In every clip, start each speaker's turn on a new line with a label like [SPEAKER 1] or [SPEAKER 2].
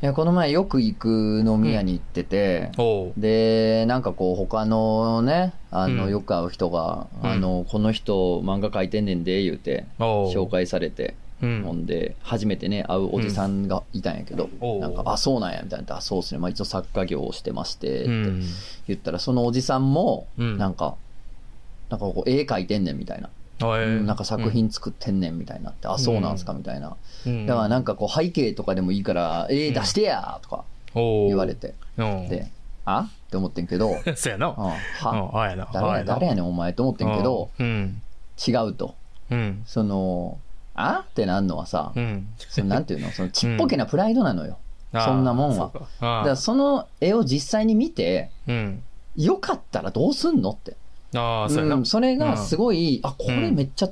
[SPEAKER 1] いやこの前よく行く飲み屋に行ってて、
[SPEAKER 2] おう
[SPEAKER 1] でなんかこう他のねあ
[SPEAKER 2] う
[SPEAKER 1] の
[SPEAKER 2] ん
[SPEAKER 1] よく会う人が「
[SPEAKER 2] うん
[SPEAKER 1] あのこの人漫画描いてんねんで」言うて
[SPEAKER 2] おう
[SPEAKER 1] 紹介されて、
[SPEAKER 2] うん
[SPEAKER 1] ほんで初めてね会うおじさんがいたんやけど、
[SPEAKER 2] おう
[SPEAKER 1] なんか「あそうなんや」みたいな「あそうっすね、まあ、一応作家業をしてまして」っ
[SPEAKER 2] う
[SPEAKER 1] て
[SPEAKER 2] ん
[SPEAKER 1] 言ったらそのおじさんも
[SPEAKER 2] うん
[SPEAKER 1] なんか、なんかこう絵描いてんねんみたいな、
[SPEAKER 2] あえー
[SPEAKER 1] なんか作品作ってんねんみたいなって、あそうなんすかみたいな、
[SPEAKER 2] うん
[SPEAKER 1] だからなんかこう背景とかでもいいから「絵出してや!」とか
[SPEAKER 2] おう
[SPEAKER 1] 言われて、
[SPEAKER 2] うん
[SPEAKER 1] で「あって思ってんけど「うん、
[SPEAKER 2] そうやなうん
[SPEAKER 1] は
[SPEAKER 2] あやな
[SPEAKER 1] 誰
[SPEAKER 2] あ
[SPEAKER 1] や
[SPEAKER 2] やな
[SPEAKER 1] 誰やねんお前」と思ってんけど
[SPEAKER 2] うん
[SPEAKER 1] 違うと
[SPEAKER 2] うん
[SPEAKER 1] その「あってなんのはさ
[SPEAKER 2] うん
[SPEAKER 1] そのなんていうのそのちっぽけなプライドなのよ、
[SPEAKER 2] あー
[SPEAKER 1] そんなもんは
[SPEAKER 2] そうか
[SPEAKER 1] だ
[SPEAKER 2] あ
[SPEAKER 1] から
[SPEAKER 2] ー
[SPEAKER 1] その絵を実際に見て
[SPEAKER 2] うん
[SPEAKER 1] よかったらどうすんのって
[SPEAKER 2] あーそうや
[SPEAKER 1] う、
[SPEAKER 2] なん
[SPEAKER 1] それがすごい、あこれめっちゃ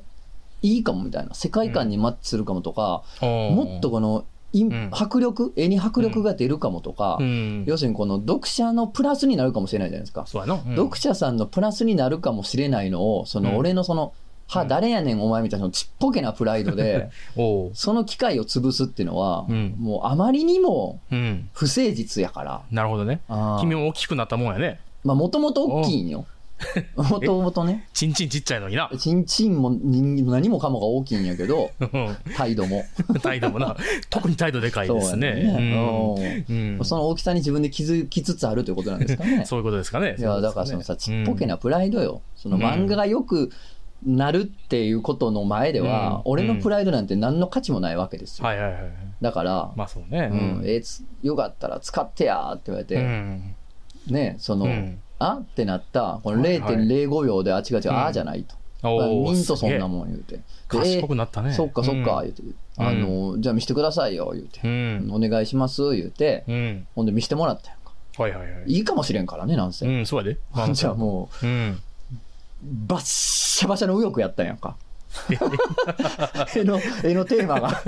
[SPEAKER 1] いいかもみたいな世界観にマッチするかもとか、
[SPEAKER 2] おう
[SPEAKER 1] もっとこのイン
[SPEAKER 2] うん
[SPEAKER 1] 迫力絵に迫力が出るかもとか、
[SPEAKER 2] うん
[SPEAKER 1] 要するにこの読者のプラスになるかもしれないじゃないですか、
[SPEAKER 2] そうやなうん
[SPEAKER 1] 読者さんのプラスになるかもしれないのをそうの
[SPEAKER 2] ん
[SPEAKER 1] 俺のその、は
[SPEAKER 2] うん
[SPEAKER 1] 誰やねんお前みたいなそのちっぽけなプライドで
[SPEAKER 2] おう
[SPEAKER 1] その機会を潰すっていうのは、
[SPEAKER 2] うん
[SPEAKER 1] もうあまりにも
[SPEAKER 2] うん
[SPEAKER 1] 不誠実やから。
[SPEAKER 2] なるほどね
[SPEAKER 1] あー
[SPEAKER 2] 君も大きくなったもんやね
[SPEAKER 1] まあもともと大きいんよ。 もともとね。
[SPEAKER 2] ちんちんちっちゃいのにな
[SPEAKER 1] ちんちんも人間も何もかもが大きいんやけ ど、
[SPEAKER 2] うん
[SPEAKER 1] 態度も。
[SPEAKER 2] 態度もな特に態度でかい
[SPEAKER 1] そう
[SPEAKER 2] ですね
[SPEAKER 1] やね
[SPEAKER 2] うん
[SPEAKER 1] う
[SPEAKER 2] うん
[SPEAKER 1] んその大きさに自分で気づきつつあるということなんですかね。
[SPEAKER 2] そういうことですかね。
[SPEAKER 1] いや、だからそのさ、ちっぽけなプライドよ。その漫画がよくなるっていうことの前で
[SPEAKER 2] うん
[SPEAKER 1] は、俺のプライドなんて何の価値もないわけですよ。
[SPEAKER 2] はいはいはい。
[SPEAKER 1] だから、
[SPEAKER 2] まあそうね。
[SPEAKER 1] うん、えーつよかったら使ってやーって言われ
[SPEAKER 2] う
[SPEAKER 1] て、
[SPEAKER 2] ん
[SPEAKER 1] ね、その
[SPEAKER 2] う、ん
[SPEAKER 1] あってなった、この
[SPEAKER 2] はいはい
[SPEAKER 1] 0.05秒で、あ、違う違う、
[SPEAKER 2] うん
[SPEAKER 1] あーじゃないと。
[SPEAKER 2] おー
[SPEAKER 1] ミントそんな
[SPEAKER 2] す
[SPEAKER 1] もん言うて。で
[SPEAKER 2] げえ賢くなったね。
[SPEAKER 1] そっかそっか、言うて、あの、じゃあ見してくださいよ、言う
[SPEAKER 2] う
[SPEAKER 1] て、
[SPEAKER 2] ん。
[SPEAKER 1] お願いします、言うて、
[SPEAKER 2] うん。うん。
[SPEAKER 1] ほんで見してもらったやんか。
[SPEAKER 2] はいはいはい。
[SPEAKER 1] いいかもしれんからね、なんせ。
[SPEAKER 2] うん、そうやで。ま
[SPEAKER 1] じゃあもう、
[SPEAKER 2] うん。
[SPEAKER 1] バッシャバシャの右翼やったんやんか。絵の、絵のテーマが。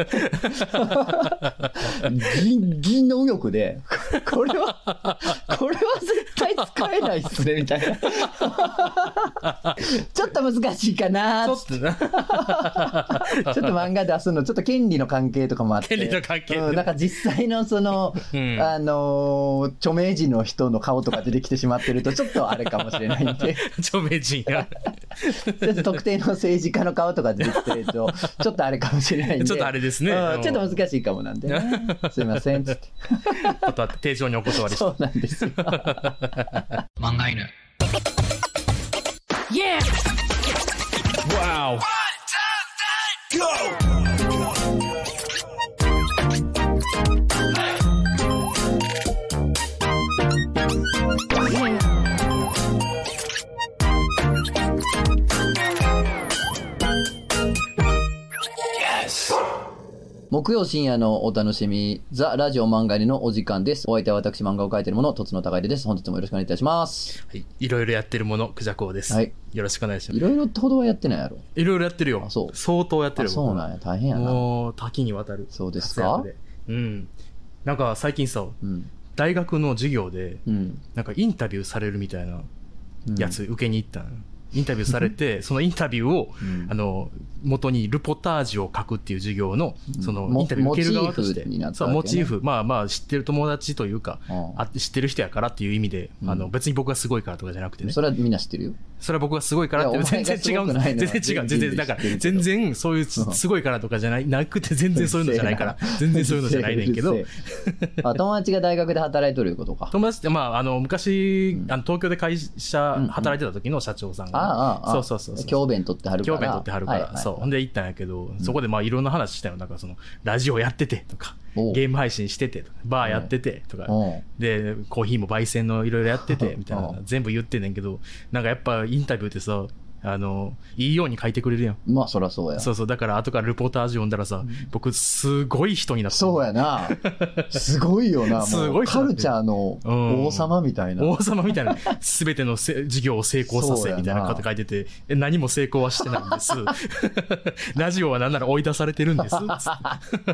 [SPEAKER 1] ギンギンの右翼で、これは、これは絶対使えないっすね、みたいな。ちょっと難しいかな
[SPEAKER 2] ちょ
[SPEAKER 1] ーっ
[SPEAKER 2] っとな。
[SPEAKER 1] ちょっと漫画出すの、ちょっと権利の関係とかもあって。
[SPEAKER 2] 権利の関係ね
[SPEAKER 1] うん、なんか実際のその、
[SPEAKER 2] うん
[SPEAKER 1] あのー著名人の人の顔とか出てきてしまってると、ちょっとあれかもしれないんで、
[SPEAKER 2] 著名人や。
[SPEAKER 1] ちょっと 特定の政治家の顔とか出てきてる と、ちょっとあれかもしれないんで。
[SPEAKER 2] ちょっとあれですね
[SPEAKER 1] うんちょっと難しいかもなんで、ね。 すいません、つって。
[SPEAKER 2] あとは丁重にお断りし
[SPEAKER 1] そうなんですよ。漫画犬。
[SPEAKER 2] て。わお
[SPEAKER 1] 木曜深夜のお楽しみ、ザ・ラジオ漫画犬のお時間です。お相手は私、漫画を描いているもの、とつのたかいでです。本日もよろしくお願いいたします。
[SPEAKER 2] はいいろいろやってるもの、クジャコウです。
[SPEAKER 1] はい
[SPEAKER 2] よろしくお願いしま
[SPEAKER 1] い
[SPEAKER 2] す。
[SPEAKER 1] ろいろってほどはやってないやろ。
[SPEAKER 2] いろいろやってるよ
[SPEAKER 1] あ。そう
[SPEAKER 2] 相当やって
[SPEAKER 1] あ
[SPEAKER 2] る
[SPEAKER 1] そうなんや、大変やな。
[SPEAKER 2] もう、多岐にわたる。
[SPEAKER 1] そうですか
[SPEAKER 2] 活躍でうん。なんか最近さ、
[SPEAKER 1] うん。
[SPEAKER 2] 大学の授業で、
[SPEAKER 1] うん。
[SPEAKER 2] なんかインタビューされるみたいな
[SPEAKER 1] うん
[SPEAKER 2] や。つ受けに行ったの、インタビューされてそのインタビューを、
[SPEAKER 1] うん
[SPEAKER 2] あの元にルポタージュを書くっていう授業の
[SPEAKER 1] うん
[SPEAKER 2] その
[SPEAKER 1] も
[SPEAKER 2] インタビュー受ける側として
[SPEAKER 1] モチーフになった
[SPEAKER 2] そう
[SPEAKER 1] わけね
[SPEAKER 2] モチーフまあまあ知ってる友達というか
[SPEAKER 1] うん
[SPEAKER 2] あ知ってる人やからっていう意味で、
[SPEAKER 1] うん
[SPEAKER 2] あの別に僕がすごいからとかじゃなくてね
[SPEAKER 1] それはみんな知ってるよ。
[SPEAKER 2] それは僕がすごいからっ
[SPEAKER 1] いや
[SPEAKER 2] て
[SPEAKER 1] お前
[SPEAKER 2] 全
[SPEAKER 1] が
[SPEAKER 2] 然違う
[SPEAKER 1] すごくないのは
[SPEAKER 2] 全然
[SPEAKER 1] 全
[SPEAKER 2] 違う全
[SPEAKER 1] 然
[SPEAKER 2] 然だから
[SPEAKER 1] 知ってるけど
[SPEAKER 2] 全然そういう
[SPEAKER 1] うん
[SPEAKER 2] すごいからとかじゃないなくて全然そういうのじゃないから全然 そういうのじゃないねんけ
[SPEAKER 1] う
[SPEAKER 2] ど
[SPEAKER 1] るせえなあ友達が大学で働いとるいうことか。
[SPEAKER 2] 友達って、まあ、あの、昔、
[SPEAKER 1] うん
[SPEAKER 2] あの東京で会
[SPEAKER 1] うんう
[SPEAKER 2] 社
[SPEAKER 1] ん、
[SPEAKER 2] 働いてた時の社長さん
[SPEAKER 1] あ
[SPEAKER 2] が、
[SPEAKER 1] あああ、
[SPEAKER 2] そうそうそうそう。
[SPEAKER 1] 教鞭取ってはるから。
[SPEAKER 2] 教鞭取ってはるから、そう。ほんで行ったんやけど、そこでまあいろんな話したよ。なんかその、ラジオやっててとか、
[SPEAKER 1] おう
[SPEAKER 2] ゲーム配信しててとか、バーやっててとか、
[SPEAKER 1] うん
[SPEAKER 2] で、コーヒーも焙煎のいろいろやってて、みたいな
[SPEAKER 1] う、ん
[SPEAKER 2] 全部言ってんねんけど、なんかやっぱインタビューってさ、あの、いいように書いてくれるやん。
[SPEAKER 1] まあ、そらそうや。
[SPEAKER 2] そうそう、だから後からルポータージュ読んだらさ、僕、すごい人になった。
[SPEAKER 1] そうや な。すごいよな。もう
[SPEAKER 2] すごい
[SPEAKER 1] カルチャーの王様みたいな。
[SPEAKER 2] 王様みたいな、すべてのせ事業を成功さ
[SPEAKER 1] そう
[SPEAKER 2] せ
[SPEAKER 1] やな
[SPEAKER 2] みたいなこと書いてて、え何も成功はしてないんです。 ラジオは何なら追い出されてるんです。つって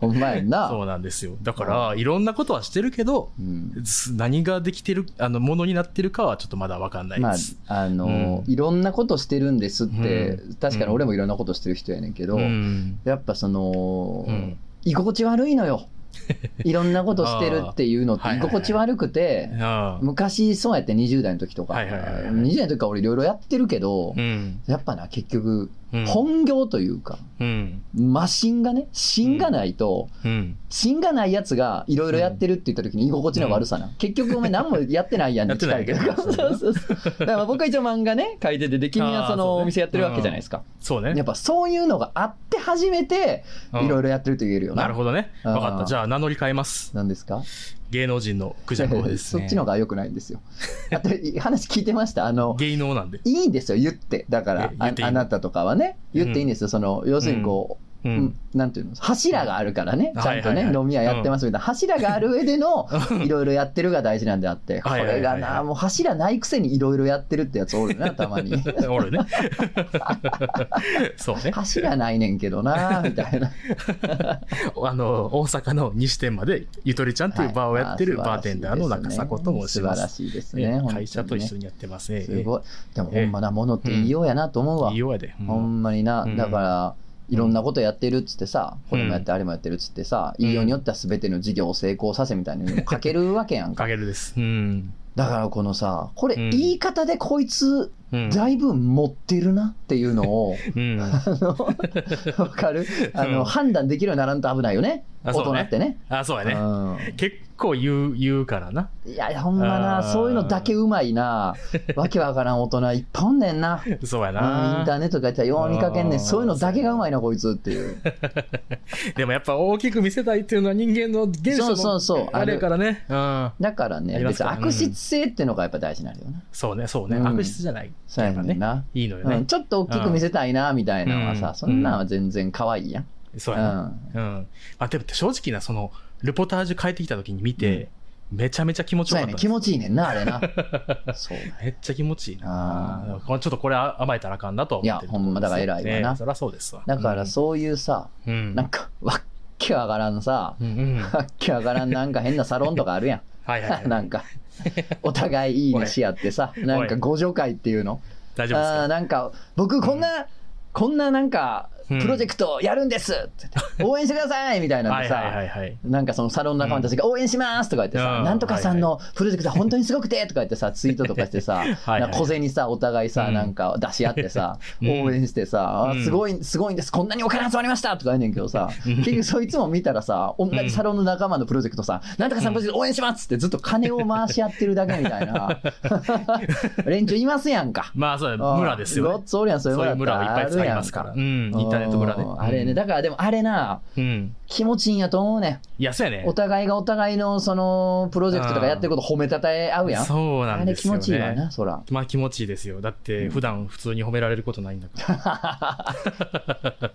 [SPEAKER 1] ほんまやんな。
[SPEAKER 2] そうなんですよ。だから、いろんなことはしてるけど、
[SPEAKER 1] うん
[SPEAKER 2] す何ができてる、あの、ものになってるかはちょっとまだわかんない
[SPEAKER 1] まあ
[SPEAKER 2] です。、
[SPEAKER 1] あの、
[SPEAKER 2] うん
[SPEAKER 1] いろんなことしてるんですって、
[SPEAKER 2] うん
[SPEAKER 1] 確かに俺もいろんなことしてる人やねんけど、
[SPEAKER 2] うん
[SPEAKER 1] やっぱその、
[SPEAKER 2] うん
[SPEAKER 1] 居心地悪いのよ。いろんなことしてるっていうのっ
[SPEAKER 2] あー
[SPEAKER 1] て居
[SPEAKER 2] はいはいは
[SPEAKER 1] 心
[SPEAKER 2] い
[SPEAKER 1] 地悪くて、
[SPEAKER 2] ああ
[SPEAKER 1] 昔そうやって20代の時とか、
[SPEAKER 2] はいはいはいはい
[SPEAKER 1] 20代の時から俺いろいろやってるけど、
[SPEAKER 2] うん。
[SPEAKER 1] やっぱな、結局、
[SPEAKER 2] うん。
[SPEAKER 1] 本業というか、
[SPEAKER 2] うん。
[SPEAKER 1] マシンがね、芯がないと、
[SPEAKER 2] うん。
[SPEAKER 1] 芯がないやつがいろいろやってるって言った時に居心地の悪さな。結局お前何もやってないやん
[SPEAKER 2] やってないけど
[SPEAKER 1] 近いけどそうそうそう。だから僕は一応漫画ね、書いてて、で、君はそ
[SPEAKER 2] あーそう
[SPEAKER 1] の
[SPEAKER 2] ね
[SPEAKER 1] お店やってるわけじゃないですか。
[SPEAKER 2] そうね。
[SPEAKER 1] やっぱそういうのがあって初めて、いろい
[SPEAKER 2] ろ。
[SPEAKER 1] ろやってると言えるよな。
[SPEAKER 2] なるほどね。
[SPEAKER 1] うん
[SPEAKER 2] わかった。じゃあ名乗り変えます。
[SPEAKER 1] なんですか
[SPEAKER 2] 芸能人のクジャ クをですね。
[SPEAKER 1] そっちの方が良くないんですよ。 あと、い話聞いてましたあの、
[SPEAKER 2] 芸能なんで。
[SPEAKER 1] いいんですよ、言って。だから
[SPEAKER 2] え、言
[SPEAKER 1] あ
[SPEAKER 2] っていい
[SPEAKER 1] あなたとかはね、言っていいんですよ。その、要するにこう、う
[SPEAKER 2] う
[SPEAKER 1] ん。なんていうの柱があるからね、
[SPEAKER 2] うん
[SPEAKER 1] ちゃんとね、
[SPEAKER 2] はいはいはい
[SPEAKER 1] 飲み屋やってますみたいな、柱がある上でのいろいろやってるが大事なんであって、こ
[SPEAKER 2] はいはいは
[SPEAKER 1] れ
[SPEAKER 2] いは
[SPEAKER 1] が
[SPEAKER 2] い
[SPEAKER 1] な、もう柱ないくせにいろいろやってるってやつおる な、たまに。
[SPEAKER 2] 俺ね。 そうね。
[SPEAKER 1] 柱ないねんけどな、み たいな。
[SPEAKER 2] あの、大阪の西天まで、ゆとりちゃんというバーをやってる
[SPEAKER 1] はい
[SPEAKER 2] バーテンダーの中迫と申します。
[SPEAKER 1] 素晴らしいですね、
[SPEAKER 2] ええ会社と一緒
[SPEAKER 1] に。
[SPEAKER 2] にやってますね。
[SPEAKER 1] すごい。でもほんまな、ものっていいようやなと思うわ
[SPEAKER 2] いい。ようやで。うん
[SPEAKER 1] ほんまにな
[SPEAKER 2] う、ん
[SPEAKER 1] だから、いろんなことやってるっつってさ、これもやってあれもやってるっつってさ、いいようによっては全ての事業を成功させみたいなのにもかけるわけやん
[SPEAKER 2] お
[SPEAKER 1] か
[SPEAKER 2] か。げです。うん。
[SPEAKER 1] だからこのさ、これ
[SPEAKER 2] うん
[SPEAKER 1] 言い方でこいつ、
[SPEAKER 2] うん。
[SPEAKER 1] だいぶ持ってるなっていうの を、
[SPEAKER 2] うん。
[SPEAKER 1] あの、わかるあ
[SPEAKER 2] う
[SPEAKER 1] の、
[SPEAKER 2] ん
[SPEAKER 1] 判断できるようにならんと危ないよね。
[SPEAKER 2] あ
[SPEAKER 1] 大
[SPEAKER 2] そう
[SPEAKER 1] 人
[SPEAKER 2] ね
[SPEAKER 1] ってね。
[SPEAKER 2] あ、そうや
[SPEAKER 1] う
[SPEAKER 2] ね。
[SPEAKER 1] ん
[SPEAKER 2] 結構言う、言うからな。
[SPEAKER 1] いや、ほんま
[SPEAKER 2] あ
[SPEAKER 1] な、
[SPEAKER 2] ー
[SPEAKER 1] そういうのだけうまい な。わけわからん大人いっぱいおんねんな。
[SPEAKER 2] そうや
[SPEAKER 1] うんインター
[SPEAKER 2] な。
[SPEAKER 1] ネットとかやったらよう見かけんねん。
[SPEAKER 2] あー
[SPEAKER 1] そういうのだけがうまいな、こいつっていう。
[SPEAKER 2] でもやっぱ大きく見せたいっていうのは人間の原
[SPEAKER 1] そう
[SPEAKER 2] 初
[SPEAKER 1] そうそう
[SPEAKER 2] のあれやからね。うん。
[SPEAKER 1] だから
[SPEAKER 2] あ
[SPEAKER 1] ね、
[SPEAKER 2] りま
[SPEAKER 1] 別
[SPEAKER 2] す
[SPEAKER 1] に
[SPEAKER 2] から
[SPEAKER 1] 悪質性ってのがやっぱ大事になるよな。
[SPEAKER 2] そうね、そうね。
[SPEAKER 1] うん
[SPEAKER 2] 悪質じゃない。
[SPEAKER 1] そうやねんな。
[SPEAKER 2] いいのよ
[SPEAKER 1] う
[SPEAKER 2] ね
[SPEAKER 1] ん、。ちょっと大きく見せたいな、みたいなのは
[SPEAKER 2] う
[SPEAKER 1] さ、
[SPEAKER 2] ん
[SPEAKER 1] そんなんは全然可愛いやん。
[SPEAKER 2] そう
[SPEAKER 1] う
[SPEAKER 2] やな。
[SPEAKER 1] ん。
[SPEAKER 2] うん。あ、でも正直な、その、ルポタージュ帰ってきた時に見て、めちゃめちゃ気持ち
[SPEAKER 1] そ
[SPEAKER 2] よ
[SPEAKER 1] う
[SPEAKER 2] か
[SPEAKER 1] や
[SPEAKER 2] った
[SPEAKER 1] ね気
[SPEAKER 2] です
[SPEAKER 1] 持ちいいねんなあれなそう
[SPEAKER 2] めっちゃ気持ちいい
[SPEAKER 1] あー
[SPEAKER 2] な。これちょっとこれ甘えたらあかんなとは思って
[SPEAKER 1] い
[SPEAKER 2] る
[SPEAKER 1] やほんまだから偉いわな
[SPEAKER 2] ねそりゃそうですわ。
[SPEAKER 1] だからそういうさ、
[SPEAKER 2] うん、うん。
[SPEAKER 1] なんかわっけわからんさ
[SPEAKER 2] うん うん。
[SPEAKER 1] わっけわからんなんか変なサロンとかあるや
[SPEAKER 2] はいはい、は
[SPEAKER 1] ん
[SPEAKER 2] い。
[SPEAKER 1] なんかお互いいいねし合って さなんか互助会っていうの
[SPEAKER 2] 大丈夫です
[SPEAKER 1] あー
[SPEAKER 2] か
[SPEAKER 1] なんか僕こんな、こんななんか
[SPEAKER 2] うん
[SPEAKER 1] プロジェクトやるんですって言って応援してくださいみたいなん
[SPEAKER 2] は
[SPEAKER 1] で
[SPEAKER 2] い
[SPEAKER 1] さ、
[SPEAKER 2] はいはいはい。
[SPEAKER 1] なんかそのサロンの仲間たちが応援しますとか言ってさ、
[SPEAKER 2] うん
[SPEAKER 1] なんとかさんのプロジェクトは本当にすごくてとか言 ってさ、ツイートとかしてさ、
[SPEAKER 2] い
[SPEAKER 1] なんか小銭さ、お互いさ、
[SPEAKER 2] うん
[SPEAKER 1] なんか出し合ってさ、
[SPEAKER 2] うん
[SPEAKER 1] 応援してさ、あ
[SPEAKER 2] うん
[SPEAKER 1] すごい、すごいんです、こんなにお金集まりましたとか言うねんけどさ、
[SPEAKER 2] うん
[SPEAKER 1] 結局そいつも見たらさ、同
[SPEAKER 2] う
[SPEAKER 1] じ
[SPEAKER 2] ん
[SPEAKER 1] サロンの仲間のプロジェクトさ、なんとかさんプロジェクト応援しますってずっと金を回し合ってるだけみたい な、連中いますやんか。
[SPEAKER 2] まあそうだ、村です
[SPEAKER 1] ご
[SPEAKER 2] よ、
[SPEAKER 1] っ
[SPEAKER 2] ね。
[SPEAKER 1] つおるやん、そういう
[SPEAKER 2] そういう
[SPEAKER 1] 村
[SPEAKER 2] 村はいっぱい
[SPEAKER 1] って
[SPEAKER 2] 使い
[SPEAKER 1] あるやん
[SPEAKER 2] ますから。うん。インターネット村ね。
[SPEAKER 1] うんあれね、
[SPEAKER 2] だ、
[SPEAKER 1] だからでもあれな、
[SPEAKER 2] うん。
[SPEAKER 1] 気持ちいいんやと思うねん。
[SPEAKER 2] いや、そうやね。
[SPEAKER 1] お互いがお互いのそのプロジェクトとかやってること褒めたたえ合うやん。
[SPEAKER 2] そうな
[SPEAKER 1] あ
[SPEAKER 2] ん
[SPEAKER 1] れ
[SPEAKER 2] です
[SPEAKER 1] 気
[SPEAKER 2] よ、
[SPEAKER 1] 持
[SPEAKER 2] ね。
[SPEAKER 1] ちいいわな、そ ら。
[SPEAKER 2] まあ気持ちいいですよ。だって、普段普通に褒められることないんだ から。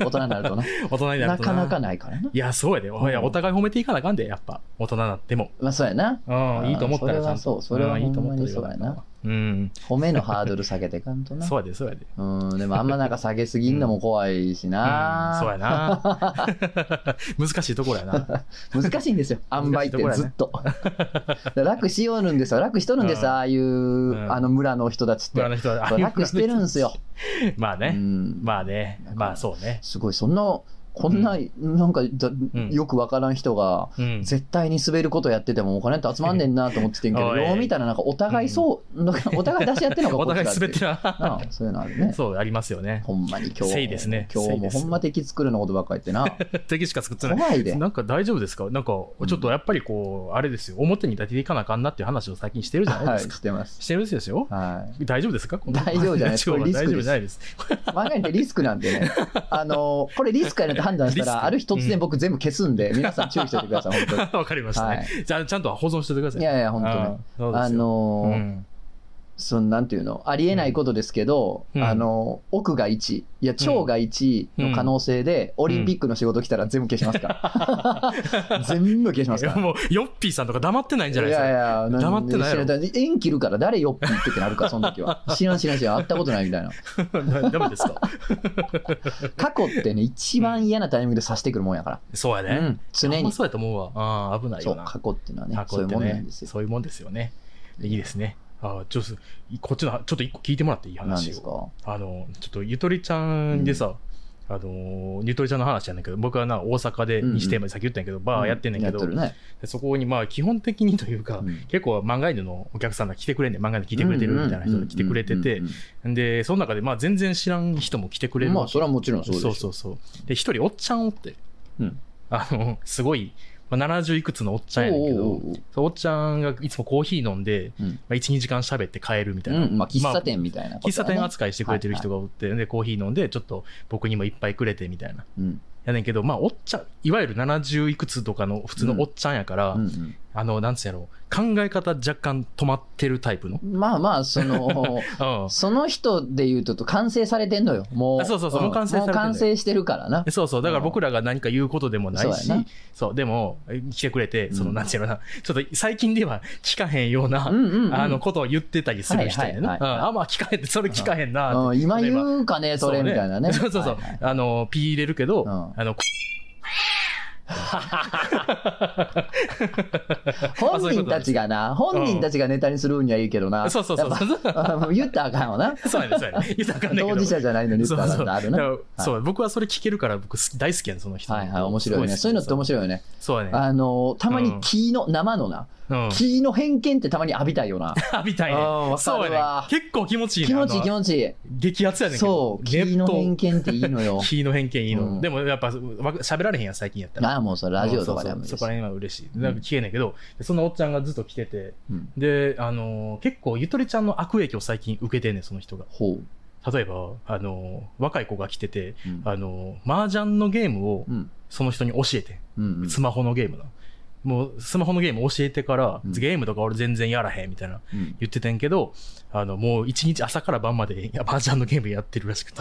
[SPEAKER 1] 大人になるとな。
[SPEAKER 2] 大人にな
[SPEAKER 1] な
[SPEAKER 2] ると
[SPEAKER 1] かなか
[SPEAKER 2] な。
[SPEAKER 1] ないからな。
[SPEAKER 2] いや、そうやで。おいやお互い褒めていかなあかんで、やっぱ。大人になっても。
[SPEAKER 1] まあそうやな。
[SPEAKER 2] うん、いいと思ったらちゃ
[SPEAKER 1] それは
[SPEAKER 2] んと。
[SPEAKER 1] そうそれは
[SPEAKER 2] んいいと思った
[SPEAKER 1] ほんま
[SPEAKER 2] ら
[SPEAKER 1] にそうやな。
[SPEAKER 2] うん。
[SPEAKER 1] 褒めのハードル下げていかんとな。
[SPEAKER 2] そうやで、そうやで。
[SPEAKER 1] うん、でもあんまなんか下げすぎんのも怖いしな。
[SPEAKER 2] うんそうやな。 難しいところやな。
[SPEAKER 1] 難しいんですよ、塩梅って
[SPEAKER 2] 難し
[SPEAKER 1] ずっ
[SPEAKER 2] い
[SPEAKER 1] と。だから楽しようるんですよ、楽しとるんです
[SPEAKER 2] うん
[SPEAKER 1] よ、ああいう、
[SPEAKER 2] ん
[SPEAKER 1] あの村の人たちって
[SPEAKER 2] 村。の人は。
[SPEAKER 1] そう楽してるんですよ。
[SPEAKER 2] まあ
[SPEAKER 1] う
[SPEAKER 2] ね。
[SPEAKER 1] ん
[SPEAKER 2] まあね。まあそうね。
[SPEAKER 1] すごい、そんな、こんな、なんかだ
[SPEAKER 2] ん
[SPEAKER 1] よくわからん人が、
[SPEAKER 2] うん。
[SPEAKER 1] 絶対に滑ることやっててもお金って集まんねんなと思っててんけど、
[SPEAKER 2] おい
[SPEAKER 1] よう見たらなんかお互いそう、なんかお互い出し合ってんのか、
[SPEAKER 2] お互い
[SPEAKER 1] こっちだ
[SPEAKER 2] 滑ってる
[SPEAKER 1] なあ
[SPEAKER 2] な。
[SPEAKER 1] そういうのあるね。
[SPEAKER 2] そう、ありますよね。
[SPEAKER 1] ほんまに今
[SPEAKER 2] せ
[SPEAKER 1] 日
[SPEAKER 2] いですね
[SPEAKER 1] 今
[SPEAKER 2] せ
[SPEAKER 1] 日
[SPEAKER 2] い
[SPEAKER 1] も
[SPEAKER 2] です
[SPEAKER 1] ほんま敵作るのことばっかり言ってな。
[SPEAKER 2] 敵しか作ってない。
[SPEAKER 1] 怖いで。
[SPEAKER 2] なんか大丈夫ですかなんか、ちょっとやっぱりこう、あれですよ。表に立てていかなあかんなっていう話を最近してるじゃない
[SPEAKER 1] は
[SPEAKER 2] で
[SPEAKER 1] い、
[SPEAKER 2] すか。
[SPEAKER 1] してます。
[SPEAKER 2] してるんですよ。
[SPEAKER 1] はい。
[SPEAKER 2] 大丈夫ですか
[SPEAKER 1] 大丈夫じゃない
[SPEAKER 2] です。こ
[SPEAKER 1] これ
[SPEAKER 2] の
[SPEAKER 1] リスク
[SPEAKER 2] 大丈夫
[SPEAKER 1] です
[SPEAKER 2] じゃないです。
[SPEAKER 1] 漫画ってリスクなんでね、あのこれリスクやなって判断した
[SPEAKER 2] リス
[SPEAKER 1] ら、
[SPEAKER 2] ク
[SPEAKER 1] ある日突然僕全部消すんで、皆さん注意しておいてください、 本
[SPEAKER 2] わかりました
[SPEAKER 1] は
[SPEAKER 2] ね。じゃあ、ちゃんと保存しててくだ
[SPEAKER 1] 当
[SPEAKER 2] さい。
[SPEAKER 1] に。いやいや、本当ね。
[SPEAKER 2] 当
[SPEAKER 1] あ、の
[SPEAKER 2] そうですようん
[SPEAKER 1] そのなんていうのありえないことですけど、
[SPEAKER 2] うん
[SPEAKER 1] あの奥が1いや超が1の可能性で、オリンピックの仕事来たら全部消しますから、全部消します
[SPEAKER 2] いや
[SPEAKER 1] から。
[SPEAKER 2] もう、ヨッピーさんとか黙ってないんじゃないですか。
[SPEAKER 1] やん
[SPEAKER 2] 黙ってないやろ
[SPEAKER 1] 知らだって縁切るから誰よっぴーってってなるからその時 は知らん知らん知らん会ったことないみたいな
[SPEAKER 2] な ダメですか
[SPEAKER 1] 過去ってね一番嫌なタイミングで刺してくるもんやか
[SPEAKER 2] そうや
[SPEAKER 1] ら、う
[SPEAKER 2] ね。
[SPEAKER 1] ん、常
[SPEAKER 2] ほんま
[SPEAKER 1] に
[SPEAKER 2] そうやと思うわ。ああ、危ない
[SPEAKER 1] そ
[SPEAKER 2] よ
[SPEAKER 1] う
[SPEAKER 2] な。
[SPEAKER 1] 過去っていうのはね
[SPEAKER 2] 過去
[SPEAKER 1] そうい
[SPEAKER 2] っ
[SPEAKER 1] う
[SPEAKER 2] て
[SPEAKER 1] もんなんですよ
[SPEAKER 2] そういうもんですよね。いいですね。ああ、ちょっと、こっちの、ちょっと一個聞いてもらっていい
[SPEAKER 1] なん
[SPEAKER 2] 話
[SPEAKER 1] です
[SPEAKER 2] を。
[SPEAKER 1] か
[SPEAKER 2] あの、ちょっと、ゆとりちゃんでさ、あのー、ゆとりちゃんの話やねんけど、僕はな、大阪で
[SPEAKER 1] うんうん
[SPEAKER 2] 西テーマでさっき言ったんやけど、バーやってんねん
[SPEAKER 1] や
[SPEAKER 2] け
[SPEAKER 1] っ
[SPEAKER 2] ど、
[SPEAKER 1] とるね。
[SPEAKER 2] でそこにまあ基本的にというか、
[SPEAKER 1] うん
[SPEAKER 2] 結構漫画犬のお客さんが来てくれんねん漫画で聞いてくれてるみたいな人が来てくれてて
[SPEAKER 1] うんうん、
[SPEAKER 2] で、その中でまあ全然知らん人も来てく
[SPEAKER 1] うん
[SPEAKER 2] れ
[SPEAKER 1] うん
[SPEAKER 2] る
[SPEAKER 1] まあ、
[SPEAKER 2] わけ
[SPEAKER 1] それはもちろんそうです。
[SPEAKER 2] そうそうそうで、一人おっちゃんおって、
[SPEAKER 1] うん
[SPEAKER 2] あの、すごい、まあ、70いくつのおっちゃんやねんけど、
[SPEAKER 1] おうおうおう
[SPEAKER 2] そうおっちゃんがいつもコーヒー飲んで、
[SPEAKER 1] うん
[SPEAKER 2] まあ、1、2時間喋って帰るみたいな。
[SPEAKER 1] うん、まあ、喫茶店みたいな
[SPEAKER 2] まあ
[SPEAKER 1] こと
[SPEAKER 2] 喫
[SPEAKER 1] や
[SPEAKER 2] 茶
[SPEAKER 1] ね、
[SPEAKER 2] 店扱いしてくれてる人がおって、で、コーヒー飲んで、ちょっと僕にもいっぱいくれてみたいな。
[SPEAKER 1] うん
[SPEAKER 2] やねんけど、まあ、おっちゃん、いわゆる70いくつとかの普通のおっちゃんやから、
[SPEAKER 1] うん
[SPEAKER 2] あの、なんつうやろう、考え方若干止まってるタイプの。
[SPEAKER 1] うんまあまあ、そ の、
[SPEAKER 2] うん
[SPEAKER 1] その人で言うと、完成されてんのよ。もう。
[SPEAKER 2] あそうそうそうんもう完成されてんのよ
[SPEAKER 1] もう完成してるからな。
[SPEAKER 2] そうそう、だから僕らが何か言うことでもないし、
[SPEAKER 1] そうやな
[SPEAKER 2] そう、でも、来てくれて、そうの、
[SPEAKER 1] ん
[SPEAKER 2] なんていうのかな、ちょっと最近では聞かへんような、
[SPEAKER 1] うんうんうん
[SPEAKER 2] あの、ことを言ってたりする人やな。
[SPEAKER 1] はいはいはいはい
[SPEAKER 2] うんあ、まあ、聞かへんって、それ聞かへんなって、
[SPEAKER 1] うん今
[SPEAKER 2] 例えば
[SPEAKER 1] 言うかね、それみたいなね。
[SPEAKER 2] そうそうそう。
[SPEAKER 1] はいはい
[SPEAKER 2] あの、ピー入れるけど、
[SPEAKER 1] うん
[SPEAKER 2] あの、
[SPEAKER 1] 本人
[SPEAKER 2] あそういうことなん
[SPEAKER 1] た
[SPEAKER 2] です
[SPEAKER 1] ちがな、本人たちがネタにするにはいいけどな。
[SPEAKER 2] そうそうそう そう。
[SPEAKER 1] やっぱ。あ言ったらあかんわな。
[SPEAKER 2] そうやねん、そうやねん。言ったらあかんねんけ
[SPEAKER 1] 当
[SPEAKER 2] ど。
[SPEAKER 1] 事者じゃないのに
[SPEAKER 2] そ
[SPEAKER 1] 言
[SPEAKER 2] う
[SPEAKER 1] ったらあか
[SPEAKER 2] そう。
[SPEAKER 1] んのある
[SPEAKER 2] だ
[SPEAKER 1] な
[SPEAKER 2] から。そう、僕はそれ聞けるから、僕好き大好きやねん、その人。
[SPEAKER 1] はいはい、面白いよね。そういうのって面
[SPEAKER 2] 白い
[SPEAKER 1] 白いよね。
[SPEAKER 2] 好き。そうやねん。
[SPEAKER 1] あの、たまに気の、生のな、
[SPEAKER 2] うん。
[SPEAKER 1] 気の偏見ってたまに浴びたいよな。
[SPEAKER 2] あ みたいね
[SPEAKER 1] あーわかるわ
[SPEAKER 2] そうやねん。結構気持ちいいね
[SPEAKER 1] 気持ちいい気
[SPEAKER 2] ち
[SPEAKER 1] 持ちいい。
[SPEAKER 2] 激アツやねんけ
[SPEAKER 1] そ
[SPEAKER 2] ど。
[SPEAKER 1] う、気の偏
[SPEAKER 2] 見。。
[SPEAKER 1] 見っていいのよ
[SPEAKER 2] 気の偏見いいの。
[SPEAKER 1] うん
[SPEAKER 2] でもやっぱ、わ喋られへんやん、最近やったら。
[SPEAKER 1] ああ、もうそれラジオとかで
[SPEAKER 2] う
[SPEAKER 1] も
[SPEAKER 2] ん
[SPEAKER 1] いい
[SPEAKER 2] そうそう
[SPEAKER 1] し
[SPEAKER 2] そこら。辺は嬉しい。なんか聞けんねんけど、そのおっちゃんがずっと来てて、
[SPEAKER 1] うん
[SPEAKER 2] で、あのー結構ゆとりちゃんの悪影響を最近受けてんねん、その人が。
[SPEAKER 1] ほう。
[SPEAKER 2] 例えば、あのー若い子が来てて、
[SPEAKER 1] うん
[SPEAKER 2] あのー麻雀のゲームを
[SPEAKER 1] うん。
[SPEAKER 2] その人に教えて、
[SPEAKER 1] うんうん
[SPEAKER 2] スマホのゲームな。もう、スマホのゲーム教えてから、
[SPEAKER 1] うん
[SPEAKER 2] ゲームとか俺全然やらへんみたいな
[SPEAKER 1] うん。
[SPEAKER 2] 言っててんけど、あの、もう一日朝から晩までいや麻雀のゲームやってるら しくて。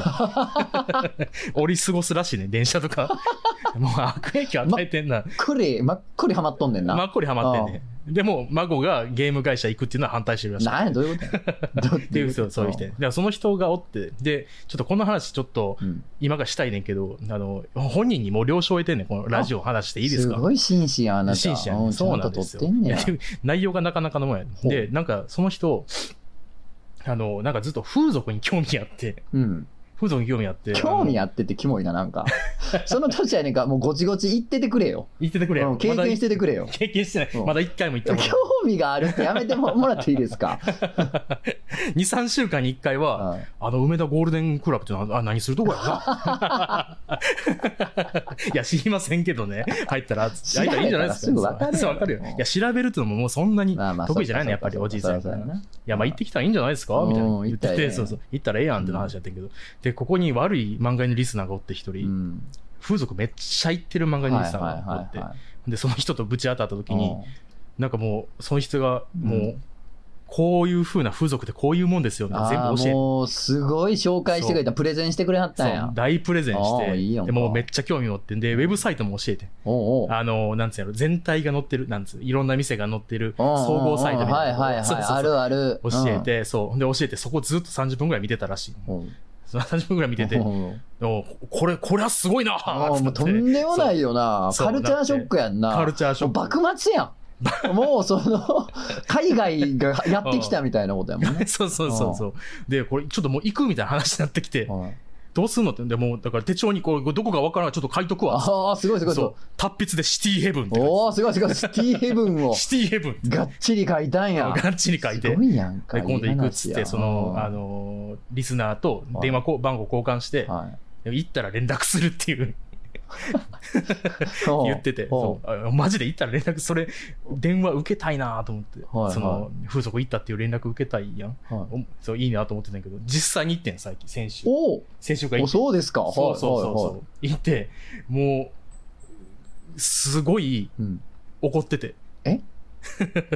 [SPEAKER 2] 折り過ごすらしいね、電車とか。 もう悪影響与えてんな。
[SPEAKER 1] 真っくり、まっくりハマっとんねん
[SPEAKER 2] ま
[SPEAKER 1] な。
[SPEAKER 2] っこりハマってんねん。でも、孫がゲーム会社行くっていうのは反対してるらしい。
[SPEAKER 1] なんや、どういうことや。どうっ
[SPEAKER 2] っていう人、そういう人。だからその人がおって、で、ちょっとこの話ちょっと
[SPEAKER 1] うん
[SPEAKER 2] 今がしたいねんけど、あの、本人にもう了承を得てんねん、このラジオ話していいですか
[SPEAKER 1] ごい紳士やあなた。
[SPEAKER 2] 真摯や
[SPEAKER 1] う
[SPEAKER 2] ね
[SPEAKER 1] ん
[SPEAKER 2] ん。
[SPEAKER 1] ち
[SPEAKER 2] そ
[SPEAKER 1] ゃ
[SPEAKER 2] うんな
[SPEAKER 1] と
[SPEAKER 2] んで
[SPEAKER 1] 撮っ
[SPEAKER 2] すよ
[SPEAKER 1] てんね。や
[SPEAKER 2] い。や内容がなかなかのもんやねん。
[SPEAKER 1] ほう
[SPEAKER 2] で、なんかその人、あの、なんかずっと風俗に興味あって、
[SPEAKER 1] うん。
[SPEAKER 2] 風俗に興味あって、
[SPEAKER 1] 興味
[SPEAKER 2] あ
[SPEAKER 1] あっててキモいな、なんか。 その年やねんから、もうごちごち言っててくれよ。
[SPEAKER 2] の言っててくれ
[SPEAKER 1] う
[SPEAKER 2] よ
[SPEAKER 1] ん。経験しててくれよ
[SPEAKER 2] まだ。経験してな
[SPEAKER 1] う
[SPEAKER 2] い。
[SPEAKER 1] ん
[SPEAKER 2] まだ一回も行った
[SPEAKER 1] 興
[SPEAKER 2] こと
[SPEAKER 1] 味があるってやめてももらっていいです か。
[SPEAKER 2] ない。2、3週 間に1回は、
[SPEAKER 1] はい
[SPEAKER 2] あの、梅田ゴールデンクラブってのは、あ、何するとこやろな。 いや、知りませんけどね。入ったら、
[SPEAKER 1] 調べ
[SPEAKER 2] 入ったたらいいんじゃない
[SPEAKER 1] ら
[SPEAKER 2] ですか。
[SPEAKER 1] すぐわかるやろ
[SPEAKER 2] そうわかるよ。いや、調べるってのももうそんなに
[SPEAKER 1] まあまあ
[SPEAKER 2] 得意じゃないの、
[SPEAKER 1] そ
[SPEAKER 2] や
[SPEAKER 1] っ
[SPEAKER 2] っ
[SPEAKER 1] か
[SPEAKER 2] ぱり
[SPEAKER 1] そっ
[SPEAKER 2] お
[SPEAKER 1] か
[SPEAKER 2] じいさんやか
[SPEAKER 1] そ
[SPEAKER 2] ら。
[SPEAKER 1] らそうやない
[SPEAKER 2] や、まあ行ってきたらいいんじゃないですかみたい
[SPEAKER 1] うん
[SPEAKER 2] な言って
[SPEAKER 1] 行ったらええ
[SPEAKER 2] て、
[SPEAKER 1] ね
[SPEAKER 2] そうそう、行ったらええやんって話やったんやけど、で、ここに悪い漫画家のリスナーがおって一
[SPEAKER 1] う
[SPEAKER 2] 人、
[SPEAKER 1] ん
[SPEAKER 2] 風俗めっちゃ行ってる漫画家のリスナーがおって、で、その人とぶち当たった時に、なんかもう、その人がも
[SPEAKER 1] う
[SPEAKER 2] う、こういう風な風俗ってこういうもんですよ、みたいな
[SPEAKER 1] ああ
[SPEAKER 2] 全部教えて。
[SPEAKER 1] もうすごい紹介してくれたプレゼンしてくれはっ
[SPEAKER 2] そ
[SPEAKER 1] たんや
[SPEAKER 2] う大プレゼンし
[SPEAKER 1] ああ
[SPEAKER 2] て、
[SPEAKER 1] いいやんか
[SPEAKER 2] でもうめっちゃ興味持ってんで、ウェブサイトも教えて、
[SPEAKER 1] おうおう
[SPEAKER 2] あの、なんつうの、全体が載ってる、なんつう、いろんな店が載ってる、
[SPEAKER 1] うんうんうん
[SPEAKER 2] 総合サイトみたいな。
[SPEAKER 1] はいはい
[SPEAKER 2] そう
[SPEAKER 1] はい
[SPEAKER 2] そうそう
[SPEAKER 1] あるある
[SPEAKER 2] 教えて、そう。で、教えて、そこずっと30分ぐらい見てたらしい。
[SPEAKER 1] うんうん
[SPEAKER 2] その30分ぐらい見てて、
[SPEAKER 1] うん
[SPEAKER 2] おこれ、これはすごいな
[SPEAKER 1] ああ
[SPEAKER 2] つ
[SPEAKER 1] も
[SPEAKER 2] っ
[SPEAKER 1] う
[SPEAKER 2] て
[SPEAKER 1] とんでもないよな
[SPEAKER 2] そう
[SPEAKER 1] カルチャーショックやんな
[SPEAKER 2] カルチャーショック
[SPEAKER 1] もう幕末やんもうその海外がやってきたみたいなことやもんね
[SPEAKER 2] そうそうそうそう。で、これ、ちょっともう行くみたいな話になってきて、
[SPEAKER 1] はい
[SPEAKER 2] どうすんのって、でもう、だから手帳にこれ、どこかわからんからちょっと書いとくわ。
[SPEAKER 1] ああすごいすごいす
[SPEAKER 2] そ。
[SPEAKER 1] ごいう
[SPEAKER 2] 達筆でシティヘブンって書いて
[SPEAKER 1] おおすごいすごいシティヘブンを
[SPEAKER 2] ある。シティヘブンって。
[SPEAKER 1] がっちり書いたんや
[SPEAKER 2] ガッチリ書いて。
[SPEAKER 1] すごいやんか
[SPEAKER 2] で今度行くっつっ
[SPEAKER 1] いい話や
[SPEAKER 2] て、その、
[SPEAKER 1] うん
[SPEAKER 2] あのー、リスナーと電話こ番号交換して、
[SPEAKER 1] はい
[SPEAKER 2] 行ったら連絡するっていう。
[SPEAKER 1] おう
[SPEAKER 2] 言ってて、
[SPEAKER 1] おう
[SPEAKER 2] そうあマジで行ったら連絡、それ、電話受けたいなと思って、
[SPEAKER 1] はいはい
[SPEAKER 2] その風俗行ったっていう連絡受けたいやん、
[SPEAKER 1] はい
[SPEAKER 2] おそういいなと思ってたんやけど、実際に行ってん、最近、先週。
[SPEAKER 1] おう
[SPEAKER 2] 先週から
[SPEAKER 1] お
[SPEAKER 2] 行って、
[SPEAKER 1] そうですかはい
[SPEAKER 2] そうそうそう
[SPEAKER 1] はいは
[SPEAKER 2] そう、行って、もう、すごい
[SPEAKER 1] いうん
[SPEAKER 2] 怒ってて。
[SPEAKER 1] え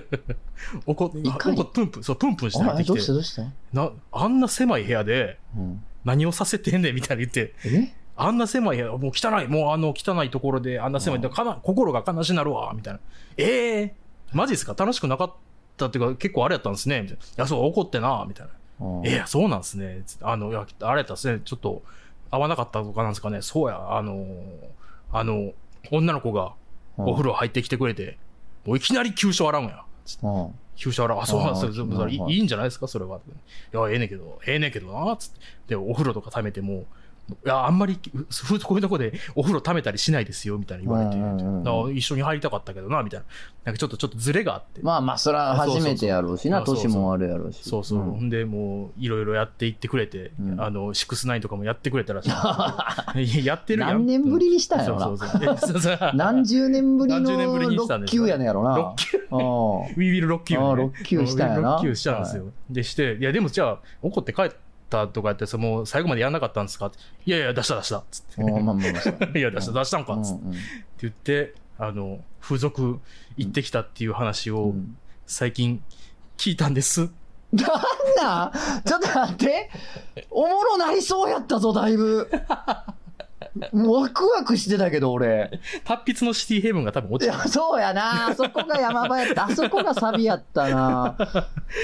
[SPEAKER 2] 怒っ
[SPEAKER 1] 怒り
[SPEAKER 2] 怒っプンプン、そう、プンプンして入っ
[SPEAKER 1] あ
[SPEAKER 2] て
[SPEAKER 1] れ
[SPEAKER 2] き
[SPEAKER 1] どうして
[SPEAKER 2] て、
[SPEAKER 1] どうして
[SPEAKER 2] なあんな狭い部屋で
[SPEAKER 1] うん
[SPEAKER 2] 何をさせてんねんみたいな言って、
[SPEAKER 1] え
[SPEAKER 2] あんな狭い部屋、もう汚い、もうあの汚いところで、あんな狭い、
[SPEAKER 1] うん
[SPEAKER 2] だからかな心が悲しになるわ、みたいな。ええマジですか楽しくなかったっていうか、結構あれやったんですね、みたいな。いや、そう、怒ってな、みたいな。
[SPEAKER 1] うん
[SPEAKER 2] ええそうなんですね。つってあの、いや、あれやったんですね。ちょっと、合わなかったとかなんですかね。そうや、あのあの、女の子がお風呂入ってきてくれて、もういきなり急所洗うんや。つって
[SPEAKER 1] うん
[SPEAKER 2] 急所洗う。あ、そうなんです
[SPEAKER 1] あ
[SPEAKER 2] よ
[SPEAKER 1] ー
[SPEAKER 2] そうそ
[SPEAKER 1] は
[SPEAKER 2] う。い
[SPEAKER 1] いはい
[SPEAKER 2] いいんじゃないですか、それは。いや、ええねんけど、ええねんけどな、つって。で、お風呂とか溜めても、いや、あんまり、うふこういうとこでお風呂溜めたりしないですよ、みたいな言われて、
[SPEAKER 1] うんうんうん
[SPEAKER 2] だから一緒に入りたかったけどな、みたいな。なんかちょっと、ちょっとズレがあって。
[SPEAKER 1] まあまあ、それは初めてやろうしな、
[SPEAKER 2] そうそう
[SPEAKER 1] 年
[SPEAKER 2] そう
[SPEAKER 1] もあるやろうし。
[SPEAKER 2] そうそう。 ほん、で、もう、いろいろやっていってくれて、
[SPEAKER 1] うん
[SPEAKER 2] あの、シックスナインとかもやってくれたらしいんだけど。いややってるやん。
[SPEAKER 1] 何年ぶりにしたんやろな
[SPEAKER 2] そうそうそう。えそうそ う
[SPEAKER 1] 何十年ぶり
[SPEAKER 2] 何十年ぶりに
[SPEAKER 1] の
[SPEAKER 2] した
[SPEAKER 1] 6
[SPEAKER 2] んですよ
[SPEAKER 1] 級
[SPEAKER 2] ね
[SPEAKER 1] やねんやろな。
[SPEAKER 2] ロッキー
[SPEAKER 1] うん
[SPEAKER 2] ウィービルロッキー
[SPEAKER 1] ああ
[SPEAKER 2] を、ね。
[SPEAKER 1] ロッキーをしたんやな
[SPEAKER 2] ロッキーをしたんですよ。でして、いや、でもじゃあ、怒って帰ったとかやってさ、もう最後までやらなかったんですかって。いやいや、出した出した。つって。
[SPEAKER 1] うんまあま あまあそう
[SPEAKER 2] いや、出した出したんか。つって。
[SPEAKER 1] うんうん
[SPEAKER 2] って言って、あの、風俗行ってきたっていう話
[SPEAKER 1] う
[SPEAKER 2] を
[SPEAKER 1] ん
[SPEAKER 2] 最近聞いたんです。
[SPEAKER 1] なんだちょっと待っておもろなりそうやったぞだいぶもうワクワクしてたけど俺
[SPEAKER 2] 達筆のシティヘブンが多分
[SPEAKER 1] い
[SPEAKER 2] 落ち
[SPEAKER 1] や
[SPEAKER 2] た。
[SPEAKER 1] そうやなあそこが山場やったあそこがサビやったな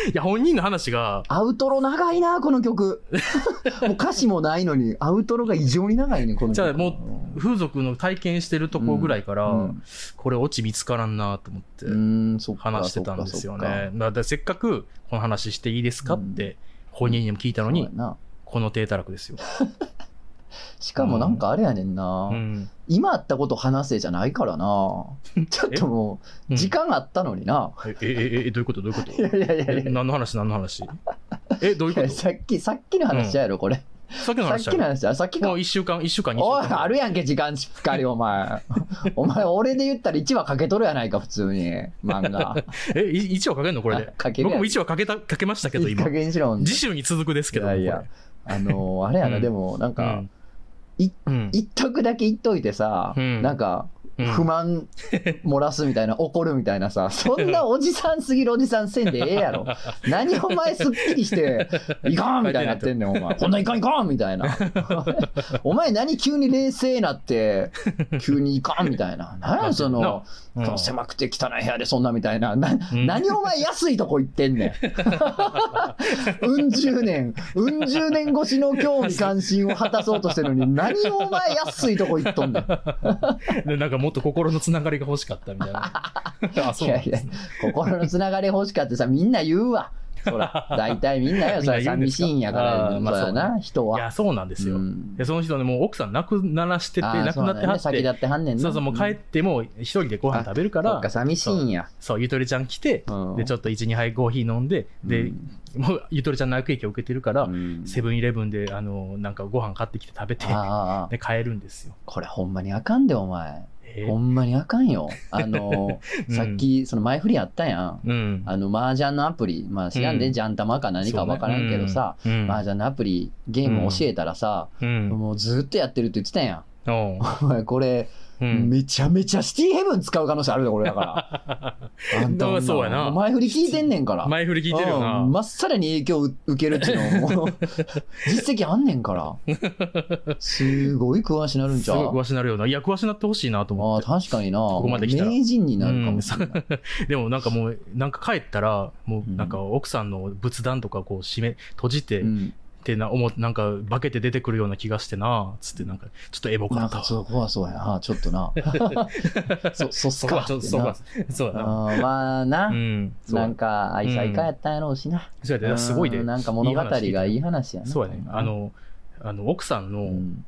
[SPEAKER 1] い
[SPEAKER 2] や、本人の話が、
[SPEAKER 1] アウトロ長いなこの曲 もう歌詞もないのにアウトロが異常に長いねこの曲
[SPEAKER 2] じゃあも風俗の体験してるとこぐらいから、
[SPEAKER 1] うん
[SPEAKER 2] これ落ち見つからんなと思って
[SPEAKER 1] うーんそっか
[SPEAKER 2] 話してたんですよ
[SPEAKER 1] そっか
[SPEAKER 2] ね。だからせっかくこの話していいですかって本人にも聞いたの
[SPEAKER 1] そう
[SPEAKER 2] に
[SPEAKER 1] や、な
[SPEAKER 2] この低たらくですよ。
[SPEAKER 1] しかもなんかあれやねんな、
[SPEAKER 2] うん
[SPEAKER 1] 今あったこと話せじゃないからな ちょっともう時。間あったのにな、
[SPEAKER 2] うんえ、え、え、えどういうことどういうこと
[SPEAKER 1] いやいやいや
[SPEAKER 2] え
[SPEAKER 1] いや
[SPEAKER 2] 何の話何の話え、どういう
[SPEAKER 1] い
[SPEAKER 2] こ
[SPEAKER 1] や
[SPEAKER 2] と
[SPEAKER 1] さっき、さっきの話やろ、これ。
[SPEAKER 2] さっきの
[SPEAKER 1] さっ
[SPEAKER 2] 話だ
[SPEAKER 1] きの
[SPEAKER 2] よ
[SPEAKER 1] 話やろ、さっき
[SPEAKER 2] もう
[SPEAKER 1] の。
[SPEAKER 2] 一週間、一週間、二週
[SPEAKER 1] おい、
[SPEAKER 2] 間。
[SPEAKER 1] あるやんけ、時間しっかり、お前。 お前、俺で言ったら1話かけとるやないか、普通に。漫画。
[SPEAKER 2] え、い一話かけんのこれで。
[SPEAKER 1] かける
[SPEAKER 2] 僕
[SPEAKER 1] やん。
[SPEAKER 2] も
[SPEAKER 1] い
[SPEAKER 2] 一話かけた、かけました けど、
[SPEAKER 1] い
[SPEAKER 2] 今
[SPEAKER 1] 加。減にしろ、ほんと
[SPEAKER 2] 次週に続くですけど、
[SPEAKER 1] いやいやあのー、あれやな、
[SPEAKER 2] うん
[SPEAKER 1] でも、なん
[SPEAKER 2] これ
[SPEAKER 1] か、
[SPEAKER 2] うん
[SPEAKER 1] い
[SPEAKER 2] うん
[SPEAKER 1] 一択だけ言っといてさ、
[SPEAKER 2] うん
[SPEAKER 1] なんか、
[SPEAKER 2] うん
[SPEAKER 1] 不満漏らすみたいな、 怒るみたいなさ、そんなおじさんすぎるおじさんせんでええ やろ。何お前すっきりして、いかんみたいになってんね ん、お前。こんなんいかんいかんみたいな。 お前何急に冷静になって、急にいかんみたいな。何やその、
[SPEAKER 2] うん
[SPEAKER 1] その狭くて汚い部屋でそんなみたいな。な
[SPEAKER 2] うん
[SPEAKER 1] 何お前安いとこ行ってんね ん。うん十年、うん十年越しの興味関心を果たそうとしてるのに、何お前安いとこ行っとんねん。
[SPEAKER 2] でなんかもっと心のつながりが欲しかったみた いな。あ、そうなんですね。
[SPEAKER 1] 心のつながり欲しかってさ、みんな言うわ。そ ら、大体みんなよ、それ
[SPEAKER 2] みんな言う
[SPEAKER 1] 寂
[SPEAKER 2] んです
[SPEAKER 1] し
[SPEAKER 2] か
[SPEAKER 1] いんやから、
[SPEAKER 2] あーまあ
[SPEAKER 1] そうや
[SPEAKER 2] そう
[SPEAKER 1] な、人
[SPEAKER 2] い
[SPEAKER 1] は。
[SPEAKER 2] や、そうなんですよ
[SPEAKER 1] う。ん
[SPEAKER 2] で、その人ね、もう奥さん亡くならしてて、
[SPEAKER 1] あー
[SPEAKER 2] 亡くなってはっ
[SPEAKER 1] そうなんやね先立
[SPEAKER 2] て。
[SPEAKER 1] ってはんねんな
[SPEAKER 2] そうそう、もう帰っても一人でご飯食べるか
[SPEAKER 1] そ
[SPEAKER 2] ら
[SPEAKER 1] っか、、寂しいんや。
[SPEAKER 2] そう、ゆとりちゃん来て
[SPEAKER 1] うん、
[SPEAKER 2] で、ちょっと1、2杯コーヒー飲んで、
[SPEAKER 1] う
[SPEAKER 2] で
[SPEAKER 1] ん、
[SPEAKER 2] もうゆとりちゃんの悪影響を受けてるか
[SPEAKER 1] う
[SPEAKER 2] ら、
[SPEAKER 1] ん
[SPEAKER 2] セブンイレブンで、あの、なんかご飯買ってきて食べて、
[SPEAKER 1] あーあー、
[SPEAKER 2] で、買えるんですよ。
[SPEAKER 1] これほんまにあかんで、お前。
[SPEAKER 2] えー
[SPEAKER 1] ほんまにあかん よ。あの、
[SPEAKER 2] うん
[SPEAKER 1] さっき、その前振りあったやん。
[SPEAKER 2] うん。
[SPEAKER 1] あの、麻雀のアプリ、まあ知らん
[SPEAKER 2] う
[SPEAKER 1] で、
[SPEAKER 2] ん
[SPEAKER 1] ジャンタマか何かわからんけどさ、
[SPEAKER 2] そうね、うん
[SPEAKER 1] 麻雀のアプリ、ゲーム教えたらさ、
[SPEAKER 2] うん。
[SPEAKER 1] もうずっとやってるって言ってたやん。
[SPEAKER 2] お
[SPEAKER 1] お
[SPEAKER 2] う
[SPEAKER 1] 前、これ、
[SPEAKER 2] うん。
[SPEAKER 1] めちゃめちゃシティヘブン使う可能性あるで、これだ から。あんた
[SPEAKER 2] だからそうやな
[SPEAKER 1] も前振り聞いてんねんから。
[SPEAKER 2] 前振り聞いてるよ
[SPEAKER 1] うん
[SPEAKER 2] な。
[SPEAKER 1] まっさらに影響を受けるっていうのもう 実績あんねんから。すごい詳しなるんち
[SPEAKER 2] す
[SPEAKER 1] ゃ
[SPEAKER 2] ごいう詳しなるよな。いや、詳しなってほしいなと
[SPEAKER 1] あ
[SPEAKER 2] 思
[SPEAKER 1] あ、
[SPEAKER 2] って。
[SPEAKER 1] 確かにな。
[SPEAKER 2] こまで来たら
[SPEAKER 1] 名人になるかもしれない。
[SPEAKER 2] でもなんかもう、なんか帰ったら、もうなんか奥さんの仏壇とかこう閉め、閉じて、
[SPEAKER 1] う
[SPEAKER 2] っ
[SPEAKER 1] ん
[SPEAKER 2] てな、思って、なんか化けて出てくるような気がしてな、つってなんか、ちょっとエモか
[SPEAKER 1] なん
[SPEAKER 2] った
[SPEAKER 1] か
[SPEAKER 2] わ。
[SPEAKER 1] そこはそうやな。ちょっとな。そ、そっす
[SPEAKER 2] そ
[SPEAKER 1] か
[SPEAKER 2] こは
[SPEAKER 1] っ
[SPEAKER 2] ち
[SPEAKER 1] て
[SPEAKER 2] ょっ
[SPEAKER 1] な。
[SPEAKER 2] と、そこは、そうだな。
[SPEAKER 1] あーまあな
[SPEAKER 2] う。ん。そう
[SPEAKER 1] な
[SPEAKER 2] や
[SPEAKER 1] んか、愛妻家やったんやろうしな。
[SPEAKER 2] そうやで、すごいで
[SPEAKER 1] うん。なんか物語がい
[SPEAKER 2] い
[SPEAKER 1] い話やな。
[SPEAKER 2] そうやね。あ、の、あの、奥さん
[SPEAKER 1] う
[SPEAKER 2] の
[SPEAKER 1] ん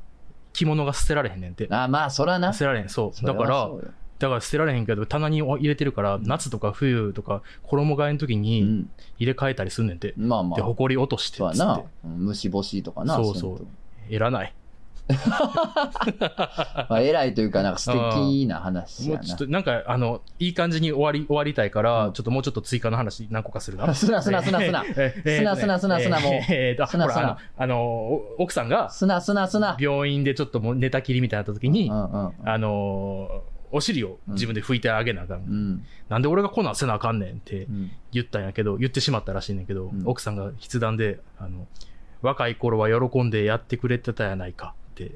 [SPEAKER 2] 着物が捨てられへんねんて。
[SPEAKER 1] あまあ、そらな。
[SPEAKER 2] 捨てられへん。そう。
[SPEAKER 1] それ
[SPEAKER 2] だ
[SPEAKER 1] は
[SPEAKER 2] から
[SPEAKER 1] そ、うよ
[SPEAKER 2] だから捨てられへんけど、棚に入れてるから、夏とか冬とか、衣替えの時
[SPEAKER 1] う
[SPEAKER 2] に
[SPEAKER 1] ん
[SPEAKER 2] 入れ替えたりすんねんて。
[SPEAKER 1] まあま
[SPEAKER 2] で、
[SPEAKER 1] あ、
[SPEAKER 2] 埃落として
[SPEAKER 1] そう
[SPEAKER 2] っ
[SPEAKER 1] や
[SPEAKER 2] つっ
[SPEAKER 1] な。うん虫干しとかな。
[SPEAKER 2] そうそう
[SPEAKER 1] いのと
[SPEAKER 2] て。いらない。
[SPEAKER 1] まあ、偉いというか、なんか素敵な話
[SPEAKER 2] も
[SPEAKER 1] や
[SPEAKER 2] うちょ
[SPEAKER 1] な。
[SPEAKER 2] っと、なんか、あの、いい感じに終わり、終わりたいから、
[SPEAKER 1] うん
[SPEAKER 2] ちょっともうちょっと追加の話何個かするな。
[SPEAKER 1] すなすなすな すな。
[SPEAKER 2] えー
[SPEAKER 1] すなすなすなすなもう
[SPEAKER 2] えーえーえーあ
[SPEAKER 1] すな
[SPEAKER 2] ほら
[SPEAKER 1] すな
[SPEAKER 2] あのあの、お奥さんが、
[SPEAKER 1] すなすなすな。
[SPEAKER 2] 病院でちょっともう寝たきりみたいになった時
[SPEAKER 1] う
[SPEAKER 2] に、
[SPEAKER 1] んうん
[SPEAKER 2] あのー、お尻を自分で拭いてあげなあかん。
[SPEAKER 1] うん
[SPEAKER 2] なんで俺がこんなんせなあかんねんって
[SPEAKER 1] うん。
[SPEAKER 2] 言ったんやけど、言ってしまったらしいねんけど、
[SPEAKER 1] うん
[SPEAKER 2] 奥さんが筆談で、あの、若い頃は喜んでやってくれてたやないかって、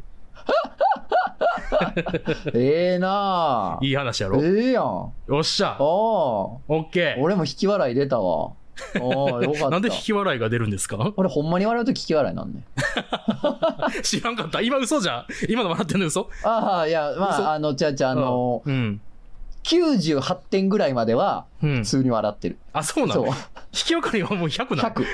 [SPEAKER 1] ええなあ
[SPEAKER 2] いい話やろ。
[SPEAKER 1] ええやん。あ
[SPEAKER 2] よっしゃ
[SPEAKER 1] あ。俺
[SPEAKER 2] オッケー
[SPEAKER 1] も引き笑い出たわ。おーよかった。
[SPEAKER 2] なんで引き笑いが出るんですか
[SPEAKER 1] 俺ほんまに笑うと引き笑いなんね。
[SPEAKER 2] 知らんかった。今嘘じゃん今の笑ってんの嘘
[SPEAKER 1] ああ、いや、ま
[SPEAKER 2] 嘘
[SPEAKER 1] あ、あの、ちゃうちゃう、あの、
[SPEAKER 2] うん。
[SPEAKER 1] 98点ぐらいまでは
[SPEAKER 2] うん
[SPEAKER 1] 普。通に笑ってる。
[SPEAKER 2] あ、そうなん
[SPEAKER 1] そう
[SPEAKER 2] だ。引。き分かりはもう100なん。
[SPEAKER 1] 100、
[SPEAKER 2] 100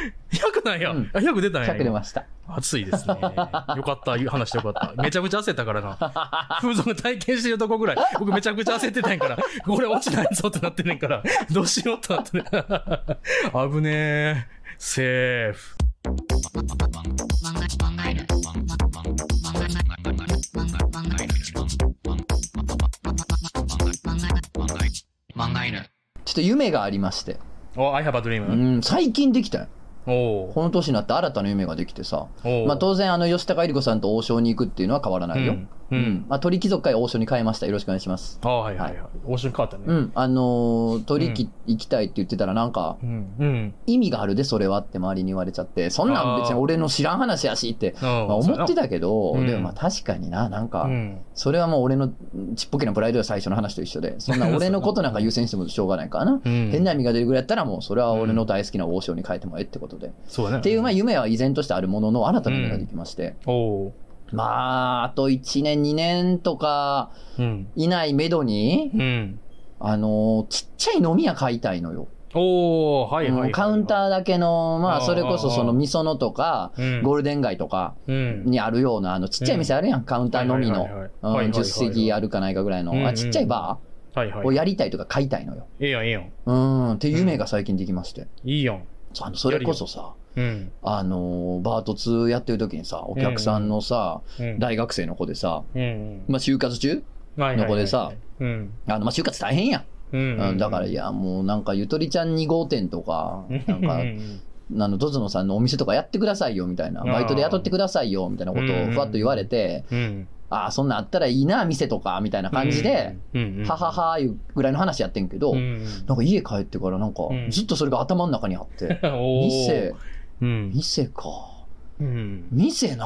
[SPEAKER 2] なんや。あ
[SPEAKER 1] うん
[SPEAKER 2] 100出たんや。
[SPEAKER 1] 100出
[SPEAKER 2] 今
[SPEAKER 1] ました。
[SPEAKER 2] 暑 いですね。よかった、話してよかった。めちゃくちゃ焦ったからな。風俗体験してるとこぐらい、僕めちゃくちゃ焦ってたんやから、これ落ちないぞってなってんねんから、どうしようってなってね。危ねえ。セーフ。
[SPEAKER 1] ちょっと夢がありまして。
[SPEAKER 2] お、I have a
[SPEAKER 1] う
[SPEAKER 2] dream.
[SPEAKER 1] ん、最近できたよ。
[SPEAKER 2] おお
[SPEAKER 1] この年になって新たな夢ができてさ。
[SPEAKER 2] お
[SPEAKER 1] まあ当然、あの、吉高由里子さんと王将に行くっていうのは変わらないよ。
[SPEAKER 2] うん。
[SPEAKER 1] う。
[SPEAKER 2] うんん。
[SPEAKER 1] まあ鳥貴族から王将に変えました。よろしくお願いします。
[SPEAKER 2] あーはいはいはい。王将に変わったね。
[SPEAKER 1] うん。あのー鳥貴行きたいって言ってたらなんか、
[SPEAKER 2] うん。うん。
[SPEAKER 1] 意味があるで、それはって周りに言われちゃって、そんなん別に俺の知らん話やしって、
[SPEAKER 2] まあ
[SPEAKER 1] まあ、思って
[SPEAKER 2] た
[SPEAKER 1] たけど、
[SPEAKER 2] うん
[SPEAKER 1] でもまあ確かにな、なんか、
[SPEAKER 2] うん。
[SPEAKER 1] それはもう俺のちっぽけなプライドや最初の話と一緒で、そんな俺のことなんか優先してもしょうがないからな。
[SPEAKER 2] うん
[SPEAKER 1] 変な意味が出るぐらいやったらもうそれは俺の大好きな王将に変えてもええってことで。
[SPEAKER 2] そうだね。
[SPEAKER 1] っていうまあ夢は依然としてあるものの新たな夢ができまして、
[SPEAKER 2] おお
[SPEAKER 1] まああと1年2年とか
[SPEAKER 2] ーうん。
[SPEAKER 1] 以内めどに、
[SPEAKER 2] うん。
[SPEAKER 1] あのーちっちゃい飲み屋買いたいのよ。
[SPEAKER 2] おおはいはいはい、はい。
[SPEAKER 1] カウンターだけの、まあ
[SPEAKER 2] あー
[SPEAKER 1] それこそそのみそのとか、
[SPEAKER 2] ー
[SPEAKER 1] ゴールデン街とか
[SPEAKER 2] うん。
[SPEAKER 1] にあるような、あのちっちゃい店あるやん、カウンターのみの。うん10席あ
[SPEAKER 2] る。
[SPEAKER 1] るかないかぐらいの、
[SPEAKER 2] うんうんう
[SPEAKER 1] あ
[SPEAKER 2] ん
[SPEAKER 1] ちっちゃいバ
[SPEAKER 2] はい
[SPEAKER 1] ー
[SPEAKER 2] は
[SPEAKER 1] を
[SPEAKER 2] い。
[SPEAKER 1] やりたいとか買いたいのよ。
[SPEAKER 2] ええやん、ええやん。
[SPEAKER 1] うん、っていう夢が最近できまして。
[SPEAKER 2] いいやん。
[SPEAKER 1] そうあのそれこそさ、
[SPEAKER 2] うん。
[SPEAKER 1] あのー、バート2やってる時にさ、お客さんのさ、
[SPEAKER 2] うん。
[SPEAKER 1] 大学生の子でさ、
[SPEAKER 2] うん。
[SPEAKER 1] まあ、就活中
[SPEAKER 2] はいはいはい
[SPEAKER 1] こでさ。
[SPEAKER 2] うん。
[SPEAKER 1] あの、まあ、就活大変やん。
[SPEAKER 2] うん。
[SPEAKER 1] うん、だから、
[SPEAKER 2] い
[SPEAKER 1] いや、もうなんか、ゆとりちゃん2号店とか、なんか、あの、ドズノさんのお店とかやってくださいよ、みたいな。
[SPEAKER 2] あー
[SPEAKER 1] バイトで雇ってくださいよ、みたいなこと
[SPEAKER 2] うんう
[SPEAKER 1] を
[SPEAKER 2] ん
[SPEAKER 1] ふわっと言われて、
[SPEAKER 2] うん。
[SPEAKER 1] ああ、そんなんあったらいいな、店とか、みたいな感じで、、
[SPEAKER 2] うん。
[SPEAKER 1] ははは、いうぐらいの話やってんけど、
[SPEAKER 2] うん。
[SPEAKER 1] なんか家帰ってからなんか
[SPEAKER 2] うん
[SPEAKER 1] ずっとそれが頭の中にあって、
[SPEAKER 2] おー
[SPEAKER 1] 店、
[SPEAKER 2] うん。
[SPEAKER 1] 店か。
[SPEAKER 2] うん。
[SPEAKER 1] 店な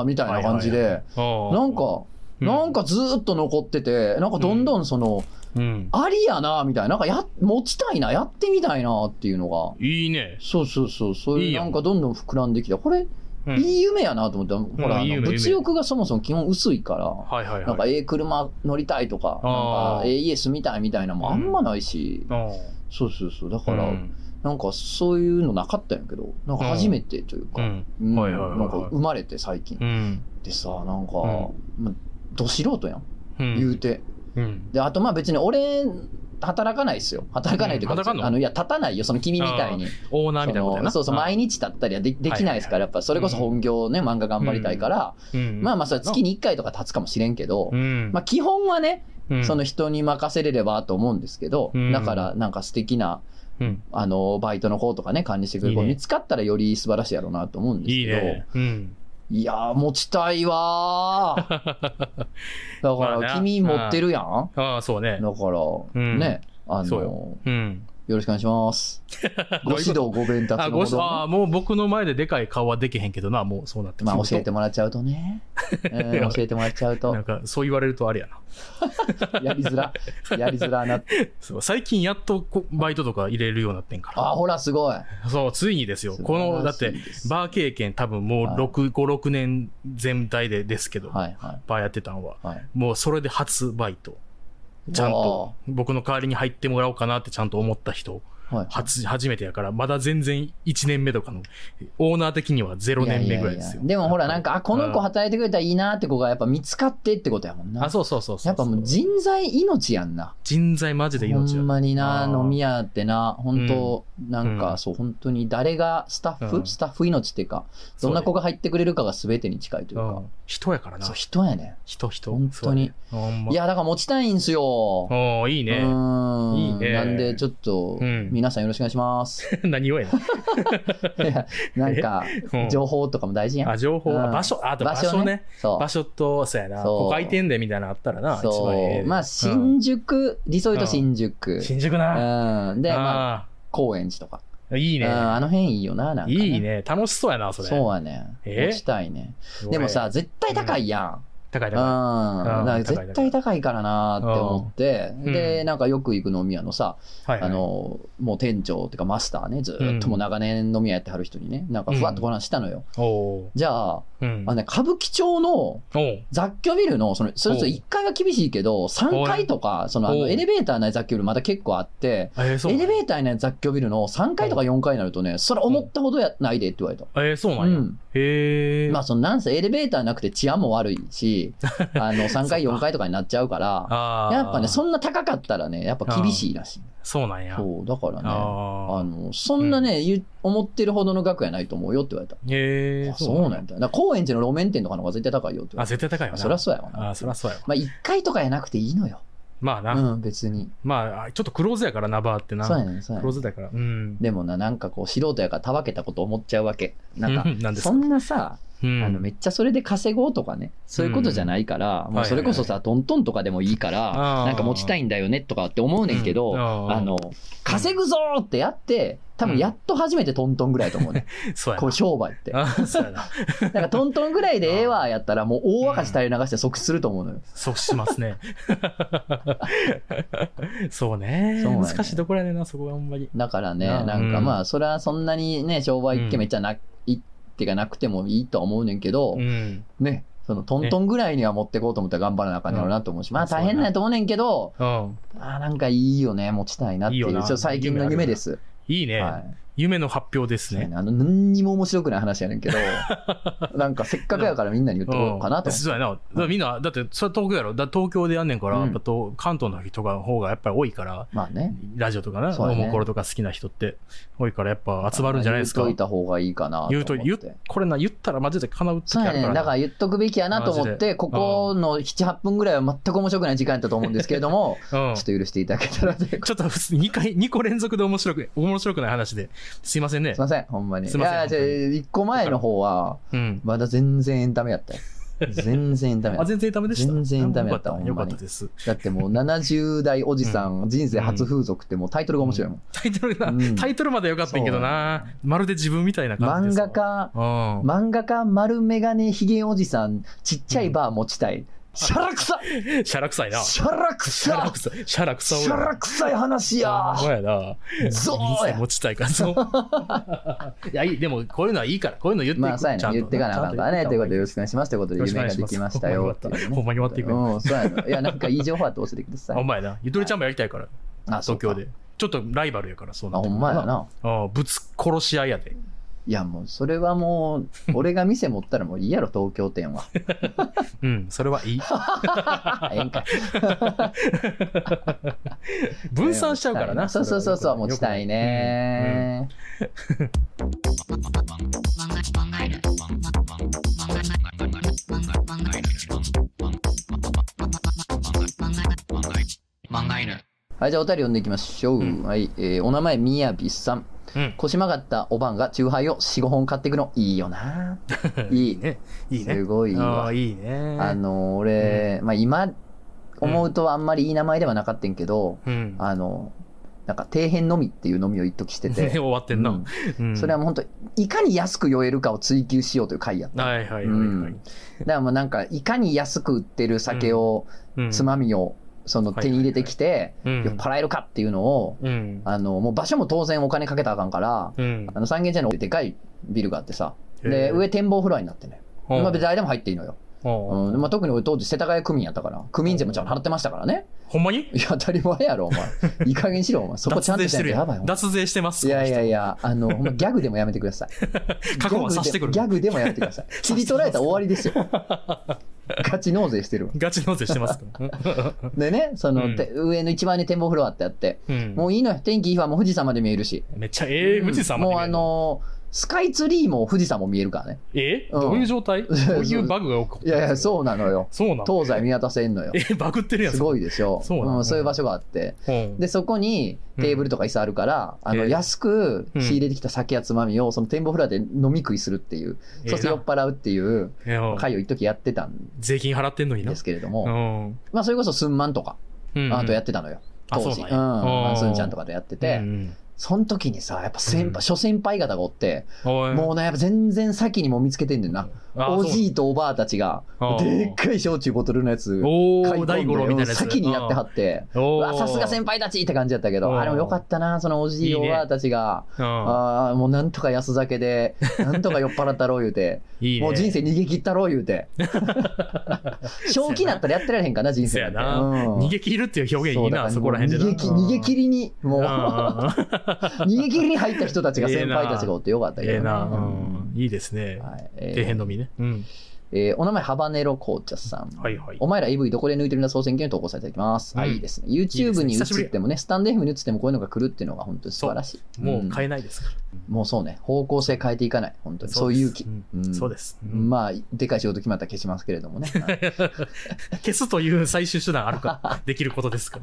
[SPEAKER 1] あみたいな感じ
[SPEAKER 2] はい
[SPEAKER 1] で、な、
[SPEAKER 2] なん
[SPEAKER 1] か、なんかずーっと残ってて、なんかどんどんその、
[SPEAKER 2] うん。
[SPEAKER 1] ありやなあみたいな、なんかや、持ちたいな、やってみたいなあっていうのが、
[SPEAKER 2] いいね。
[SPEAKER 1] そうそうそう、そう
[SPEAKER 2] い
[SPEAKER 1] い
[SPEAKER 2] いうやん
[SPEAKER 1] なんかどんどん膨らんできた。これ、
[SPEAKER 2] うん
[SPEAKER 1] いい夢やなと思って、ほら、あ
[SPEAKER 2] いい
[SPEAKER 1] の
[SPEAKER 2] 夢
[SPEAKER 1] 物欲がそもそも基本薄いから、
[SPEAKER 2] はいはい
[SPEAKER 1] なんか
[SPEAKER 2] はい。
[SPEAKER 1] ええ車乗りたいとか、なん
[SPEAKER 2] あー
[SPEAKER 1] かええ家住みたいみたいなのもあんまないし、
[SPEAKER 2] なん
[SPEAKER 1] そうそうそう、だから、なんかそういうのなかったんやけど、なんか初めてという
[SPEAKER 2] う
[SPEAKER 1] か、
[SPEAKER 2] ん。
[SPEAKER 1] うん
[SPEAKER 2] はいはいはいはい
[SPEAKER 1] なんか生まれて最近
[SPEAKER 2] う。ん。
[SPEAKER 1] でさ、なんか、
[SPEAKER 2] う
[SPEAKER 1] まあど素人やん、
[SPEAKER 2] うん。
[SPEAKER 1] 言うて。
[SPEAKER 2] うん。
[SPEAKER 1] で、あとまあ別に俺、働かないですよ。働かないというか、
[SPEAKER 2] うん働かんの
[SPEAKER 1] あの、いや、立たないよ、その君みたいに。
[SPEAKER 2] オーナーみたいなこと
[SPEAKER 1] そ
[SPEAKER 2] や
[SPEAKER 1] の
[SPEAKER 2] な。
[SPEAKER 1] そうそう、毎日立ったりはでできないですから、やっぱそれこそ本業ね、漫画頑張りたいから、
[SPEAKER 2] うん。
[SPEAKER 1] まあまあそれ月に1回とか立つかもしれんけど、
[SPEAKER 2] うん。
[SPEAKER 1] まあ基本はね、
[SPEAKER 2] うん
[SPEAKER 1] その、人に任せれればと思うんですけど、
[SPEAKER 2] うん
[SPEAKER 1] だからなんか素敵な、
[SPEAKER 2] うん。
[SPEAKER 1] あの、バイトの子とかね、管理してくれる子
[SPEAKER 2] いいね
[SPEAKER 1] 見つかったらより素晴らしいやろうなと思うんです
[SPEAKER 2] いい
[SPEAKER 1] けど、
[SPEAKER 2] ね。うん。
[SPEAKER 1] いやー、持ちたいわ ー。だか
[SPEAKER 2] まあ
[SPEAKER 1] ら、
[SPEAKER 2] な
[SPEAKER 1] 君持ってるやん。
[SPEAKER 2] ああ、そうね。
[SPEAKER 1] だから、
[SPEAKER 2] ん
[SPEAKER 1] ね、あ
[SPEAKER 2] そう
[SPEAKER 1] の、
[SPEAKER 2] よ
[SPEAKER 1] よ
[SPEAKER 2] うん。
[SPEAKER 1] ろしくお願いし ます。ご指導ご鞭
[SPEAKER 2] あ、
[SPEAKER 1] 達の
[SPEAKER 2] ご
[SPEAKER 1] ほ
[SPEAKER 2] し、あ
[SPEAKER 1] ど、
[SPEAKER 2] あ、もう僕の前ででかい顔はできへんけどな、もうそうなって
[SPEAKER 1] まあ、
[SPEAKER 2] そう
[SPEAKER 1] 教えてもらっちゃうとね。 うん教えてもらっちゃうと
[SPEAKER 2] なん、か、そう言われるとあれやな。
[SPEAKER 1] やりづら、やりづらなって。
[SPEAKER 2] そう最近やっとこバイトとか入れるようになってんか
[SPEAKER 1] あ、ほら、すごい。
[SPEAKER 2] ら。そう、ついにですよ。
[SPEAKER 1] 素
[SPEAKER 2] こ
[SPEAKER 1] 晴
[SPEAKER 2] の、だ
[SPEAKER 1] ら
[SPEAKER 2] っ
[SPEAKER 1] してい、です
[SPEAKER 2] バー経験多分もう
[SPEAKER 1] はい
[SPEAKER 2] 6、5、6年全体でですけど、
[SPEAKER 1] はい、は
[SPEAKER 2] バーやってたんは。
[SPEAKER 1] い、はい。
[SPEAKER 2] もうそれで初バイト。ちゃんと、僕の代わりに入ってもらおうかなってちゃんと思った人、
[SPEAKER 1] おー。はい。
[SPEAKER 2] 初、初めてやから、まだ全然1年目とかの、オーナー的には0年目ぐらいで
[SPEAKER 1] や
[SPEAKER 2] すよ。
[SPEAKER 1] ややでもほら、なんか、あ、この子
[SPEAKER 2] うん
[SPEAKER 1] 働いてくれたらいいなって子がやっぱ見つかってってことやもんな。
[SPEAKER 2] あ、そうそうそうそう。
[SPEAKER 1] やっぱもう人材命やんな。
[SPEAKER 2] 人材マジで命
[SPEAKER 1] ほ
[SPEAKER 2] や
[SPEAKER 1] んまにな
[SPEAKER 2] あー
[SPEAKER 1] 飲み屋ってな本当、なんか、
[SPEAKER 2] うん
[SPEAKER 1] そう本当に誰がスタッフ、
[SPEAKER 2] うん
[SPEAKER 1] スタッフ命っていうかどんな子
[SPEAKER 2] が
[SPEAKER 1] が入ってくれるかが全てに近いというか、
[SPEAKER 2] 人やからな
[SPEAKER 1] そう。人やね
[SPEAKER 2] 人、人。
[SPEAKER 1] 本当に
[SPEAKER 2] そうやね。ほんま
[SPEAKER 1] い。やだから持ちたいんすよ、
[SPEAKER 2] おおいいうね。
[SPEAKER 1] ーん
[SPEAKER 2] いいね
[SPEAKER 1] なんでちょっと、
[SPEAKER 2] うん
[SPEAKER 1] 皆さんよろしくお願いします
[SPEAKER 2] 何をやねん
[SPEAKER 1] いやなんか
[SPEAKER 2] うん
[SPEAKER 1] 情報とかも大事やん、
[SPEAKER 2] あ、情報、あ
[SPEAKER 1] うん
[SPEAKER 2] 場所、あと場所ね。
[SPEAKER 1] そう
[SPEAKER 2] 場所と、そうやな。
[SPEAKER 1] そう
[SPEAKER 2] ここ空いてんでみたいなのあったらな。一番え
[SPEAKER 1] そ
[SPEAKER 2] え
[SPEAKER 1] うまあ新宿、理想言うと新宿、
[SPEAKER 2] 新宿
[SPEAKER 1] う
[SPEAKER 2] な。
[SPEAKER 1] んでまあ
[SPEAKER 2] あ
[SPEAKER 1] 高円寺とか
[SPEAKER 2] あ、いい
[SPEAKER 1] うん
[SPEAKER 2] ね。
[SPEAKER 1] あの辺いいよななんか、
[SPEAKER 2] いいね。楽しそうやな、それ。
[SPEAKER 1] そうやね
[SPEAKER 2] え
[SPEAKER 1] 持ちたいね
[SPEAKER 2] ごめん
[SPEAKER 1] でもさ、絶対高いやん。
[SPEAKER 2] 高い
[SPEAKER 1] うん。
[SPEAKER 2] 高
[SPEAKER 1] なんか
[SPEAKER 2] 高い
[SPEAKER 1] 絶対高いからなって思って、
[SPEAKER 2] うんう
[SPEAKER 1] で、
[SPEAKER 2] ん
[SPEAKER 1] なんかよく行く飲み屋のさ、
[SPEAKER 2] い。はい、はい。
[SPEAKER 1] あの、もう店長っていうかマスターね、ずーっともう長年飲み屋やってはる人にね、なんかふわっとこ話したのよ。
[SPEAKER 2] おお
[SPEAKER 1] じゃあ、
[SPEAKER 2] ー。うん。
[SPEAKER 1] あのね、歌舞伎町の
[SPEAKER 2] おー
[SPEAKER 1] 雑居ビルの、その、それぞれ1階は厳しいけど、3階とか、その、あ
[SPEAKER 2] お
[SPEAKER 1] の
[SPEAKER 2] う
[SPEAKER 1] エレベーターない雑居ビルまだ結構あって、
[SPEAKER 2] えー、そう
[SPEAKER 1] エ
[SPEAKER 2] なん
[SPEAKER 1] レ
[SPEAKER 2] や。
[SPEAKER 1] ベーターにない雑居ビルの3階とか4階になるとね、それ思ったほどやないでって言われた。
[SPEAKER 2] えー、そうな
[SPEAKER 1] うん
[SPEAKER 2] や。
[SPEAKER 1] ん。
[SPEAKER 2] へえ。
[SPEAKER 1] まあ、その、なんせエレベーターなくて治安も悪い し、あの、3階4階とかになっちゃうから、
[SPEAKER 2] ああ。
[SPEAKER 1] やっぱね、そんな高かったらね、やっぱ厳しいらしい。
[SPEAKER 2] そうなんや。
[SPEAKER 1] そう、だからね、あ
[SPEAKER 2] ああ。
[SPEAKER 1] の、そんなね、言う思ってるほどの額やないと思うよって言われた。
[SPEAKER 2] へえ。
[SPEAKER 1] あそうなんやみたいな。だから高円寺の路面店とかの方が絶対高いよって言わ
[SPEAKER 2] あ、
[SPEAKER 1] れた。
[SPEAKER 2] 絶対高いよな。
[SPEAKER 1] そりゃそうやわな。
[SPEAKER 2] あそりゃそうやわ。
[SPEAKER 1] まあ、1回とかやなくていいのよ。
[SPEAKER 2] まあな。
[SPEAKER 1] うん、別に。
[SPEAKER 2] まあ、ちょっとクローズやからな、バーってな。
[SPEAKER 1] そうやねん、そうや
[SPEAKER 2] ク
[SPEAKER 1] ね
[SPEAKER 2] ロー
[SPEAKER 1] ん。
[SPEAKER 2] ズだから。うん。
[SPEAKER 1] でもな、なんかこう、素人やからたわけたこと思っちゃうわけ。なんか
[SPEAKER 2] う、なんです
[SPEAKER 1] そ
[SPEAKER 2] か
[SPEAKER 1] んなさ、
[SPEAKER 2] うん
[SPEAKER 1] あのめっちゃそれで稼ごうとかね、そういうことじゃないから、
[SPEAKER 2] うん
[SPEAKER 1] もうそれこそさ、トントンとかでもいいから、
[SPEAKER 2] あー
[SPEAKER 1] なんか持ちたいんだよねとかって思うねんけど、
[SPEAKER 2] うんあー
[SPEAKER 1] あの、稼ぐぞーってやって、多分やっと初めてトントンぐらいだと思 うね。
[SPEAKER 2] そうや
[SPEAKER 1] こう商売って。
[SPEAKER 2] な。あそうやな。
[SPEAKER 1] なんかトントンぐらいでええわやったら、もう大赤字垂れ流して即死すると思うのよ。
[SPEAKER 2] そうしますね。 そうね。
[SPEAKER 1] そうやね
[SPEAKER 2] 難しいところやねんな、そこがほんまに。
[SPEAKER 1] だからね、
[SPEAKER 2] うん
[SPEAKER 1] なんかまあ、それはそんなにね、商売ってめっちゃな、いってかなくてもいいとは思うねんけど、
[SPEAKER 2] うん。
[SPEAKER 1] ね、そのトントンぐらいには持ってこうと思ったら頑張らなあかんやろうなと思うし、まあ大変なんやと思うねんけど、
[SPEAKER 2] うん。
[SPEAKER 1] あーなんかいいよね、持ちたいなっていう、
[SPEAKER 2] いいよ
[SPEAKER 1] ち
[SPEAKER 2] な
[SPEAKER 1] ょっと最近の夢です。
[SPEAKER 2] いいね。
[SPEAKER 1] はい。
[SPEAKER 2] 夢の発表ですね。
[SPEAKER 1] あの、何にも面白くない話やねんけ ど、なんかせっかくやからみんなに言ってこようかなと思
[SPEAKER 2] ん
[SPEAKER 1] って。
[SPEAKER 2] そうやな。だからみんな、だって、それは東京やろ。だから東京でやんねんから、
[SPEAKER 1] うん
[SPEAKER 2] やっぱと関東の人が方がやっぱり多いから、
[SPEAKER 1] まあね。
[SPEAKER 2] ラジオとかな、
[SPEAKER 1] そうや
[SPEAKER 2] お
[SPEAKER 1] ね
[SPEAKER 2] もころとか好きな人って多いから、やっぱ集まるんじゃないですか。
[SPEAKER 1] 言うといた方がいいかなと
[SPEAKER 2] 言
[SPEAKER 1] 思
[SPEAKER 2] う
[SPEAKER 1] って。
[SPEAKER 2] と、言うこれな、言ったらマジで叶う時
[SPEAKER 1] そう
[SPEAKER 2] あ
[SPEAKER 1] や
[SPEAKER 2] る
[SPEAKER 1] ねん。だから言っとくべきやなと思っ
[SPEAKER 2] マジ
[SPEAKER 1] て、
[SPEAKER 2] で
[SPEAKER 1] ここの7、8分ぐらいは全く面白くない時間だったと思うんですけれども、
[SPEAKER 2] らうん
[SPEAKER 1] ちょっと許していただけたらということ
[SPEAKER 2] ちょっと普通に2回、二個連続で面白く、面白くない話で。すいませんね
[SPEAKER 1] で。すい。ません、ほんまに。
[SPEAKER 2] すいません
[SPEAKER 1] や、じゃあ
[SPEAKER 2] 本当
[SPEAKER 1] 1個前の方は、
[SPEAKER 2] うん。
[SPEAKER 1] まだ全然エンタメやったよ。全然エンタメや
[SPEAKER 2] あ、
[SPEAKER 1] った。
[SPEAKER 2] 全然ダメでした。
[SPEAKER 1] 全然ダメだった
[SPEAKER 2] あ
[SPEAKER 1] ほんまに
[SPEAKER 2] よかったよかったです。
[SPEAKER 1] だってもう70代おじさん、人生初風俗ってもうタイトルが面白いもん。
[SPEAKER 2] タイトルが
[SPEAKER 1] う
[SPEAKER 2] な、
[SPEAKER 1] ん
[SPEAKER 2] タイトルまでよかったんやけど
[SPEAKER 1] そう
[SPEAKER 2] な。まるで自分みたいな感じで
[SPEAKER 1] 漫
[SPEAKER 2] す。
[SPEAKER 1] 画。家、
[SPEAKER 2] うん。
[SPEAKER 1] 漫画家丸メガネヒゲおじさん、ちっちゃいバー持ちたい。シャラクサ
[SPEAKER 2] シャラ臭いな。シ
[SPEAKER 1] シャラク
[SPEAKER 2] ャラ
[SPEAKER 1] サ
[SPEAKER 2] 臭い。シャラ臭い。
[SPEAKER 1] シャラ臭い話や
[SPEAKER 2] そうやな。
[SPEAKER 1] ゾ
[SPEAKER 2] 人
[SPEAKER 1] ウ
[SPEAKER 2] 生
[SPEAKER 1] や
[SPEAKER 2] 持ちたいから、そう。 いや、いい。でも、こういうのはいいから、こういうの言ってい
[SPEAKER 1] まあ、そうやね。言ってかなあかんからね。ということで、よろしくお願いします。ということで、
[SPEAKER 2] よろしくお
[SPEAKER 1] 夢
[SPEAKER 2] 願い
[SPEAKER 1] が
[SPEAKER 2] し
[SPEAKER 1] で
[SPEAKER 2] ます
[SPEAKER 1] きましたよ。
[SPEAKER 2] ほんまに終わっていくね
[SPEAKER 1] うん、そうやね。いや、なんかいい情報あって教えてくださ
[SPEAKER 2] ほん
[SPEAKER 1] い。
[SPEAKER 2] まやな。ゆとりちゃんもやりたいから、
[SPEAKER 1] あ、そうか
[SPEAKER 2] 東京。で。ちょっとライバルやから、そう
[SPEAKER 1] あ、
[SPEAKER 2] なって
[SPEAKER 1] ほん
[SPEAKER 2] くると
[SPEAKER 1] まや。な。
[SPEAKER 2] ああぶつ殺し合いやで。
[SPEAKER 1] いや、もう、それはもう、俺が店持ったらもういいやろ、東京店 は。
[SPEAKER 2] うん、そ れはいい。
[SPEAKER 1] ええんかい。
[SPEAKER 2] 分散しちゃうからな。
[SPEAKER 1] そうそうそうそう、持ちたいね。はい、じゃあお便り読んでいきましょう。
[SPEAKER 2] うん
[SPEAKER 1] はい、えーお名前、みやびさん。
[SPEAKER 2] うん
[SPEAKER 1] 腰曲がったおばんがチューハイを4、5本買ってくの、いいよ な。
[SPEAKER 2] うん。
[SPEAKER 1] いい
[SPEAKER 2] ね。いい
[SPEAKER 1] す
[SPEAKER 2] ね。
[SPEAKER 1] ごい
[SPEAKER 2] あ
[SPEAKER 1] わ
[SPEAKER 2] あ、。いいね。
[SPEAKER 1] あの、俺、まあ今、思うとあんまりいい名前ではなかったんけど、
[SPEAKER 2] うん。
[SPEAKER 1] あの、なんか、底辺のみっていうのみを一時して て
[SPEAKER 2] 終。わってん
[SPEAKER 1] う。
[SPEAKER 2] なんうん
[SPEAKER 1] それはもう本当いかに安く酔えるかを追求しようという回やった。
[SPEAKER 2] はいはいはい
[SPEAKER 1] うん
[SPEAKER 2] は
[SPEAKER 1] だか
[SPEAKER 2] い
[SPEAKER 1] らもうなんか、いかに安く売ってる酒を、
[SPEAKER 2] うん。
[SPEAKER 1] つまみを、その手に入れてきて、
[SPEAKER 2] うん
[SPEAKER 1] 酔っ払えるかっていうのを、
[SPEAKER 2] うん。
[SPEAKER 1] あの、もう場所も当然お金かけたらあかんから、
[SPEAKER 2] うん。
[SPEAKER 1] あの、三軒茶屋のでかいビルがあってさ、
[SPEAKER 2] へ
[SPEAKER 1] で、
[SPEAKER 2] ー
[SPEAKER 1] 上、展望フロアになってね。
[SPEAKER 2] うん
[SPEAKER 1] まあ別に誰でも入っていいのよ。
[SPEAKER 2] うん
[SPEAKER 1] うんまあ、特に俺当時世田谷区民やったから、区民税もちゃんと払ってましたからね。
[SPEAKER 2] ほんまに
[SPEAKER 1] いや、当たり前やろ、お前。いい加減しろ、お前。そこちゃんと
[SPEAKER 2] 脱税してる
[SPEAKER 1] や
[SPEAKER 2] や
[SPEAKER 1] やばい、お
[SPEAKER 2] ん。
[SPEAKER 1] 前。
[SPEAKER 2] 脱税してます。
[SPEAKER 1] いやいやい
[SPEAKER 2] や。
[SPEAKER 1] や、あの、ほんまギャグでもやめてく ださい。
[SPEAKER 2] 過去は察してくる
[SPEAKER 1] ギ。ャグでもやめてください。 切り取られたら終わりですよ。ガチ納税してるわ。
[SPEAKER 2] ガチ納税してま すから。
[SPEAKER 1] でね、その、
[SPEAKER 2] うん
[SPEAKER 1] て上の一番に展望フロアってあって、
[SPEAKER 2] うん。
[SPEAKER 1] もういいのよ。天気いい日はもう富士山まで見えるし。
[SPEAKER 2] めっちゃ、ええ、富士山まで
[SPEAKER 1] もうあのスカイツリーも富士山も見えるからね。
[SPEAKER 2] え
[SPEAKER 1] うん
[SPEAKER 2] どういう 状態どういうバグが起こって
[SPEAKER 1] いやいや、そうなのよ。
[SPEAKER 2] そうなの
[SPEAKER 1] 東西見渡せんのよ。
[SPEAKER 2] え、バグってるやん。
[SPEAKER 1] すごいでしょ。
[SPEAKER 2] そうなの
[SPEAKER 1] ん、そういう場所があって。
[SPEAKER 2] うん。
[SPEAKER 1] で、そこにテーブルとか椅子あるから、あの、
[SPEAKER 2] ええ
[SPEAKER 1] 安く仕入れてきた酒やつまみを、その展望フロアで飲み食いするっていう、
[SPEAKER 2] ええな
[SPEAKER 1] そして酔っ払うっていう
[SPEAKER 2] いや
[SPEAKER 1] 会を一時やってたん
[SPEAKER 2] 税金払ってんのにな
[SPEAKER 1] で。すけれど
[SPEAKER 2] う
[SPEAKER 1] も、
[SPEAKER 2] ん。
[SPEAKER 1] まあ、それこそすんまんとか、
[SPEAKER 2] うん
[SPEAKER 1] あとやってたのよ。
[SPEAKER 2] あ
[SPEAKER 1] 当
[SPEAKER 2] そう
[SPEAKER 1] 時。うん。
[SPEAKER 2] なんや
[SPEAKER 1] まあ
[SPEAKER 2] あー
[SPEAKER 1] すんちゃんとかとやってて、
[SPEAKER 2] うん
[SPEAKER 1] その時にさ、やっぱ先輩、
[SPEAKER 2] うん
[SPEAKER 1] 諸先輩方がおって、
[SPEAKER 2] うんおい
[SPEAKER 1] もうね、やっぱ全然先にもう見つけてんねんな。
[SPEAKER 2] あ
[SPEAKER 1] おじいとおばあたちが、
[SPEAKER 2] あー
[SPEAKER 1] でっかい焼酎ボトルのやつ、
[SPEAKER 2] お
[SPEAKER 1] 買い
[SPEAKER 2] ー、大五郎みたいなやつ。
[SPEAKER 1] 先にやってはって、うわさすが先輩たちって感じやったけ
[SPEAKER 2] う
[SPEAKER 1] ど、
[SPEAKER 2] ん
[SPEAKER 1] あれもよかったな、そのおじい
[SPEAKER 2] いい
[SPEAKER 1] お
[SPEAKER 2] ね
[SPEAKER 1] ばあたちが、
[SPEAKER 2] 輩。
[SPEAKER 1] ああ、もうなんとか安酒 で、なんとか酔っ払ったろう言うて、
[SPEAKER 2] うんいいね。
[SPEAKER 1] もう人生逃げ切ったろう言う て。正気になったらやってられへんかな、人
[SPEAKER 2] そ
[SPEAKER 1] 生
[SPEAKER 2] や
[SPEAKER 1] なんて。
[SPEAKER 2] な。
[SPEAKER 1] うん
[SPEAKER 2] 逃げ切るっていう表現い
[SPEAKER 1] そ
[SPEAKER 2] いう
[SPEAKER 1] だか
[SPEAKER 2] な、
[SPEAKER 1] ら
[SPEAKER 2] そこら辺
[SPEAKER 1] も
[SPEAKER 2] でな。
[SPEAKER 1] う逃げ切逃げ切りに、もう、
[SPEAKER 2] う ん
[SPEAKER 1] 逃げ切りに入った人たちが先輩たちがおってよかったけど
[SPEAKER 2] え
[SPEAKER 1] ね。
[SPEAKER 2] えな、う
[SPEAKER 1] は
[SPEAKER 2] ん。いいです
[SPEAKER 1] い
[SPEAKER 2] ね。底
[SPEAKER 1] え
[SPEAKER 2] 辺のみね。うん。
[SPEAKER 1] ーえーお名前、ハバネロ紅茶さん。
[SPEAKER 2] はいはい。
[SPEAKER 1] お前ら AV どこで抜いてるんだ総選挙に投稿されていただきます。あ
[SPEAKER 2] うん
[SPEAKER 1] いいですね。
[SPEAKER 2] いです
[SPEAKER 1] YouTube
[SPEAKER 2] ね
[SPEAKER 1] に
[SPEAKER 2] 久しぶり
[SPEAKER 1] 映ってもね、スタンド FM に映ってもこういうのが来るっていうのが本当に素晴らしい。
[SPEAKER 2] も
[SPEAKER 1] ん
[SPEAKER 2] う変えないですから。
[SPEAKER 1] もうそうね、方向性変えていかない。本当に。そういう勇気。
[SPEAKER 2] 気そうです。
[SPEAKER 1] う
[SPEAKER 2] うんん
[SPEAKER 1] まあ、でかい仕事決まったら消しますけれどもね。
[SPEAKER 2] 消すという最終手段ある から、できることですか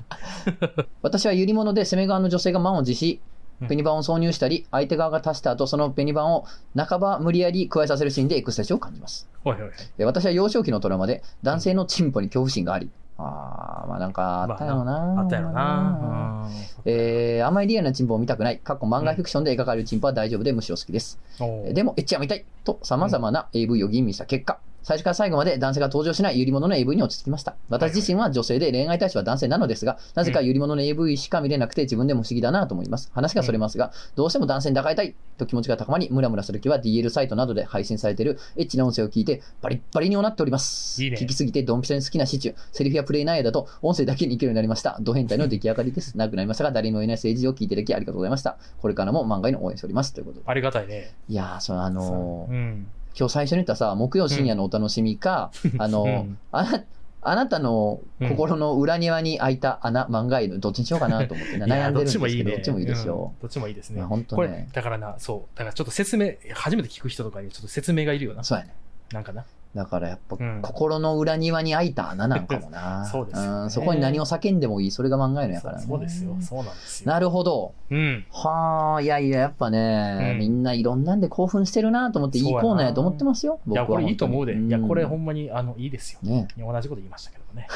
[SPEAKER 2] ら。
[SPEAKER 1] 私はゆり物で攻め側の女性が満を持し
[SPEAKER 2] う、ん
[SPEAKER 1] ペニバンを挿入したり、相手側が足した後、そのペニバンを半ば無理やり加えさせるシーンでエクスタシーを感じます。
[SPEAKER 2] おいおいおい。
[SPEAKER 1] え私は幼少期のトラウマで、男性のチンポに恐怖心があり、あー、まあなんかあったよな、
[SPEAKER 2] あったやろな。
[SPEAKER 1] えー、あまりリアルなチンポを見たくない。過去漫画フィクションで描かれるチンポは大丈夫でむしろ好きです。
[SPEAKER 2] うん
[SPEAKER 1] でも、エッチは見たいと様々な AV を吟味した結果、最初から最後まで男性が登場しないゆりものの AV に落ち着きました。私自身は女性で恋愛対象は男性なのですが、なぜかゆりものの AV しか見れなくて自分でも不思議だなと思います。話がそれますが、どうしても男性に抱かれたいと気持ちが高まり、ムラムラする気は DL サイトなどで配信されているエッチな音声を聞いて、バリッバリにおなっております。
[SPEAKER 2] いいね
[SPEAKER 1] 聞きすぎてドンピシャに好きなシチュー、セリフやプレイ内容だと音声だけに生きるようになりました。ド変態の出来上がりです。長くなりましたが、誰にも言えない政治を聞いていただきありがとうございました。これからも漫画への応援しております。ということで。
[SPEAKER 2] ありがたいね。
[SPEAKER 1] いやー、そのあのー
[SPEAKER 2] うん。
[SPEAKER 1] 今日最初に言ったさ、木曜深夜のお楽しみか、あの、
[SPEAKER 2] うん
[SPEAKER 1] あな、あなたの心の裏庭に開いた穴、漫画犬、どっちにしようかなと思って、
[SPEAKER 2] いや
[SPEAKER 1] 悩んでるんですけど、どっち
[SPEAKER 2] ね
[SPEAKER 1] もいいでしょ
[SPEAKER 2] うんどっちもいいです
[SPEAKER 1] う。
[SPEAKER 2] ね
[SPEAKER 1] まあ、。本当
[SPEAKER 2] これ
[SPEAKER 1] ね、。
[SPEAKER 2] だからな、そう。だからちょっと説明、初めて聞く人とかにちょっと説明がいるよな。
[SPEAKER 1] そうやね。
[SPEAKER 2] なんかな。
[SPEAKER 1] だからやっぱ、
[SPEAKER 2] うん
[SPEAKER 1] 心の裏庭に開いた穴なんかもな。
[SPEAKER 2] そうですよね
[SPEAKER 1] んそこに何を叫んでもいい、それが漫画犬やからね。
[SPEAKER 2] そうですよ。そうなんですよ。
[SPEAKER 1] なるほど。
[SPEAKER 2] うん。
[SPEAKER 1] はあ、いやいや、やっぱね、
[SPEAKER 2] うん
[SPEAKER 1] みんないろんなんで興奮してるなと思って、いい
[SPEAKER 2] そうやな
[SPEAKER 1] コーナーやと思ってますよ。
[SPEAKER 2] い
[SPEAKER 1] 僕は
[SPEAKER 2] や、これいいと思うで。
[SPEAKER 1] 本当に
[SPEAKER 2] いや、これほ
[SPEAKER 1] ん。
[SPEAKER 2] んまに、あの、いいですよ。
[SPEAKER 1] ね
[SPEAKER 2] 同じこと言いましたけどね。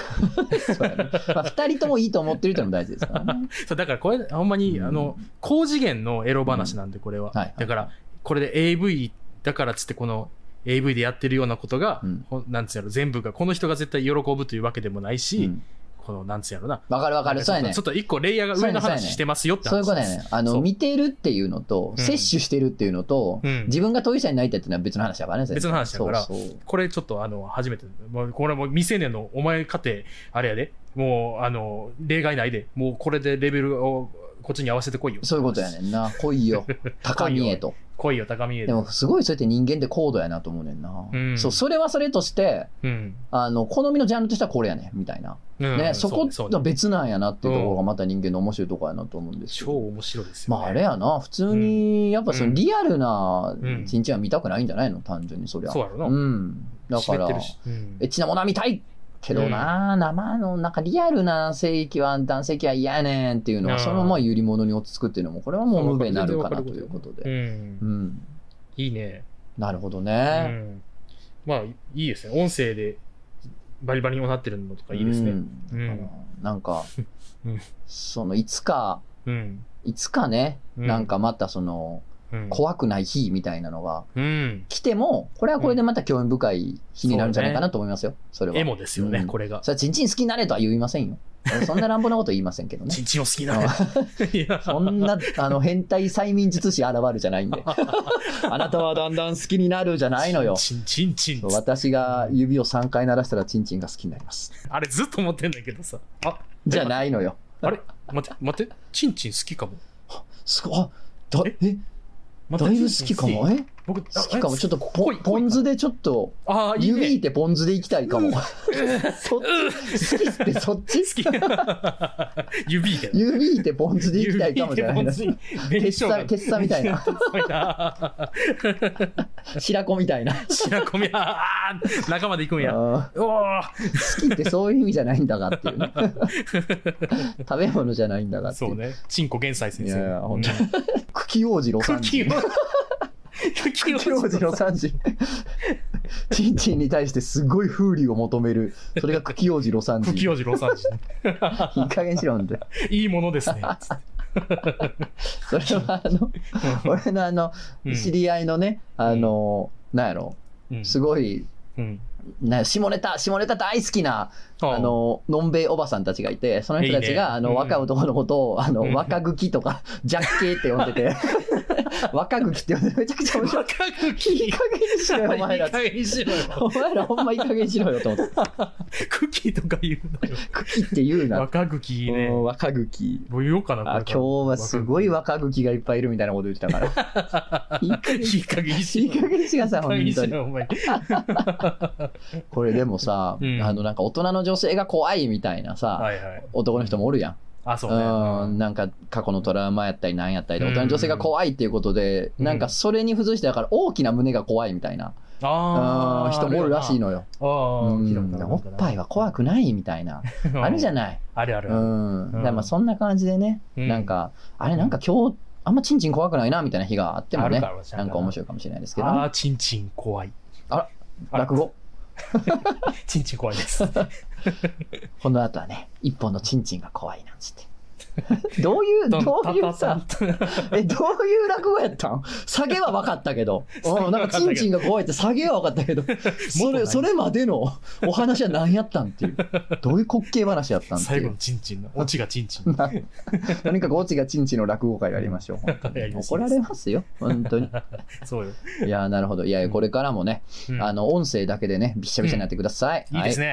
[SPEAKER 1] そうやね。まあ、二人ともいいと思ってるってのも大事ですから ね。
[SPEAKER 2] そう、だからこれ、ほんまに、
[SPEAKER 1] うん
[SPEAKER 2] あの、高次元のエロ話なんで、これは。
[SPEAKER 1] うんはい
[SPEAKER 2] だから、これで AV だからっつって、この AV でやってるようなことが、
[SPEAKER 1] うん
[SPEAKER 2] ほんなんつうやろ、全部が、この人が絶対喜ぶというわけでもないうし、
[SPEAKER 1] ん
[SPEAKER 2] この、なんつうやろな。
[SPEAKER 1] わかるわかる。
[SPEAKER 2] ち
[SPEAKER 1] そ
[SPEAKER 2] ょ
[SPEAKER 1] う
[SPEAKER 2] っ
[SPEAKER 1] や
[SPEAKER 2] と
[SPEAKER 1] ね
[SPEAKER 2] ちょ。っと一個レイヤーが
[SPEAKER 1] そう
[SPEAKER 2] 上の
[SPEAKER 1] やねそうや
[SPEAKER 2] 話
[SPEAKER 1] ね
[SPEAKER 2] してますよって話
[SPEAKER 1] そういうことやね。あ
[SPEAKER 2] そ
[SPEAKER 1] の、
[SPEAKER 2] う
[SPEAKER 1] 見てるっていうのと、
[SPEAKER 2] うん
[SPEAKER 1] 摂取してるっていうのと、
[SPEAKER 2] うん
[SPEAKER 1] 自分が当事者になりたいっていうのは別の話だからね。全然
[SPEAKER 2] 別の話だから
[SPEAKER 1] そうそう
[SPEAKER 2] これちょっとあの初めて、もうこれもう未成年のお前家庭、あれやで、もうあの例外ないで、もうこれでレベルをこっちに合わせてこいよ。
[SPEAKER 1] そういうことやねんな。来い よ。高みへと。
[SPEAKER 2] 来いよ、高見え
[SPEAKER 1] でも、すごいそうやって人間って高度やなと思うねんな。
[SPEAKER 2] うん
[SPEAKER 1] そう、それはそれとして、
[SPEAKER 2] うん。
[SPEAKER 1] あの、好みのジャンルとしてはこれやねん、みたいな。
[SPEAKER 2] うん
[SPEAKER 1] ね、そこ
[SPEAKER 2] そうね
[SPEAKER 1] と別なんやなっていうところが
[SPEAKER 2] う
[SPEAKER 1] また人間の面白いところやなと思うんですけ
[SPEAKER 2] 超
[SPEAKER 1] ど。
[SPEAKER 2] 面白いですよ、
[SPEAKER 1] ま
[SPEAKER 2] ね。
[SPEAKER 1] あ、あれやな。普通に、やっぱそうの
[SPEAKER 2] ん
[SPEAKER 1] リアルな
[SPEAKER 2] うん
[SPEAKER 1] チンチンは見たくないんじゃないの単純にそりゃ。
[SPEAKER 2] そうやろな。
[SPEAKER 1] うん。だから
[SPEAKER 2] 湿って、るしうん
[SPEAKER 1] エッチなものは見たいけどな、生の、なんかリアルな性器は、男性器は嫌やねんっていうの
[SPEAKER 2] う
[SPEAKER 1] は、
[SPEAKER 2] ん
[SPEAKER 1] そのままゆり物に落ち着くっていうのも、これはもう無べになるかなということ
[SPEAKER 2] う
[SPEAKER 1] で。
[SPEAKER 2] ん
[SPEAKER 1] う。ん。
[SPEAKER 2] いいね。
[SPEAKER 1] なるほど
[SPEAKER 2] う
[SPEAKER 1] ね。
[SPEAKER 2] ん。まあ、いいですね。音声でバリバリになってるのとかいいです
[SPEAKER 1] う
[SPEAKER 2] ね。
[SPEAKER 1] ん
[SPEAKER 2] うん
[SPEAKER 1] だからなんか
[SPEAKER 2] うん、
[SPEAKER 1] その、いつか、
[SPEAKER 2] うん。
[SPEAKER 1] いつかね、
[SPEAKER 2] うん
[SPEAKER 1] なんかまたその、
[SPEAKER 2] うん。
[SPEAKER 1] 怖くない日みたいなのが
[SPEAKER 2] うん。
[SPEAKER 1] 来ても、これはこれでまた興味深い日になるんじゃないかなと思いますよ。それは。
[SPEAKER 2] エモですよね、
[SPEAKER 1] うん
[SPEAKER 2] これが。
[SPEAKER 1] それは、ちんちん好きになれとは言いません よ。そんな乱暴なこと言いませんけどね
[SPEAKER 2] ち。んちんを好きなの。 いや
[SPEAKER 1] そんな、あの、変態催眠術師現るじゃ ないんで。あなたはだんだん好きになるじゃないのよ。
[SPEAKER 2] チンチンチンチンっつって
[SPEAKER 1] 私が指を3回鳴らしたらチンチンが好きになります。
[SPEAKER 2] あれずっと思ってんだけどさ。あ、
[SPEAKER 1] じゃないのよ。
[SPEAKER 2] あれ待って、待って、チンチン好きかも。
[SPEAKER 1] すごい。あだ
[SPEAKER 2] え
[SPEAKER 1] え
[SPEAKER 2] 待っ
[SPEAKER 1] だ
[SPEAKER 2] て
[SPEAKER 1] いぶ好きかも。。
[SPEAKER 2] チンチ
[SPEAKER 1] え
[SPEAKER 2] ン好僕、
[SPEAKER 1] 好きかも。ちょっとポ
[SPEAKER 2] 濃い濃い
[SPEAKER 1] ポン酢でちょっと、
[SPEAKER 2] と。ああ、いい
[SPEAKER 1] 指い
[SPEAKER 2] ね。
[SPEAKER 1] てポン酢でいきたいかも。 そっち、好きってそっち
[SPEAKER 2] 好き。 指いて。
[SPEAKER 1] 指いてポン酢でいきたいかもじゃない
[SPEAKER 2] で
[SPEAKER 1] な。
[SPEAKER 2] す。
[SPEAKER 1] ケ
[SPEAKER 2] 紅
[SPEAKER 1] ッ
[SPEAKER 2] 生
[SPEAKER 1] サ、
[SPEAKER 2] 姜
[SPEAKER 1] ケッサみたいな。
[SPEAKER 2] な。
[SPEAKER 1] 白子みたいな。
[SPEAKER 2] 白込み、ああ、中まで行くんや。
[SPEAKER 1] あー
[SPEAKER 2] おお、
[SPEAKER 1] 好きってそういう意味じゃないんだがっていう ね。食べ物じゃないんだがってい
[SPEAKER 2] そうう。ね。チンコ元斎先生。
[SPEAKER 1] いやいやほんと
[SPEAKER 2] うん
[SPEAKER 1] 茎王子ロサン
[SPEAKER 2] 空
[SPEAKER 1] ジ
[SPEAKER 2] 気
[SPEAKER 1] ン
[SPEAKER 2] を。空
[SPEAKER 1] 茎王子ロサンジンチンチンに対してすごい風流を求めるそれが茎王子ロサンジン
[SPEAKER 2] 吹き
[SPEAKER 1] い
[SPEAKER 2] 王子ロサンジ。
[SPEAKER 1] い加減しろんで
[SPEAKER 2] いいものですね。
[SPEAKER 1] それはあの俺のあの
[SPEAKER 2] うん
[SPEAKER 1] 知り合いのね、あのなんやろ
[SPEAKER 2] うん
[SPEAKER 1] すごい、
[SPEAKER 2] うん
[SPEAKER 1] な下ネタ、下ネタ大好きな、あの、のんべいおばさんたちがいて、その人たち
[SPEAKER 2] いいね
[SPEAKER 1] が、あの、
[SPEAKER 2] うん
[SPEAKER 1] 若い男のことを、あの
[SPEAKER 2] う、ん
[SPEAKER 1] 若ぐきとか、ジャッケーって呼んで て、若ぐきって呼んでてめちゃくちゃ面白い。
[SPEAKER 2] 若く
[SPEAKER 1] い
[SPEAKER 2] き
[SPEAKER 1] い加減にしろよ、お前ら。
[SPEAKER 2] いい加減にしろよ
[SPEAKER 1] お前らほんまいい加減にしろよ、と思って。
[SPEAKER 2] クキとか言うのよ
[SPEAKER 1] くきって言うな。
[SPEAKER 2] 若くきね
[SPEAKER 1] うん若ぐき。
[SPEAKER 2] どう言おうかなこれ
[SPEAKER 1] あ、
[SPEAKER 2] から
[SPEAKER 1] 今日はすごい若ぐきがいっぱいいるみたいなこと言ってたから。 いい加減に
[SPEAKER 2] いい加減に
[SPEAKER 1] い
[SPEAKER 2] し
[SPEAKER 1] い加
[SPEAKER 2] ろ
[SPEAKER 1] 減にしてください、
[SPEAKER 2] いい加減
[SPEAKER 1] 本
[SPEAKER 2] に
[SPEAKER 1] 当
[SPEAKER 2] し
[SPEAKER 1] に。
[SPEAKER 2] ろお前
[SPEAKER 1] これでもさ、
[SPEAKER 2] うん
[SPEAKER 1] あの、なんか大人の女性が怖いみたいなさ、
[SPEAKER 2] はいはい
[SPEAKER 1] 男の人もおるやん。
[SPEAKER 2] あそう
[SPEAKER 1] うん、
[SPEAKER 2] ね
[SPEAKER 1] なんか過去のトラウマやったりなんやったりで、
[SPEAKER 2] う
[SPEAKER 1] 大人の
[SPEAKER 2] ん
[SPEAKER 1] 女性が怖いっていうことで、
[SPEAKER 2] うん
[SPEAKER 1] なんかそれに付随して、だから大きな胸が怖いみたいな、
[SPEAKER 2] あ
[SPEAKER 1] うん
[SPEAKER 2] ー
[SPEAKER 1] 人もおるらしいのよ。
[SPEAKER 2] ああ
[SPEAKER 1] うん
[SPEAKER 2] 聞いたことある
[SPEAKER 1] おっぱいは怖くないみたいな、あるじゃ
[SPEAKER 2] ない
[SPEAKER 1] ない。
[SPEAKER 2] あるある
[SPEAKER 1] う
[SPEAKER 2] ある
[SPEAKER 1] ん。だからま
[SPEAKER 2] う
[SPEAKER 1] あ
[SPEAKER 2] ん
[SPEAKER 1] そんな感じでね、
[SPEAKER 2] うん
[SPEAKER 1] なんか、あれなんか今日、あんまチンチン怖くないなみたいな日があっても
[SPEAKER 2] あ
[SPEAKER 1] ね
[SPEAKER 2] るかもし、れ
[SPEAKER 1] な
[SPEAKER 2] ない
[SPEAKER 1] んか面白いかもしれないですけど
[SPEAKER 2] あ
[SPEAKER 1] ね、
[SPEAKER 2] ーちんちん怖いあ
[SPEAKER 1] 落語、
[SPEAKER 2] ちんちん怖 いです
[SPEAKER 1] この後はね、一本のチンチンが怖いなんつって。 どういう、どういうさ、え、どういう落語やったん下げは分かったけ ど。うん、なんか、チンチンが怖いって下げは分かったけど、そ
[SPEAKER 2] もっとな
[SPEAKER 1] れ、
[SPEAKER 2] い
[SPEAKER 1] それまでのお話は何やったんって いう。どういう滑稽話やったんってい
[SPEAKER 2] 最後の
[SPEAKER 1] う。
[SPEAKER 2] ちんちんのオチがちんちん
[SPEAKER 1] なとにかく、オチがチンチンの落語会やりましょう。本当
[SPEAKER 2] やり
[SPEAKER 1] に
[SPEAKER 2] ましょ
[SPEAKER 1] 怒
[SPEAKER 2] う
[SPEAKER 1] られますよ。本 当に。
[SPEAKER 2] そうよ、
[SPEAKER 1] いやー、なるほど。いやいや、これからもね、
[SPEAKER 2] うん
[SPEAKER 1] あの、音声だけでね、びっしゃびしゃになってください。
[SPEAKER 2] いいですね、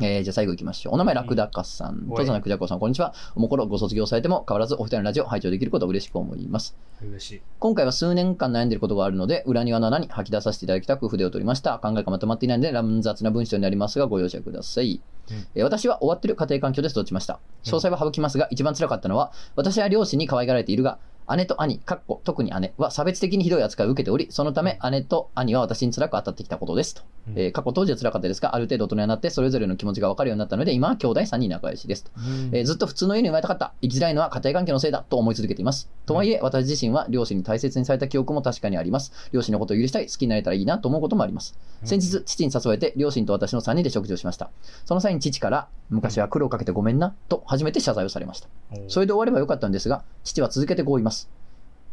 [SPEAKER 1] えーじゃあ最後いきましょう。お名前、ラクダカさん。
[SPEAKER 2] はい
[SPEAKER 1] とつなくじゃこさん、こんにちは。おもころご卒業されても変わらずお二人のラジオを拝聴できることを嬉しく思います。
[SPEAKER 2] 嬉しい
[SPEAKER 1] 今回は数年間悩んでいることがあるので、裏庭の穴に吐き出させていただきたく筆を取りました。考えがまとまっていないので、乱雑な文章になりますが、ご容赦ください。
[SPEAKER 2] うん
[SPEAKER 1] えー私は終わっている家庭環境で育ちました。詳細は省きますが、一番辛かったのは、私は両親に可愛がられているが、姉と兄、かっこ特に姉は差別的にひどい扱いを受けており、そのため姉と兄は私に辛く当たってきたことですと。
[SPEAKER 2] うん
[SPEAKER 1] えー過去当時は辛かったですが、ある程度大人になって、それぞれの気持ちが分かるようになったので、今は兄弟3人仲良しですと。えーずっと普通の家に生まれたかった、生きづらいのは家庭環境のせいだと思い続けています。とはいえ、私自身は両親に大切にされた記憶も確かにあります。両親のことを許したい、好きになれたらいいなと思うこともあります。先日、父に誘われて、両親と私の3人で食事をしました。その際に父から、昔は苦労をかけてごめんな、と初めて謝罪をされました。それ
[SPEAKER 2] れ
[SPEAKER 1] で終わればよかったんですが、父は続けてこう言います。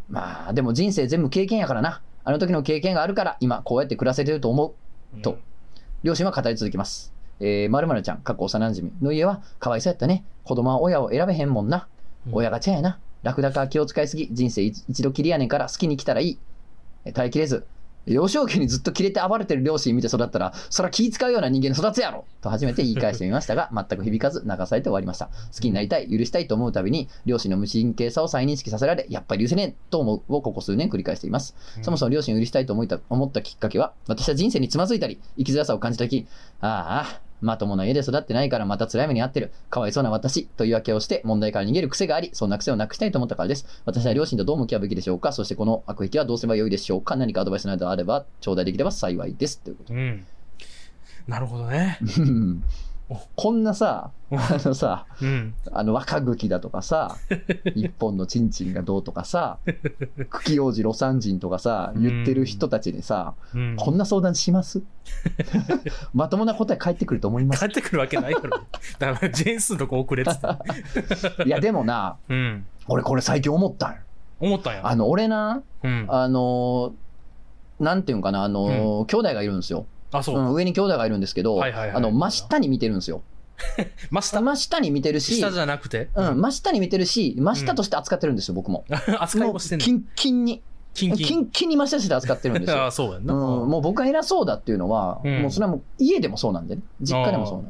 [SPEAKER 1] まあ、でも人生全部経験やからな。あの時の経験があるから、今こうやって暮らせてると思う。と両親は語り続けます。えー、〇〇ちゃん、過去幼馴染の家は、かわいそうやったね。子供は親を選べへんもんな。親がちゃやな。ラクダか気を使いすぎ、人生一一度きりやねんから好きに来たらいい。えー耐えきれず。幼少期にずっとキレて暴れてる両親見て育ったら、そら気使うような人間に育つやろと初めて言い返してみましたが、全く響かず流されて終わりました。好きになりたい、許したいと思うたびに、両親の無神経さを再認識させられ、やっぱり許せねえと思うをここ数年繰り返しています。そもそも両親を許したいと思った思ったきっかけは、私は人生につまずいたり、生きづらさを感じたき、ああ、まともな家で育ってないからまた辛い目に遭ってる。かわいそうな私と言い訳をして問題から逃げる癖があり、そんな癖をなくしたいと思ったからです。私は両親とどう向き合うべきでしょうかそしてこの悪癖はどうすればよいでしょうか何かアドバイスなどあれば、頂戴できれば幸いです。というこ
[SPEAKER 2] うん、うんなるほどね、
[SPEAKER 1] と。こんなさ、あのさ、
[SPEAKER 2] うん、
[SPEAKER 1] あの若茎だとかさ、一本のチンチンがどうとかさ、茎王子ロサン人とかさ、言ってる人たちにさ、
[SPEAKER 2] う ん
[SPEAKER 1] こんな相談し ますまともな答え返ってくると思います
[SPEAKER 2] 帰。ってくるわけない だろだからジェンスのとこ遅れてた、
[SPEAKER 1] いや、でもな、
[SPEAKER 2] うん、
[SPEAKER 1] 俺これ最近思ったんよ
[SPEAKER 2] 思ったんや
[SPEAKER 1] あの、俺な、
[SPEAKER 2] うん、あ
[SPEAKER 1] あのーなんていうんかな、あのー兄弟がいるんですよ。
[SPEAKER 2] そう、
[SPEAKER 1] うん、上に兄弟がいるんですけど、
[SPEAKER 2] はいはいはい
[SPEAKER 1] あの、真下に見てるんですよ。
[SPEAKER 2] 真下
[SPEAKER 1] 真下に見てるし、
[SPEAKER 2] 下じゃなくて、
[SPEAKER 1] うん、真下に見てるし、真下として扱ってるんですよ、僕も。
[SPEAKER 2] 扱い
[SPEAKER 1] も
[SPEAKER 2] も
[SPEAKER 1] う、
[SPEAKER 2] してん
[SPEAKER 1] キ
[SPEAKER 2] の
[SPEAKER 1] ンキンに。
[SPEAKER 2] キ
[SPEAKER 1] キ
[SPEAKER 2] ン
[SPEAKER 1] ン
[SPEAKER 2] キン
[SPEAKER 1] キンに真下として扱ってるんです
[SPEAKER 2] あ
[SPEAKER 1] よ。
[SPEAKER 2] あそうやん
[SPEAKER 1] う
[SPEAKER 2] な、
[SPEAKER 1] ん、もう僕が偉そうだっていうのは、
[SPEAKER 2] うん
[SPEAKER 1] もうそれはもう家でもそうなんでね、実家でもそうなん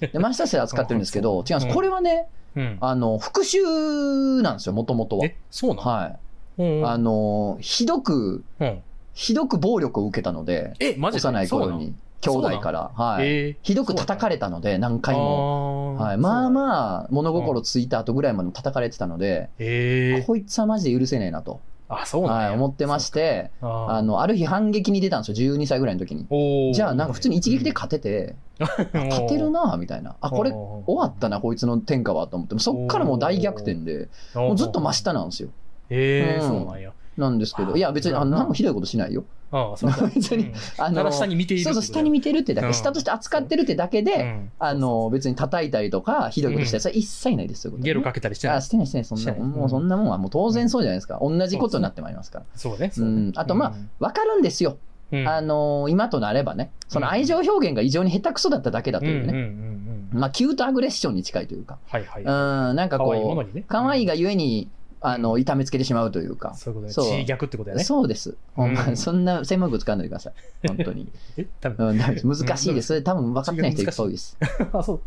[SPEAKER 1] で。で、真下として扱ってるんですけ ど、違うんです。これはね、
[SPEAKER 2] うん
[SPEAKER 1] あの、復讐なんですよ、もともとは。
[SPEAKER 2] えそうなの、
[SPEAKER 1] は
[SPEAKER 2] うん
[SPEAKER 1] い。あの、ひどく、
[SPEAKER 2] うん
[SPEAKER 1] ひどく暴力を受けたので、
[SPEAKER 2] えマジで
[SPEAKER 1] 幼い頃に、兄
[SPEAKER 2] そうなん
[SPEAKER 1] 弟から。
[SPEAKER 2] そうな
[SPEAKER 1] は
[SPEAKER 2] の
[SPEAKER 1] い。
[SPEAKER 2] えー
[SPEAKER 1] ひどく叩かれたので、何回も。
[SPEAKER 2] あー
[SPEAKER 1] はい。まあ
[SPEAKER 2] あ、
[SPEAKER 1] まあ、物心ついた後ぐらいまでも叩かれてたので、
[SPEAKER 2] えー、
[SPEAKER 1] こいつはマジで許せねえなと、
[SPEAKER 2] あそうなんや、
[SPEAKER 1] はい、思ってまして、
[SPEAKER 2] そうか
[SPEAKER 1] あの、ある日反撃に出たんですよ、12歳ぐらいの時に。
[SPEAKER 2] おー
[SPEAKER 1] じゃあ、なんか普通に一撃で勝てて、
[SPEAKER 2] うん
[SPEAKER 1] 勝てるなぁみたいな。あ、これ、終
[SPEAKER 2] 終
[SPEAKER 1] わったな、こいつの天下は、と思って、そっからもう大逆転で、
[SPEAKER 2] た
[SPEAKER 1] もうずっと真下なんですよ。
[SPEAKER 2] へえ
[SPEAKER 1] うん
[SPEAKER 2] そうなんや
[SPEAKER 1] なんですけど、
[SPEAKER 2] あ
[SPEAKER 1] いや別にあ
[SPEAKER 2] うん
[SPEAKER 1] 何もひどいことしないよ。
[SPEAKER 2] ああそう か
[SPEAKER 1] 別に
[SPEAKER 2] うん
[SPEAKER 1] あ
[SPEAKER 2] た
[SPEAKER 1] の
[SPEAKER 2] だ下に見ている
[SPEAKER 1] そうそう、下に見てるってだけ、
[SPEAKER 2] うん
[SPEAKER 1] 下として扱ってるってだけで、
[SPEAKER 2] うん
[SPEAKER 1] あの別に叩いたりとか、ひどいことした
[SPEAKER 2] う
[SPEAKER 1] り、それ一切ないですよ、そういうことはね
[SPEAKER 2] ゲロかけたりしてない
[SPEAKER 1] あしてないしてない、そん
[SPEAKER 2] し
[SPEAKER 1] な
[SPEAKER 2] てない
[SPEAKER 1] もん、もうそんなもんはもう当然そうじゃないですか。同じことになってまいりますから。
[SPEAKER 2] そうね
[SPEAKER 1] うん、あとまあ、わかるんですよ。
[SPEAKER 2] うん
[SPEAKER 1] あのー今となればね、その愛情表現が異常に下手くそだっただけだと
[SPEAKER 2] うん
[SPEAKER 1] いう
[SPEAKER 2] うんうん
[SPEAKER 1] ね、
[SPEAKER 2] うん。
[SPEAKER 1] まあ、キュートアグレッションに近いというか、
[SPEAKER 2] はいはい。
[SPEAKER 1] うん、
[SPEAKER 2] 可
[SPEAKER 1] なんか
[SPEAKER 2] 愛いもの
[SPEAKER 1] こ
[SPEAKER 2] にね。
[SPEAKER 1] う、可愛いがゆえに、あの、痛めつけてしまうというか、
[SPEAKER 2] そういうこと
[SPEAKER 1] そう
[SPEAKER 2] ね。地位逆ってことやね。
[SPEAKER 1] そうです。ほんま
[SPEAKER 2] うん
[SPEAKER 1] そんな専門用語使わないでください。本当に。
[SPEAKER 2] え多分。
[SPEAKER 1] うん、ダメです難しいです。それ多分分かってない人いっぱい多いです。
[SPEAKER 2] あ、そう。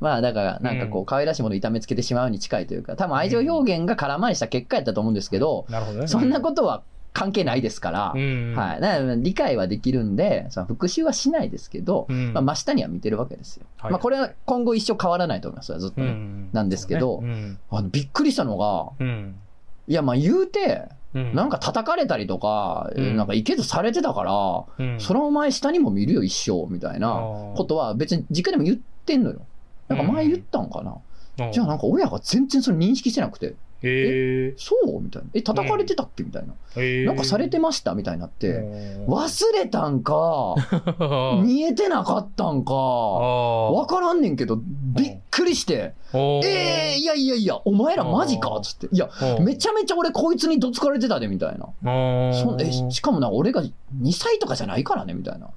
[SPEAKER 1] まあだから、なんかこ
[SPEAKER 2] う
[SPEAKER 1] う、可愛らしいものを痛めつけてしまうに近いというか、多分愛情表現が空回りした結果やったと思うんですけど、
[SPEAKER 2] なるほどね。
[SPEAKER 1] そんなことは関係ないですから
[SPEAKER 2] と、うん。
[SPEAKER 1] はい。だから理解はできるんで、その復習はしないですけど、
[SPEAKER 2] うん。
[SPEAKER 1] まあ、真下には見てるわけですよ。
[SPEAKER 2] はい
[SPEAKER 1] まあこれは今後一生変わらないと思いますよ、ずっと
[SPEAKER 2] う
[SPEAKER 1] ね、
[SPEAKER 2] ん
[SPEAKER 1] なんですけど
[SPEAKER 2] そうね
[SPEAKER 1] あのびっくりしたのが、
[SPEAKER 2] うん。
[SPEAKER 1] いやまあ言うて、
[SPEAKER 2] うん。
[SPEAKER 1] なんか叩かれたりとか、
[SPEAKER 2] うん
[SPEAKER 1] なんかいけずされてたから、
[SPEAKER 2] うん、
[SPEAKER 1] それはお前下にも見るよ、一生、みたいなこ
[SPEAKER 2] こと
[SPEAKER 1] は別に実家でも言ってんのよ。なんか前言ったんかな、
[SPEAKER 2] と
[SPEAKER 1] じゃあなん
[SPEAKER 2] か、
[SPEAKER 1] か親が全然それ認識してなくて、
[SPEAKER 2] え
[SPEAKER 1] そうみたいな。え、叩かれてたっけみたいな。
[SPEAKER 2] ー、
[SPEAKER 1] なんかされてましたみたいになって。忘れたんか、
[SPEAKER 2] わ
[SPEAKER 1] 見えてなかったんか、わ
[SPEAKER 2] わ
[SPEAKER 1] からんねんけど、びっくりして、えー、いやいやいや、お前らマジかつって。いや、めちゃめちゃ俺こいつにどつかれてたで、みたいな。
[SPEAKER 2] ゃ
[SPEAKER 1] そんえしかもな、俺が2歳とかじゃないからね、みたいな。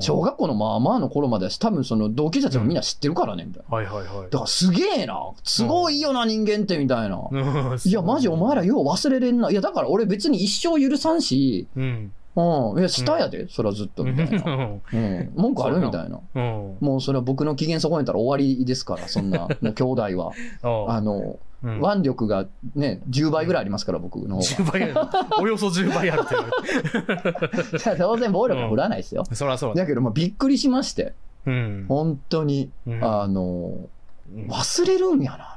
[SPEAKER 1] 小学校のまあまあの頃までは多分その同級生たちもみんな知ってるからね、みたいな。
[SPEAKER 2] はいはいはい
[SPEAKER 1] だからすげえな、すごいよな、人間って、みたいな。
[SPEAKER 2] うん
[SPEAKER 1] いや、マジお前らよう忘れれんな。いや、だから俺別に一生許さんし、
[SPEAKER 2] うん
[SPEAKER 1] うん、いや、下やで、それはずっと、みたいな。うん、文句ある
[SPEAKER 2] そうな
[SPEAKER 1] みたいな。
[SPEAKER 2] うん
[SPEAKER 1] もうそれは僕の機嫌損ねたら終わりですから、そんな、もう兄弟 は。あの、
[SPEAKER 2] うん
[SPEAKER 1] 腕力がね、10倍ぐらいありますから、僕 の方
[SPEAKER 2] 10倍あるおよそ10倍ある って言われ
[SPEAKER 1] が。じゃあ当然暴力は振らないですよ。
[SPEAKER 2] てそらそうだ
[SPEAKER 1] だけど、まあ、びっくりしまして、
[SPEAKER 2] うん
[SPEAKER 1] 本当に、あの、忘れるんやな、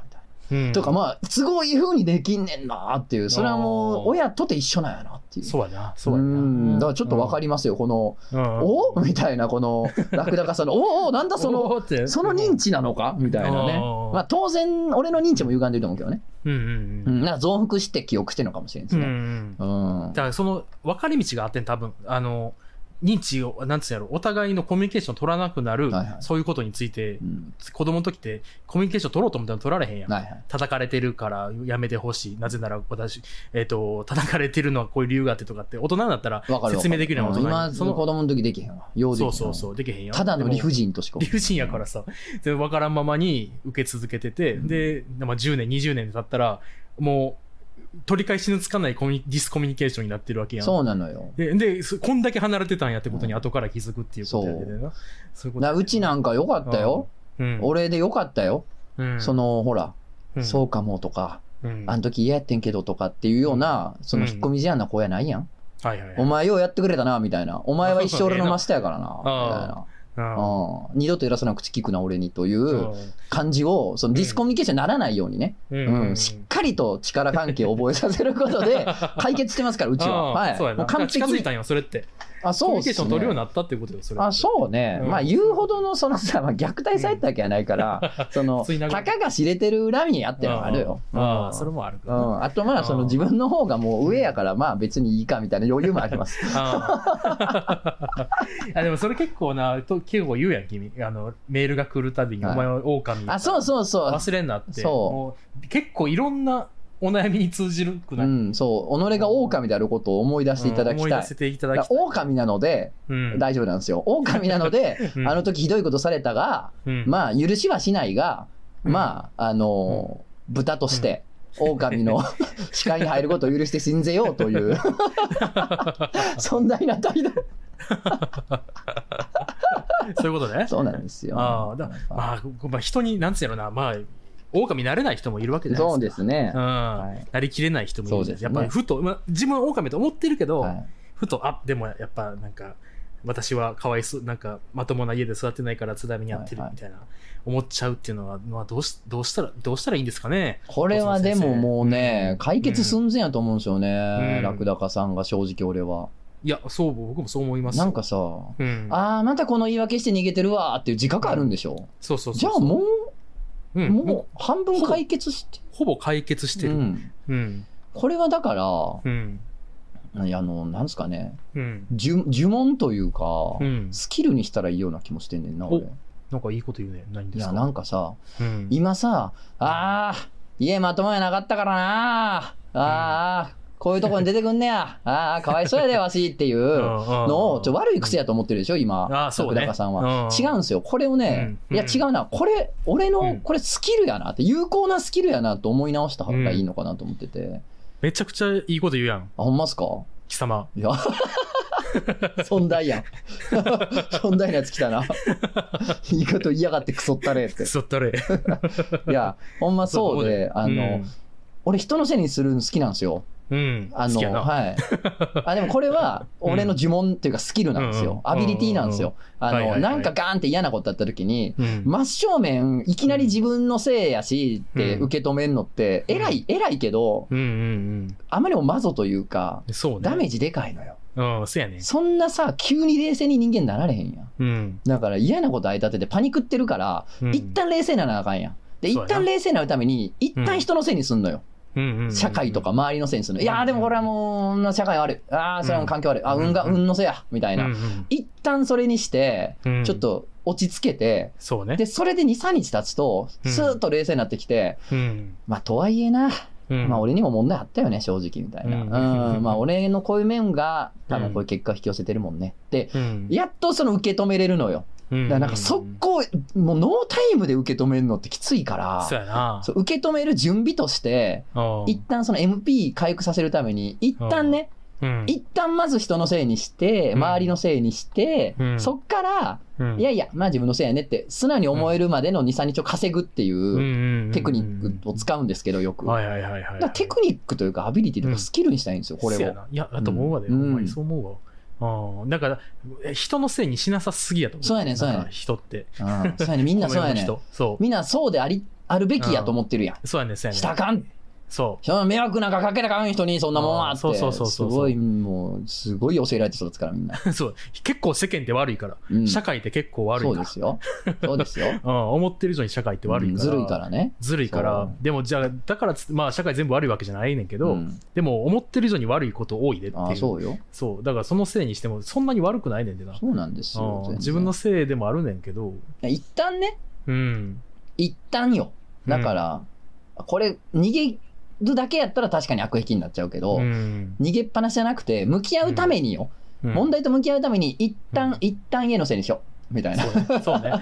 [SPEAKER 1] みたいな。とか、
[SPEAKER 2] ま
[SPEAKER 1] まあ、すごい風にできんねんな、っていう、それはもう、親とて一緒なんやな、っていう。
[SPEAKER 2] そうやなそうや
[SPEAKER 1] ん、
[SPEAKER 2] な
[SPEAKER 1] だからちょっとわか
[SPEAKER 2] り
[SPEAKER 1] りますよ、この、お
[SPEAKER 2] お
[SPEAKER 1] みたいな、この、ラクダカさんの、おお、なんだその、その認知なのかみたいなね。まあ、当然、俺の認知も歪んでると思うけどね。
[SPEAKER 2] うんうん
[SPEAKER 1] う
[SPEAKER 2] う
[SPEAKER 1] ん、
[SPEAKER 2] ん
[SPEAKER 1] なんか増幅して記憶してるのかもしれないで
[SPEAKER 2] う
[SPEAKER 1] す
[SPEAKER 2] ん
[SPEAKER 1] ね。
[SPEAKER 2] うん
[SPEAKER 1] うん。
[SPEAKER 2] だからその分かれ道があってん多分あの認知をなんつうんやろお互いのコミュニケーション取らなくなる、
[SPEAKER 1] はいはい
[SPEAKER 2] そういうことについて
[SPEAKER 1] うん
[SPEAKER 2] 子供の時ってコミュニケーション取ろうと思ったら取られへんやん。
[SPEAKER 1] はいはい。
[SPEAKER 2] 叩かれてるからやめてほしい。なぜなら私、えっ、と、叩かれてるのはこういう理由があってとかって、大人になったら
[SPEAKER 1] わかるわかる。
[SPEAKER 2] 説明できない大
[SPEAKER 1] う
[SPEAKER 2] 人
[SPEAKER 1] ん
[SPEAKER 2] に。
[SPEAKER 1] 今、
[SPEAKER 2] そ
[SPEAKER 1] その子
[SPEAKER 2] の
[SPEAKER 1] 供の時できへんわ。ようできへん
[SPEAKER 2] そう
[SPEAKER 1] わ
[SPEAKER 2] そうそう、できへんやん。
[SPEAKER 1] ただの理不
[SPEAKER 2] 尽。
[SPEAKER 1] 尽としか。
[SPEAKER 2] 理不尽やからさ、で分からんままに受け続けてて、で、まあ、10年、20年経ったら、もう、取り返しのつかないコミュニディスコミュニケーションになってるわけやん。
[SPEAKER 1] そうなのよ。
[SPEAKER 2] で、で、そこんだけ離れてたんやってことに後から気づくっていうことやでな。そういうこと
[SPEAKER 1] なうちなんか良かったよ。
[SPEAKER 2] うん、
[SPEAKER 1] 俺で良かったよ。
[SPEAKER 2] うん、
[SPEAKER 1] その、ほら、
[SPEAKER 2] うん、
[SPEAKER 1] そうかもとか、
[SPEAKER 2] うん、
[SPEAKER 1] あの時嫌やってんけどとかっていうような、その引っ込み思案な子やないやん。
[SPEAKER 2] はいはいはい。
[SPEAKER 1] お前ようやってくれたな、みたいな。お前は一生俺の真下やからな、みたいな。
[SPEAKER 2] あ
[SPEAKER 1] うん二度と偉そうな口聞くな、俺にとい
[SPEAKER 2] あ
[SPEAKER 1] う感じを、そのディスコミュニケーションにならないようにね、
[SPEAKER 2] うん
[SPEAKER 1] うんしっかりと力関係を覚えさせること で、解決してますから、うちは。
[SPEAKER 2] ああ
[SPEAKER 1] はい。
[SPEAKER 2] そうや
[SPEAKER 1] も
[SPEAKER 2] な。も
[SPEAKER 1] う
[SPEAKER 2] う完
[SPEAKER 1] 完
[SPEAKER 2] 璧
[SPEAKER 1] 璧
[SPEAKER 2] に。近づい
[SPEAKER 1] に。
[SPEAKER 2] たんよ、それって。
[SPEAKER 1] あ、
[SPEAKER 2] コミュ
[SPEAKER 1] そう
[SPEAKER 2] ニケ
[SPEAKER 1] で
[SPEAKER 2] ーシ
[SPEAKER 1] す
[SPEAKER 2] ョン取るように
[SPEAKER 1] ね。
[SPEAKER 2] なったってことよ、それって。
[SPEAKER 1] あそうね、
[SPEAKER 2] うん
[SPEAKER 1] まあ言うほどのそのさ、まあ、虐待されたわけはないから、そ の
[SPEAKER 2] 普通に殴る
[SPEAKER 1] たかが知れてる恨みやってのはあるよ。
[SPEAKER 2] ああああ、それ
[SPEAKER 1] う
[SPEAKER 2] もあるか
[SPEAKER 1] んう
[SPEAKER 2] らな。
[SPEAKER 1] ん、あとまあその自分の方がもう上やからまあ別にいいかみたいな余裕もあります。
[SPEAKER 2] あ ああでもそれ結構な、と結構言うやん、君。あの、メールが来るたびに、
[SPEAKER 1] はい
[SPEAKER 2] お前は狼
[SPEAKER 1] あそうそうそう。
[SPEAKER 2] 忘れんなって。
[SPEAKER 1] そう
[SPEAKER 2] もう結構いろんなお悩みに通じるく
[SPEAKER 1] う
[SPEAKER 2] なっ
[SPEAKER 1] ん、そう。己が狼であることを思い出していただき
[SPEAKER 2] 思い
[SPEAKER 1] たい
[SPEAKER 2] 出。せていただ
[SPEAKER 1] だ
[SPEAKER 2] き
[SPEAKER 1] か
[SPEAKER 2] た
[SPEAKER 1] ら
[SPEAKER 2] い。
[SPEAKER 1] 狼なので、
[SPEAKER 2] うん
[SPEAKER 1] 大丈夫なんですよ。狼なので、
[SPEAKER 2] うん
[SPEAKER 1] あの時ひどいことされたが、
[SPEAKER 2] うん
[SPEAKER 1] まあ、許しはしないが、
[SPEAKER 2] うん
[SPEAKER 1] まあ、あのー豚として、狼 の視界に入ることを許して信ぜようという、そんなにな態度。
[SPEAKER 2] そういうことね。
[SPEAKER 1] そうなんですよ。
[SPEAKER 2] ああだまあ、こまあ、人に、なんつうやろな、まあ、狼慣れない人もいるわけじゃないですか。
[SPEAKER 1] そうですね
[SPEAKER 2] うん。。
[SPEAKER 1] い
[SPEAKER 2] なりきれない人もいる
[SPEAKER 1] そう
[SPEAKER 2] じゃ
[SPEAKER 1] ですね
[SPEAKER 2] やっぱりふと、まあ、自分は狼と思ってるけど、
[SPEAKER 1] はい
[SPEAKER 2] ふと、あ、でもやっぱなんか、私はかわいそう、なんか、まともな家で育ってないから津波に合ってる
[SPEAKER 1] はいはい
[SPEAKER 2] みたいな、思っちゃうっていうのは、まあ、どうし、どうしたら、どうしたらいいんですかね。
[SPEAKER 1] これはでももうね、解決寸前やと思うんですよね
[SPEAKER 2] う。ん
[SPEAKER 1] ラクダカさんが正直俺は。
[SPEAKER 2] いや、そう、僕もそう思います。
[SPEAKER 1] なん、かさ、
[SPEAKER 2] うん。
[SPEAKER 1] ああ、またこの言い訳して逃げてるわーっていう自覚あるんでしょ
[SPEAKER 2] そうそうそう
[SPEAKER 1] じゃあも
[SPEAKER 2] う、う
[SPEAKER 1] う、
[SPEAKER 2] ん、
[SPEAKER 1] もう半分解決して。
[SPEAKER 2] ほぼ解決して
[SPEAKER 1] う
[SPEAKER 2] る。
[SPEAKER 1] ん
[SPEAKER 2] うん。
[SPEAKER 1] これはだか
[SPEAKER 2] うん。
[SPEAKER 1] ら、いやあの、なんですかね、
[SPEAKER 2] うん。
[SPEAKER 1] 呪呪文というか、
[SPEAKER 2] うん。
[SPEAKER 1] スキルにしたらいいような気もしてんねんな、俺。
[SPEAKER 2] なんかいいこと言うね。何
[SPEAKER 1] い
[SPEAKER 2] です
[SPEAKER 1] や、
[SPEAKER 2] か
[SPEAKER 1] なんかさ、
[SPEAKER 2] うん
[SPEAKER 1] 今さ、ああ、家まともやなかったからなあああ、こういうとこに出てくんねや。ああ、かわいそうやで、わしっていうのを、ちょ悪い癖やと思ってるでしょ、今、
[SPEAKER 2] あーそうね
[SPEAKER 1] 桜田さんは。
[SPEAKER 2] うん
[SPEAKER 1] 違うんですよ。これをね、
[SPEAKER 2] うん
[SPEAKER 1] いや、違うな。これ、俺
[SPEAKER 2] う
[SPEAKER 1] の
[SPEAKER 2] ん、
[SPEAKER 1] これスキルやなって、有効なスキルやなと思い直した方がいいのかなと思ってて。あ、
[SPEAKER 2] めちゃくちゃいいこと言うやん、
[SPEAKER 1] ほんますか
[SPEAKER 2] 貴様。
[SPEAKER 1] いや、存在やん。存在のやつ来たな。言い方嫌がってクソったれって
[SPEAKER 2] く。そったれ。
[SPEAKER 1] いや、ほんまそうで、あの、俺人のせいにするの好きなんですよ。
[SPEAKER 2] うん、うん、
[SPEAKER 1] あ
[SPEAKER 2] 好
[SPEAKER 1] の
[SPEAKER 2] きや、な
[SPEAKER 1] はい。あ、でもこれ は、俺の呪文っていうかスキルなんです
[SPEAKER 2] うん
[SPEAKER 1] よ。アビリティなんですよ。あ
[SPEAKER 2] はいはいは
[SPEAKER 1] の、
[SPEAKER 2] い
[SPEAKER 1] なんかガーンって嫌なことあった時に、
[SPEAKER 2] うん
[SPEAKER 1] 真正面、いきなり自分のせいやしって
[SPEAKER 2] うん
[SPEAKER 1] 受け止めんのって、
[SPEAKER 2] うん
[SPEAKER 1] 偉い、偉いけど、
[SPEAKER 2] うんうん
[SPEAKER 1] あまりにもマゾというか、
[SPEAKER 2] うん。そうね。
[SPEAKER 1] ダメージでかいのよ。
[SPEAKER 2] うん、そうやね。
[SPEAKER 1] そんなさ、急に冷静に人間なられへんやん。
[SPEAKER 2] うん。
[SPEAKER 1] だから嫌なこと相立ててパニックってるから、
[SPEAKER 2] うん
[SPEAKER 1] 一、旦冷静にならなあかんやん。で、
[SPEAKER 2] そう
[SPEAKER 1] 一
[SPEAKER 2] や
[SPEAKER 1] 旦
[SPEAKER 2] な
[SPEAKER 1] 冷静になるために、一旦人のせいにすんのよ。
[SPEAKER 2] うんうんうん
[SPEAKER 1] 社会とか。周りのせいにするの。いやーでもこれはもう、女社会悪い。ああ、それはもう環境悪い。あ、
[SPEAKER 2] うん
[SPEAKER 1] 運が、運のせいや。みた
[SPEAKER 2] う
[SPEAKER 1] い
[SPEAKER 2] んう
[SPEAKER 1] な。
[SPEAKER 2] ん
[SPEAKER 1] 一旦それにして、
[SPEAKER 2] うん
[SPEAKER 1] ちょっ。と落ち着けて、
[SPEAKER 2] そうね。
[SPEAKER 1] で、それで2、3日経つと、
[SPEAKER 2] うん
[SPEAKER 1] スーッと冷静になってきて、
[SPEAKER 2] うん。
[SPEAKER 1] まあ、とはいえな、
[SPEAKER 2] うん
[SPEAKER 1] まあ、俺にも問題あったよね、正直、みたいな。
[SPEAKER 2] うん
[SPEAKER 1] うん、まあ、俺のこういう面が、多
[SPEAKER 2] う
[SPEAKER 1] 分
[SPEAKER 2] ん
[SPEAKER 1] こういう結果を引き寄せてるもんね。で、
[SPEAKER 2] うん、
[SPEAKER 1] やっとその受け止めれるのよ。
[SPEAKER 2] うん、
[SPEAKER 1] だからなんか速攻、もうノータイムで受け止めるのってきついか
[SPEAKER 2] うんそう
[SPEAKER 1] ら、
[SPEAKER 2] やな。
[SPEAKER 1] そう受け止める準備として、
[SPEAKER 2] うん
[SPEAKER 1] 一旦その MP 回復させるために、一旦ね、
[SPEAKER 2] うん
[SPEAKER 1] 一旦まず人のせいにして、
[SPEAKER 2] うん
[SPEAKER 1] 周りのせいにして
[SPEAKER 2] う、ん
[SPEAKER 1] そっから、
[SPEAKER 2] うん
[SPEAKER 1] いやいや、まあ自分のせいやねって、素直に思えるまでの2、3日を稼ぐっていうテクニックを使うんですけど、よく。
[SPEAKER 2] は
[SPEAKER 1] だか
[SPEAKER 2] いはいはいはい。
[SPEAKER 1] らテクニックというか、アビリティというかスキルにしたいんですよ、これ
[SPEAKER 2] そうや
[SPEAKER 1] を。
[SPEAKER 2] な。いや、だと思うわで、
[SPEAKER 1] う
[SPEAKER 2] ほ
[SPEAKER 1] ん
[SPEAKER 2] んまにそう思うわ。ああ、だから、え人のせいにしなさすぎやと思う。
[SPEAKER 1] そうやねんそうやねん
[SPEAKER 2] だから人って。
[SPEAKER 1] うんそうやね、みんなそうやね
[SPEAKER 2] この世の人そう。
[SPEAKER 1] みんなそうであり、あるべきやと思ってるやん。
[SPEAKER 2] そうやねんそうやねん
[SPEAKER 1] したらあかん
[SPEAKER 2] そう。
[SPEAKER 1] その迷惑なんかかけたかん人にそんなもんはって。
[SPEAKER 2] そうそうそうそう
[SPEAKER 1] すごい、もう、すごい教えられて育つからみんな。
[SPEAKER 2] そう 結構世間って悪いから、
[SPEAKER 1] うん
[SPEAKER 2] 社会って結構悪い
[SPEAKER 1] そう
[SPEAKER 2] か
[SPEAKER 1] で
[SPEAKER 2] ら
[SPEAKER 1] すよ。そうですよ。
[SPEAKER 2] うん、思ってる以上に社会って悪い
[SPEAKER 1] うん
[SPEAKER 2] から、
[SPEAKER 1] ずるいからね。
[SPEAKER 2] ずるいから
[SPEAKER 1] そう
[SPEAKER 2] でもじゃあだからつまあ社会全部悪いわけじゃないねんけど、
[SPEAKER 1] うん
[SPEAKER 2] でも思ってる以上に悪いこと多いでっていう
[SPEAKER 1] ああ、そうよ。
[SPEAKER 2] そうだからそのせいにしてもそんなに悪くないねんでな、
[SPEAKER 1] そうなんですよ
[SPEAKER 2] うん。
[SPEAKER 1] 全然
[SPEAKER 2] 自分のせいでもあるねんけど
[SPEAKER 1] 一旦ね、
[SPEAKER 2] うん
[SPEAKER 1] 一旦よ。だから、これ、逃げるだけやったら確かに悪癖になっちゃうけど、
[SPEAKER 2] うん
[SPEAKER 1] 逃げっぱなしじゃなくて、向き合うためによ。
[SPEAKER 2] うん
[SPEAKER 1] 問題と向き合うために、一
[SPEAKER 2] うん
[SPEAKER 1] 旦、一旦家のせいにしよう。みたいな。
[SPEAKER 2] そうね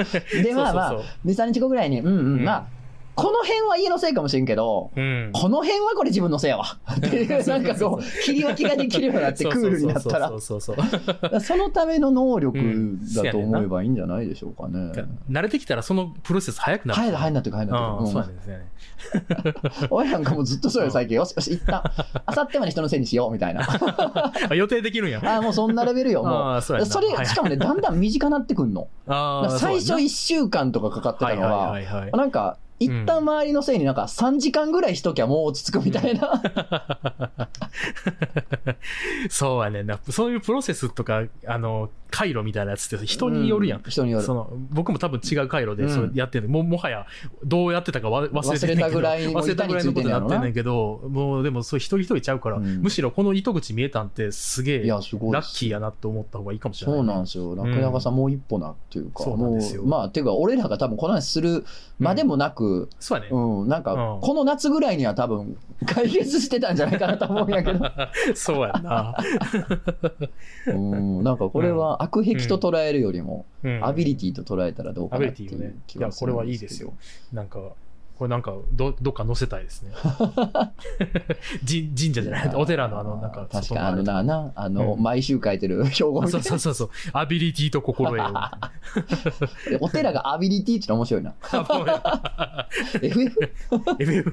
[SPEAKER 1] で、まあま
[SPEAKER 2] そう
[SPEAKER 1] あ、
[SPEAKER 2] そう
[SPEAKER 1] 2、
[SPEAKER 2] そ
[SPEAKER 1] 3日後ぐらいに、うんう
[SPEAKER 2] うん
[SPEAKER 1] ん、まあ、この辺は家のせいかもしれんけど、
[SPEAKER 2] ううん
[SPEAKER 1] この辺はこれ自分のせいやわ。って いう、なんかこう、切り分けができるようになって、クールにな ったら
[SPEAKER 2] そ、うそうそうそうそう
[SPEAKER 1] だからそのための能力
[SPEAKER 2] うん
[SPEAKER 1] だと思えばいいんじゃないでしょうかね。
[SPEAKER 2] 慣れてきたらそのプロセス早くなる
[SPEAKER 1] 早いな、早いなっていうか、早いな
[SPEAKER 2] うん、
[SPEAKER 1] ってい
[SPEAKER 2] そうう
[SPEAKER 1] か
[SPEAKER 2] なんですよね。
[SPEAKER 1] うん。俺なんかもうずっとそう
[SPEAKER 2] う
[SPEAKER 1] よ、
[SPEAKER 2] ん
[SPEAKER 1] 最近。よし、よし、一 旦、あさってまで人のせいにしよう、みたいな。あ
[SPEAKER 2] あ予定できるんや。
[SPEAKER 1] ーもうそんなレベルよ、も
[SPEAKER 2] ああ、そうや
[SPEAKER 1] う。
[SPEAKER 2] な
[SPEAKER 1] それ、しかもね、だんだん短なってくんの。だ
[SPEAKER 2] あ
[SPEAKER 1] か
[SPEAKER 2] ー
[SPEAKER 1] ら最初
[SPEAKER 2] そうや
[SPEAKER 1] 1週間とかかかってたの
[SPEAKER 2] なは
[SPEAKER 1] は、
[SPEAKER 2] いはいはいはい。
[SPEAKER 1] なんか、一旦周りのせいになんか3時間ぐらいしときゃもう落ち着くみたいな。
[SPEAKER 2] そうやねんな。そういうプロセスとか、あの、回路みたいなやつって人によるやん。
[SPEAKER 1] う人による
[SPEAKER 2] そ。の僕も多分違う回路でそれやってる、もうもはやどうやってたかわ忘れてんねんけ
[SPEAKER 1] 忘れた
[SPEAKER 2] ど
[SPEAKER 1] ぐらい
[SPEAKER 2] 忘れたぐらいのことになってんねんけどもうでもそう一人一人ちゃうから、
[SPEAKER 1] うん
[SPEAKER 2] むしろこの糸口見えたんってすげ
[SPEAKER 1] い
[SPEAKER 2] え
[SPEAKER 1] や、すごい
[SPEAKER 2] ラ
[SPEAKER 1] で
[SPEAKER 2] ッ
[SPEAKER 1] す。
[SPEAKER 2] キーやなと思った方がいいかもしれない
[SPEAKER 1] そうなんですよ。中山さん、もう一歩なっていうか、
[SPEAKER 2] そうなん
[SPEAKER 1] も
[SPEAKER 2] ですよ
[SPEAKER 1] う、まあ、ていうか、俺らが多分この話するまでもなく、
[SPEAKER 2] そうやね、
[SPEAKER 1] うん、なん
[SPEAKER 2] う
[SPEAKER 1] か
[SPEAKER 2] ん、
[SPEAKER 1] この夏ぐらいには多分、 解決してたんじゃないかなと思うんや けど、
[SPEAKER 2] そうやんな、
[SPEAKER 1] うん、なんかこれは悪癖と捉えるよりも、
[SPEAKER 2] う ん
[SPEAKER 1] アビリティと捉えたらどうかなってい
[SPEAKER 2] アビリティをね
[SPEAKER 1] う気がするんけど
[SPEAKER 2] いやこれはいい。なんかこれなんかどどっか載せたいで すね神神社じゃないお寺のあのなんか
[SPEAKER 1] 確
[SPEAKER 2] そ
[SPEAKER 1] か
[SPEAKER 2] の
[SPEAKER 1] あのな、な、あの、
[SPEAKER 2] うん
[SPEAKER 1] 毎週書いて る標語
[SPEAKER 2] あ
[SPEAKER 1] みた
[SPEAKER 2] そ
[SPEAKER 1] いう
[SPEAKER 2] そうそうそうアビリティと心 得を
[SPEAKER 1] な。お寺がアビリティっての面白い な。
[SPEAKER 2] あ
[SPEAKER 1] FF?
[SPEAKER 2] も う FF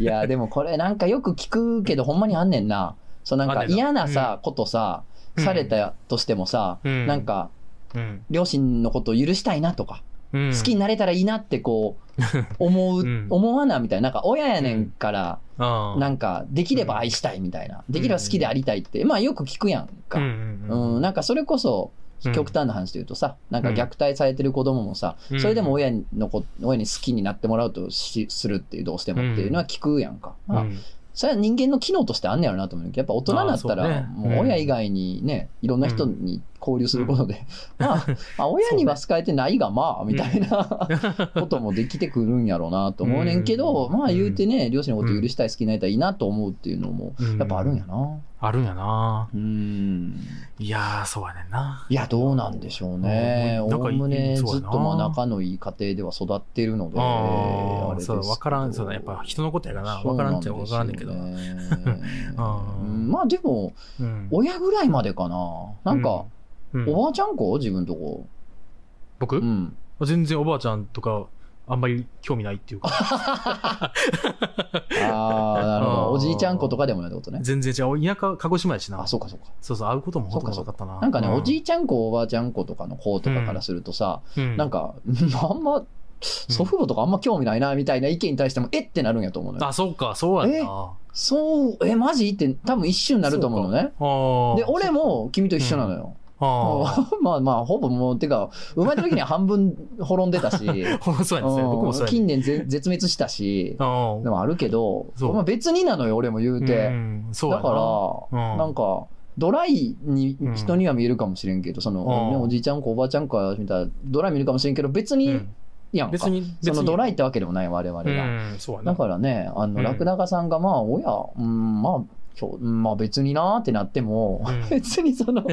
[SPEAKER 1] いや、でもこれなんかよく聞くけど、ほんまにあんねんな。そうなん
[SPEAKER 2] あ
[SPEAKER 1] か
[SPEAKER 2] んねんな
[SPEAKER 1] 嫌なさ、ことさ、
[SPEAKER 2] うん
[SPEAKER 1] されたとしてもさ、
[SPEAKER 2] うん
[SPEAKER 1] なんか、
[SPEAKER 2] うん
[SPEAKER 1] 両親のことを許したいなとか、
[SPEAKER 2] うん
[SPEAKER 1] 好きになれたらいいなってこ う、思う、
[SPEAKER 2] うん
[SPEAKER 1] 思わなみたいな。なんか親やねんから、
[SPEAKER 2] あー
[SPEAKER 1] なんかできれば愛したいみたいな。できれば好きでありたいって、まあよく聞くやんか。
[SPEAKER 2] うんう
[SPEAKER 1] うん
[SPEAKER 2] うん
[SPEAKER 1] ん、なんかそれこそ、
[SPEAKER 2] うん
[SPEAKER 1] 極端な話で言うとさ、なんか虐待されてる子供もさ、
[SPEAKER 2] うん
[SPEAKER 1] それでも親のこ親に好きになってもらうとしするっていう、どうしてもっていうのは聞くやんか。まあ
[SPEAKER 2] うん
[SPEAKER 1] それは人間の機能としてあんねやろなと思うけど、やっぱ大人になった
[SPEAKER 2] あー
[SPEAKER 1] ら、
[SPEAKER 2] そうね
[SPEAKER 1] もう親以外にね、いろんな人に交流することで、まあ、まあ親には好かれてないが、まあ、みたいなこともできてくるんやろうなと思うねんけど、
[SPEAKER 2] うん
[SPEAKER 1] まあ言うてね、両親のこと許したい、好きになりたいいいなと思うっていうのも、やっぱあるんやな。
[SPEAKER 2] あるんやな。
[SPEAKER 1] うん。
[SPEAKER 2] いやー、そうやねんな。
[SPEAKER 1] いや、どうなんでしょうね。
[SPEAKER 2] う
[SPEAKER 1] お
[SPEAKER 2] んなんか
[SPEAKER 1] おむね
[SPEAKER 2] そ
[SPEAKER 1] ず
[SPEAKER 2] うや
[SPEAKER 1] っ
[SPEAKER 2] な
[SPEAKER 1] とまあ仲のいい家庭では育ってるので、
[SPEAKER 2] あ
[SPEAKER 1] あれ
[SPEAKER 2] あ、
[SPEAKER 1] です
[SPEAKER 2] そうだ、わからん、そうだ、やっぱ人のことやからな、わからんっちゃわからんねんけど。
[SPEAKER 1] そううなんんですよね
[SPEAKER 2] あー
[SPEAKER 1] うんまあでも、親ぐらいまでかな。なんか、、
[SPEAKER 2] うん
[SPEAKER 1] おばあちゃん子自分とこ。
[SPEAKER 2] 僕
[SPEAKER 1] うん。
[SPEAKER 2] 全然おばあちゃんとか、あんまり興味ないってい うか、
[SPEAKER 1] ああ、なるほ
[SPEAKER 2] あー
[SPEAKER 1] ど。おじいちゃん子とかでもないってことね。
[SPEAKER 2] 全然違う。田舎、鹿児島やしな。
[SPEAKER 1] あ、そ
[SPEAKER 2] そ
[SPEAKER 1] ううかそうか。
[SPEAKER 2] そう、会うこともほとんどなかったな。
[SPEAKER 1] なんかね、
[SPEAKER 2] う
[SPEAKER 1] おじいちゃん子、おばあちゃん子とかの子とかからするとさ、
[SPEAKER 2] うん
[SPEAKER 1] なんか、 あんま、祖父母とかあんま興味ないな、みたいな意見に対しても、えってなるんやと思うのよ。
[SPEAKER 2] あ、そうか、そうやんな。あ
[SPEAKER 1] そう、え、マジって多分一瞬なると思うのね。
[SPEAKER 2] ー
[SPEAKER 1] で、俺も君と一緒なのよ。
[SPEAKER 2] ああ。
[SPEAKER 1] まあまあ、ほぼもう、てか、生まれた時には半分 滅んでたし、
[SPEAKER 2] ほん まそうやねんね。僕もそうやねん。
[SPEAKER 1] 近年ぜ絶滅したし、
[SPEAKER 2] あ
[SPEAKER 1] でもあるけど、
[SPEAKER 2] そう
[SPEAKER 1] まあ別になのよ、俺も言う
[SPEAKER 2] あ。う
[SPEAKER 1] て。
[SPEAKER 2] んそうや
[SPEAKER 1] だ
[SPEAKER 2] な。
[SPEAKER 1] から、
[SPEAKER 2] うん
[SPEAKER 1] なんか、ドライに
[SPEAKER 2] うん
[SPEAKER 1] 人には見えるかもしれんけど、その、
[SPEAKER 2] うん
[SPEAKER 1] ねおじいちゃん子、おばあちゃん子から見たら、ドライ見るかもしれんけど、別
[SPEAKER 2] う
[SPEAKER 1] に
[SPEAKER 2] ん
[SPEAKER 1] やんか。
[SPEAKER 2] 別に、別
[SPEAKER 1] そ
[SPEAKER 2] に。
[SPEAKER 1] のドライってわけでもない、我々
[SPEAKER 2] う
[SPEAKER 1] が。
[SPEAKER 2] ん、そうやな。
[SPEAKER 1] だからね、あ
[SPEAKER 2] う
[SPEAKER 1] の、
[SPEAKER 2] ん
[SPEAKER 1] ラクダカさんが、まあ、親、うん、まあ、きょうんまあ別になーってなっても、
[SPEAKER 2] う ん
[SPEAKER 1] 別にそ の、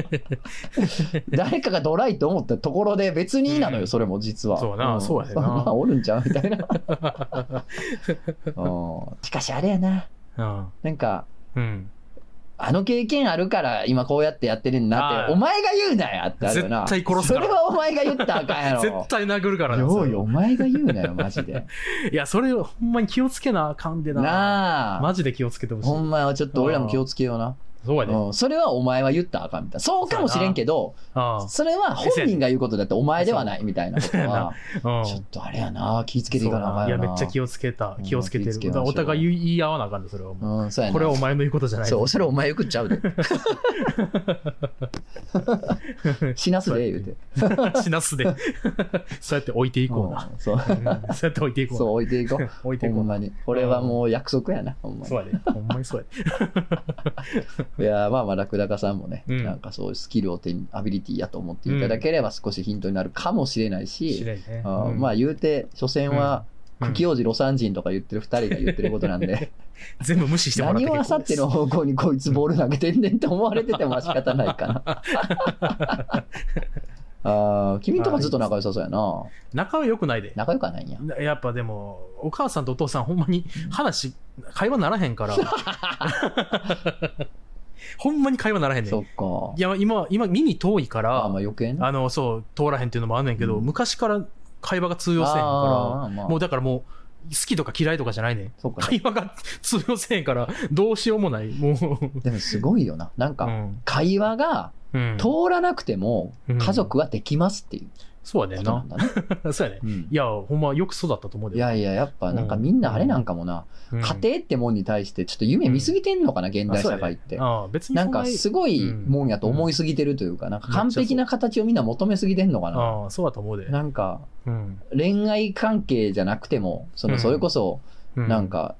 [SPEAKER 1] 誰かがドライと思ったところで別になの
[SPEAKER 2] うん
[SPEAKER 1] よ、それも実は。
[SPEAKER 2] そうやなんそうやねんな
[SPEAKER 1] まあ、おるんちゃうみたいな。うんしかしあれやな、
[SPEAKER 2] うん。
[SPEAKER 1] なんか、
[SPEAKER 2] うん。
[SPEAKER 1] あの経験あるから今こうやってやってるんなっ
[SPEAKER 2] ああ
[SPEAKER 1] て、お前が言うなやってあるよな。
[SPEAKER 2] 絶対殺すから
[SPEAKER 1] それはお前が言ったらあかんやろ。
[SPEAKER 2] 絶対殴るからな
[SPEAKER 1] よ
[SPEAKER 2] そうれ
[SPEAKER 1] よ、お前が言うなよ、マ ジで。
[SPEAKER 2] いや、それほんまに気をつけなあかんでな。
[SPEAKER 1] なあ。
[SPEAKER 2] マジで気をつけてほしい
[SPEAKER 1] ほ。んまはちょっと俺らも気をつけような。
[SPEAKER 2] そうやで。
[SPEAKER 1] うん、それはお前は言ったらあかんみたいな。そうかもしれんけど、
[SPEAKER 2] あ
[SPEAKER 1] それは本人が言うことだってお前ではないみたいなことは、
[SPEAKER 2] あ。うん
[SPEAKER 1] ちょっとあれやな、気ぃつけていかなあか
[SPEAKER 2] い
[SPEAKER 1] ん
[SPEAKER 2] や、
[SPEAKER 1] よな。
[SPEAKER 2] めっちゃ気をつけた
[SPEAKER 1] う。ん
[SPEAKER 2] 気をつけて
[SPEAKER 1] 気をつけま
[SPEAKER 2] る。
[SPEAKER 1] しょう
[SPEAKER 2] お互い言い言い合わなあかんで、それはもう。
[SPEAKER 1] うん、そうやな。
[SPEAKER 2] これはお前の言うことじゃない。
[SPEAKER 1] そう、 それお前よくっちゃうで。死なすで、 言うて。
[SPEAKER 2] 死なすで。 そうやって置いていこうな。
[SPEAKER 1] うんそう
[SPEAKER 2] うんそうやって置いてい
[SPEAKER 1] そう
[SPEAKER 2] こ
[SPEAKER 1] 置いていこ。
[SPEAKER 2] うな。 置いうてい
[SPEAKER 1] ほ
[SPEAKER 2] こうんな。
[SPEAKER 1] まに。これはもう約束やな、ほんまに
[SPEAKER 2] そうやで。ほんまにそうやで。
[SPEAKER 1] いやーまあまあ、ラクダカさんもね、
[SPEAKER 2] うん
[SPEAKER 1] なんかそういうスキルを手に、アビリティやと思っていただければ少しヒントになるかもしれない
[SPEAKER 2] 知
[SPEAKER 1] し、
[SPEAKER 2] らんね。
[SPEAKER 1] あー
[SPEAKER 2] うん
[SPEAKER 1] まあ言うて、所詮は、茎王子ロサン人とか言ってる二人が言ってることなんで、
[SPEAKER 2] 全部無視 してもらって
[SPEAKER 1] 何をあ
[SPEAKER 2] 結
[SPEAKER 1] さ
[SPEAKER 2] 構
[SPEAKER 1] っ
[SPEAKER 2] です
[SPEAKER 1] ての方向にこいつボール投げてんねんって思われててもまあ仕方ないかな。 あー君んとこずっと仲良さそうやな。
[SPEAKER 2] 仲は良くないで。
[SPEAKER 1] 仲良くはないんや。
[SPEAKER 2] なやっぱでも、お母さんとお父さん、ほんまに話、会話ならへん から。 ほんまに会話ならへんねん。
[SPEAKER 1] そっ
[SPEAKER 2] い
[SPEAKER 1] か。
[SPEAKER 2] や、今、今、耳遠いか
[SPEAKER 1] あ
[SPEAKER 2] ら、
[SPEAKER 1] ーまあ余計な。
[SPEAKER 2] あの、そう、通らへんっていうのもあんねんけど、
[SPEAKER 1] うん
[SPEAKER 2] 昔から会話が通用せへ
[SPEAKER 1] あ
[SPEAKER 2] んか
[SPEAKER 1] ーま
[SPEAKER 2] ら、
[SPEAKER 1] あ
[SPEAKER 2] もうだからもう、好きとか嫌いとかじゃないねん。
[SPEAKER 1] そっか。
[SPEAKER 2] 会話が通用せへんから、どうしようもない。もう、
[SPEAKER 1] でもすごいよな。なん
[SPEAKER 2] う
[SPEAKER 1] か、
[SPEAKER 2] ん。
[SPEAKER 1] 会話が
[SPEAKER 2] うん
[SPEAKER 1] 通らなくても
[SPEAKER 2] うん
[SPEAKER 1] 家族はできますっていう
[SPEAKER 2] そうやね
[SPEAKER 1] こ
[SPEAKER 2] ん
[SPEAKER 1] とな。
[SPEAKER 2] なん
[SPEAKER 1] だね。
[SPEAKER 2] そうやねん。
[SPEAKER 1] うん
[SPEAKER 2] いや、ほんまよく育ったと思うで。
[SPEAKER 1] いやいや、やっぱなんかみんなあれなんかもな、
[SPEAKER 2] うん、
[SPEAKER 1] 家庭ってもんに対してちょっと夢見すぎてんのかな、現代社会って
[SPEAKER 2] あそうやね。あー別に
[SPEAKER 1] な
[SPEAKER 2] そ
[SPEAKER 1] ん
[SPEAKER 2] んな
[SPEAKER 1] か
[SPEAKER 2] に
[SPEAKER 1] すごいもんやと思いすぎてるというか、なんか完璧な形をみんな求めすぎてんのかな。
[SPEAKER 2] ああ、そうだと思うで。
[SPEAKER 1] なんか
[SPEAKER 2] うん。
[SPEAKER 1] 恋愛関係じゃなくても、その
[SPEAKER 2] うん
[SPEAKER 1] それこそ
[SPEAKER 2] う
[SPEAKER 1] なん、か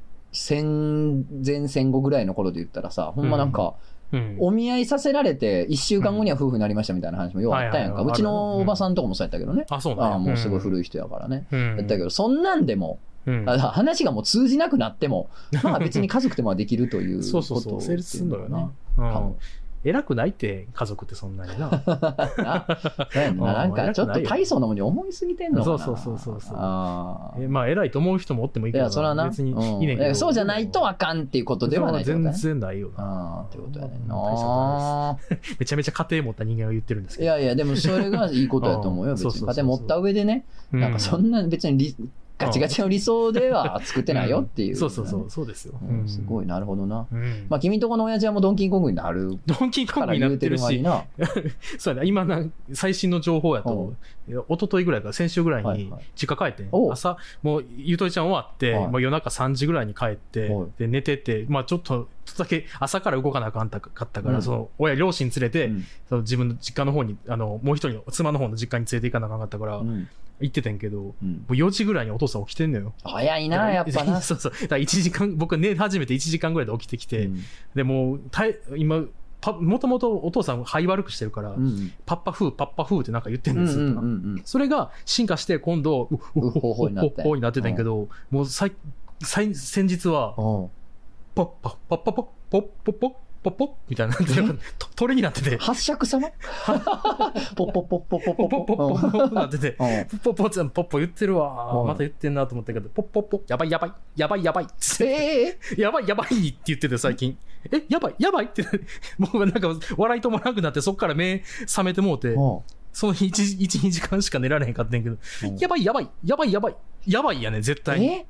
[SPEAKER 1] 戦前戦後ぐらいの頃で言ったらさ、ほんまなんか
[SPEAKER 2] うん
[SPEAKER 1] お見合いさせられて1週間後には夫婦になりましたみたいな話もようあったやん
[SPEAKER 2] は
[SPEAKER 1] か。
[SPEAKER 2] いはいはいう
[SPEAKER 1] ちのおばさんとかもそうやったけどね。
[SPEAKER 2] あ、そうなんや
[SPEAKER 1] ああ、もうすごい
[SPEAKER 2] い。
[SPEAKER 1] 古い人やからね。
[SPEAKER 2] う
[SPEAKER 1] やっ
[SPEAKER 2] ん
[SPEAKER 1] たけど、そんなんでも、
[SPEAKER 2] うん
[SPEAKER 1] あ話がもう通じなくなっても、まあ別に家族でもできると いう
[SPEAKER 2] そうそうそう、成立するのよな。う
[SPEAKER 1] か
[SPEAKER 2] ん
[SPEAKER 1] も。
[SPEAKER 2] 偉くないって、家族ってそんなに な。
[SPEAKER 1] なそうやんな な
[SPEAKER 2] あー
[SPEAKER 1] んかちょっと大層なものに思いすぎてんのかな。
[SPEAKER 2] そうそうそうそうそう
[SPEAKER 1] あー
[SPEAKER 2] えまあ、偉いと思う人もおってもい
[SPEAKER 1] い
[SPEAKER 2] いけど
[SPEAKER 1] や、それはな、
[SPEAKER 2] 別に
[SPEAKER 1] うん
[SPEAKER 2] いいねん
[SPEAKER 1] い
[SPEAKER 2] けど。
[SPEAKER 1] やそうじゃないとあかんっていうことではないってこ
[SPEAKER 2] それ
[SPEAKER 1] と
[SPEAKER 2] は
[SPEAKER 1] だ
[SPEAKER 2] 全
[SPEAKER 1] ね。
[SPEAKER 2] 然ないよな。
[SPEAKER 1] あーってことやねん
[SPEAKER 2] うん大したこ
[SPEAKER 1] な。
[SPEAKER 2] めちゃめちゃ家庭持った人間が言ってるんです
[SPEAKER 1] い
[SPEAKER 2] けど。
[SPEAKER 1] やいや、でもそれがいいことやと思う
[SPEAKER 2] う
[SPEAKER 1] よ、
[SPEAKER 2] ん
[SPEAKER 1] 別
[SPEAKER 2] そうそ
[SPEAKER 1] に。
[SPEAKER 2] うそう
[SPEAKER 1] 家
[SPEAKER 2] そう
[SPEAKER 1] 庭持った上でね、なんかそ
[SPEAKER 2] なん
[SPEAKER 1] な別に理ガチガチの理想では作ってないよっていう。
[SPEAKER 2] そうそうそう、そうですよ。
[SPEAKER 1] うん。すご
[SPEAKER 2] い。
[SPEAKER 1] い、なるほどな。
[SPEAKER 2] うん
[SPEAKER 1] まあ、君とこの親父はもうドンキンコングになる
[SPEAKER 2] ドンキーコ
[SPEAKER 1] か
[SPEAKER 2] ング
[SPEAKER 1] ら
[SPEAKER 2] にな
[SPEAKER 1] 言う
[SPEAKER 2] っ
[SPEAKER 1] て
[SPEAKER 2] て
[SPEAKER 1] る
[SPEAKER 2] る
[SPEAKER 1] 間に
[SPEAKER 2] し、
[SPEAKER 1] な。
[SPEAKER 2] そうやね、今な、最新の情報や
[SPEAKER 1] う
[SPEAKER 2] と、一昨日ぐらいから、先週ぐらい
[SPEAKER 1] はい
[SPEAKER 2] に
[SPEAKER 1] はい
[SPEAKER 2] 実家帰ってん、
[SPEAKER 1] おう
[SPEAKER 2] 朝、もうゆとりちゃん終わって、
[SPEAKER 1] はい
[SPEAKER 2] まあ、夜中3時ぐらいに帰って、
[SPEAKER 1] はい
[SPEAKER 2] で寝てて、まあ、ちょっと、ちょっとだけ朝から動かなあかんたかったから、
[SPEAKER 1] うん
[SPEAKER 2] その親、両親連れて、
[SPEAKER 1] うん
[SPEAKER 2] その自分の実家の方に、あのもう一人の妻の方の実家に連れて行かなあかんかったから、
[SPEAKER 1] うん
[SPEAKER 2] 行っててんけど、も
[SPEAKER 1] うん
[SPEAKER 2] う4時ぐらいにお父さん起きてんのよ。
[SPEAKER 1] 早いな、やっぱ な。
[SPEAKER 2] そうそう。だから1時間、僕寝始めて1時間ぐらいで起きてきて、
[SPEAKER 1] うん
[SPEAKER 2] でもうたい今パもともとお父さん肺悪くしてるから、
[SPEAKER 1] うん
[SPEAKER 2] パッパフー、パッパフーってなんか言って
[SPEAKER 1] うんん
[SPEAKER 2] で
[SPEAKER 1] う
[SPEAKER 2] すよ。
[SPEAKER 1] んうん
[SPEAKER 2] それが進化して、今度、うう
[SPEAKER 1] うほほになって
[SPEAKER 2] うほほになってたんやけど、もうさい最先日は、
[SPEAKER 1] うん。
[SPEAKER 2] ポッパ、ポッパポッ、ポッポッポッ、ポッポッみたいな、なんかと鳥になってて、
[SPEAKER 1] 八尺様ポッポッポッポッポッポ
[SPEAKER 2] ポッポッ
[SPEAKER 1] ッ
[SPEAKER 2] ポ
[SPEAKER 1] ポ
[SPEAKER 2] ッポ
[SPEAKER 1] ッ。
[SPEAKER 2] ッポッなってて、
[SPEAKER 1] うんうん
[SPEAKER 2] ポッポッちゃん、ポッポ言ってるわ
[SPEAKER 1] う。ん
[SPEAKER 2] また言ってんなと思ったけど、ポッポッポ、やばいやばい、やばいやばい、
[SPEAKER 1] ええ
[SPEAKER 2] やばいやばいって言ってて最近。え、やばいやばいって、もうなんか笑い止まらなくなって、そっから目覚めてもうて
[SPEAKER 1] え、うん
[SPEAKER 2] その日1、1、2時間しか寝られへんかったんやけど、
[SPEAKER 1] うん
[SPEAKER 2] やばいやばい、やばいやばい、やばいやね、絶対に。
[SPEAKER 1] え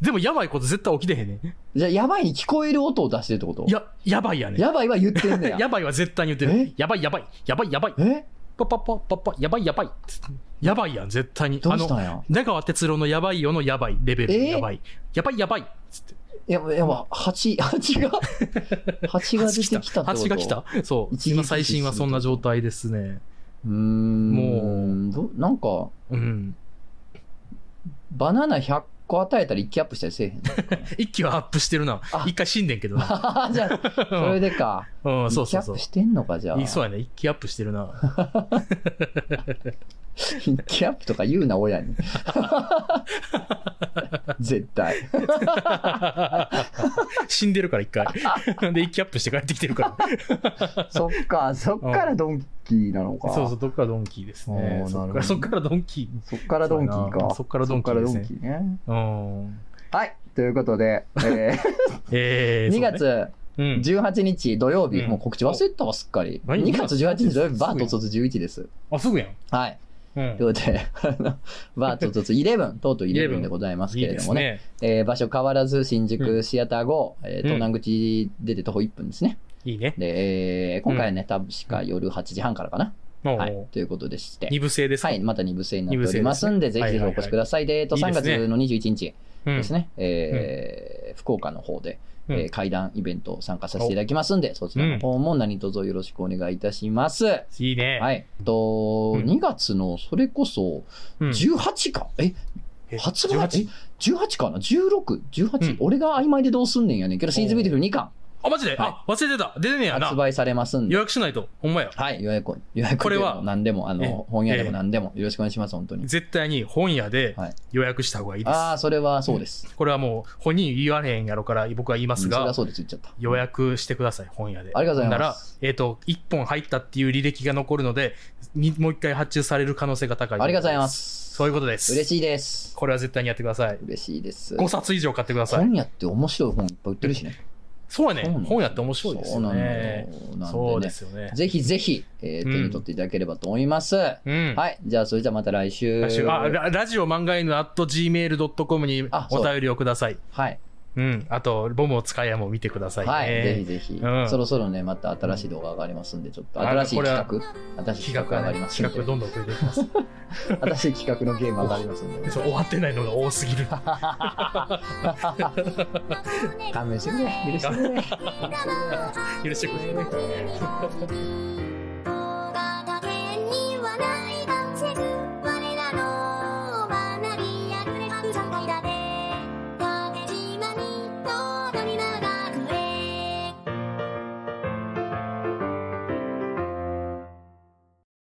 [SPEAKER 2] でもやばいこと絶対起きてへんねん。
[SPEAKER 1] じゃあ、やばいに聞こえる音を出してるってこと
[SPEAKER 2] や、やばいやねん。
[SPEAKER 1] やばいは言ってんだよ。
[SPEAKER 2] やばいは絶対に言ってる
[SPEAKER 1] え。
[SPEAKER 2] やばいやばい、やばいやばい、
[SPEAKER 1] え
[SPEAKER 2] パッパッパッパッパ、やばいやばい。やばいやん、絶対に。
[SPEAKER 1] どうしたんや
[SPEAKER 2] 中川哲郎のやばいよのやばいレベル
[SPEAKER 1] え
[SPEAKER 2] やばい。やばいやばいっつって。
[SPEAKER 1] いや、いやば、蜂、蜂が、蜂が出てきたってこと
[SPEAKER 2] 蜂が来た。そう。
[SPEAKER 1] 一撃
[SPEAKER 2] 今最新はそんな状態ですね。
[SPEAKER 1] うーん。
[SPEAKER 2] も
[SPEAKER 1] もう、どなんか、
[SPEAKER 2] うん。
[SPEAKER 1] バナナ100個与えたら1気アップしたりせ えへん。
[SPEAKER 2] 一気はアップしてるな
[SPEAKER 1] あ。
[SPEAKER 2] 一回死んでんけどな。
[SPEAKER 1] じゃあ、それでか。
[SPEAKER 2] うん、そう
[SPEAKER 1] 1気
[SPEAKER 2] そ
[SPEAKER 1] ア
[SPEAKER 2] うそ
[SPEAKER 1] ッ
[SPEAKER 2] う
[SPEAKER 1] プ。してんのか、じゃあ。
[SPEAKER 2] いそうやね。一気アップしてるな。
[SPEAKER 1] 1気アップとか言うな、親 に。絶対。
[SPEAKER 2] 死んでるから一回。で、一気アップして帰ってきてるか
[SPEAKER 1] そっか、そっからドンキーなのか。
[SPEAKER 2] ら。そうそう、どっからドンキーですね。
[SPEAKER 1] おー
[SPEAKER 2] そ
[SPEAKER 1] な
[SPEAKER 2] っ
[SPEAKER 1] るほ
[SPEAKER 2] か
[SPEAKER 1] ど
[SPEAKER 2] らそっからドンキ
[SPEAKER 1] そっからドンキー
[SPEAKER 2] そうや
[SPEAKER 1] か。
[SPEAKER 2] なそっからドンキーですね
[SPEAKER 1] そっからドンキーね
[SPEAKER 2] ー。うん。
[SPEAKER 1] はい。ということで、え
[SPEAKER 2] え
[SPEAKER 1] ー
[SPEAKER 2] ー、
[SPEAKER 1] 2
[SPEAKER 2] そうね、
[SPEAKER 1] 月
[SPEAKER 2] うん。
[SPEAKER 1] 18日土曜日、
[SPEAKER 2] うん
[SPEAKER 1] もう告知忘れてたわ、すっかり。
[SPEAKER 2] 何
[SPEAKER 1] 2月18日土曜日、
[SPEAKER 2] すぐ
[SPEAKER 1] バートツ11です。
[SPEAKER 2] あ、すぐやん。
[SPEAKER 1] はい。
[SPEAKER 2] うん
[SPEAKER 1] ということで、 あのバートツ11、とうとう11でございます
[SPEAKER 2] い
[SPEAKER 1] け
[SPEAKER 2] い
[SPEAKER 1] れ
[SPEAKER 2] で
[SPEAKER 1] ど
[SPEAKER 2] す
[SPEAKER 1] もね。
[SPEAKER 2] ね。
[SPEAKER 1] えー場所変わらず、新
[SPEAKER 2] う
[SPEAKER 1] 宿シアター5、えー東南口出て徒歩1分ですね。
[SPEAKER 2] いいね。
[SPEAKER 1] で、えー今回はね、確か夜8時半からかな。
[SPEAKER 2] も、。
[SPEAKER 1] はいうということでして。
[SPEAKER 2] 二部制ですか。
[SPEAKER 1] はい、また2部制になっておりますんで、
[SPEAKER 2] 二部制ですね
[SPEAKER 1] ぜひぜひお越しください。で、えっと、
[SPEAKER 2] いい
[SPEAKER 1] 3
[SPEAKER 2] ですね
[SPEAKER 1] 月の21日
[SPEAKER 2] うん
[SPEAKER 1] ですね、えー福岡の方で、え
[SPEAKER 2] うん
[SPEAKER 1] ー会談イベント参加させていただきますんで、そちら
[SPEAKER 2] うん
[SPEAKER 1] の方も何卒よろしくお願いいたします。
[SPEAKER 2] いいね。
[SPEAKER 1] はい。と、
[SPEAKER 2] うん
[SPEAKER 1] 2月の、それこそ、
[SPEAKER 2] うん
[SPEAKER 1] 18か、え、
[SPEAKER 2] え
[SPEAKER 1] 発売
[SPEAKER 2] 18
[SPEAKER 1] 18かな ?16、18、
[SPEAKER 2] うん
[SPEAKER 1] 俺が曖昧でどうすんねんやねんけど、シーズンビール2巻
[SPEAKER 2] あ、マジであ、忘れてた。出てねえや
[SPEAKER 1] 発
[SPEAKER 2] な。
[SPEAKER 1] 売されますんで
[SPEAKER 2] 予。約しないと。ほんまや。
[SPEAKER 1] はい、予約、予約
[SPEAKER 2] これは
[SPEAKER 1] でも何でも、あ
[SPEAKER 2] ええ
[SPEAKER 1] の、本屋で
[SPEAKER 2] ええ
[SPEAKER 1] も何でも、よろしくお願いします、本当に。
[SPEAKER 2] 絶対に本屋で
[SPEAKER 1] はい
[SPEAKER 2] 予約した方がいいです。
[SPEAKER 1] ああ、それはそうです。
[SPEAKER 2] これはもう本人言われへんやろから僕は言いま
[SPEAKER 1] そ
[SPEAKER 2] す
[SPEAKER 1] れは
[SPEAKER 2] が、
[SPEAKER 1] そうです、言っちゃった。
[SPEAKER 2] 予約してください、本屋で。
[SPEAKER 1] ありがとうござい
[SPEAKER 2] な
[SPEAKER 1] ま
[SPEAKER 2] ら
[SPEAKER 1] す、
[SPEAKER 2] えっ、と、1本入ったっていう履歴が残るので、にもう一回発注される可能性が高い。
[SPEAKER 1] ありがとうございま。す。
[SPEAKER 2] そういうことです。
[SPEAKER 1] 嬉
[SPEAKER 2] い。
[SPEAKER 1] しいです。
[SPEAKER 2] これは絶対にやってください。
[SPEAKER 1] 嬉しいです。
[SPEAKER 2] 5冊以上買ってください。
[SPEAKER 1] 本屋って面白い本いっぱい売ってるしね。
[SPEAKER 2] そうや
[SPEAKER 1] そうな
[SPEAKER 2] ね。
[SPEAKER 1] んだ
[SPEAKER 2] 本屋って面白いですよね。
[SPEAKER 1] そうなの
[SPEAKER 2] そ
[SPEAKER 1] よなんで
[SPEAKER 2] うで
[SPEAKER 1] ね。
[SPEAKER 2] すよね。
[SPEAKER 1] ぜひぜひ、えー
[SPEAKER 2] うん
[SPEAKER 1] 手に取っていただければと思います。
[SPEAKER 2] うん。
[SPEAKER 1] はい。じゃあ、それじゃあまた来週。
[SPEAKER 2] 来週あララジオ漫画犬 at gmail.com に
[SPEAKER 1] あそ
[SPEAKER 2] お
[SPEAKER 1] う
[SPEAKER 2] 便りをください。
[SPEAKER 1] はい。
[SPEAKER 2] うん。あと、ボムを使いやも見てくださいね。
[SPEAKER 1] はい。ぜひぜひ、
[SPEAKER 2] うん
[SPEAKER 1] そろそろね、また新しい動画上がりますんで、ちょっと
[SPEAKER 2] あ
[SPEAKER 1] 新しい
[SPEAKER 2] これ
[SPEAKER 1] 企
[SPEAKER 2] は
[SPEAKER 1] 画、新しい企
[SPEAKER 2] 企画
[SPEAKER 1] 画上が
[SPEAKER 2] はね
[SPEAKER 1] りま、すん
[SPEAKER 2] 企画
[SPEAKER 1] で、
[SPEAKER 2] どんどん増えていきます。
[SPEAKER 1] 新しい企画のゲーム上がりますんで、
[SPEAKER 2] そう終わってないのが多すぎる。
[SPEAKER 1] 勘弁してくれ。許してくれ。
[SPEAKER 2] 許してくれ。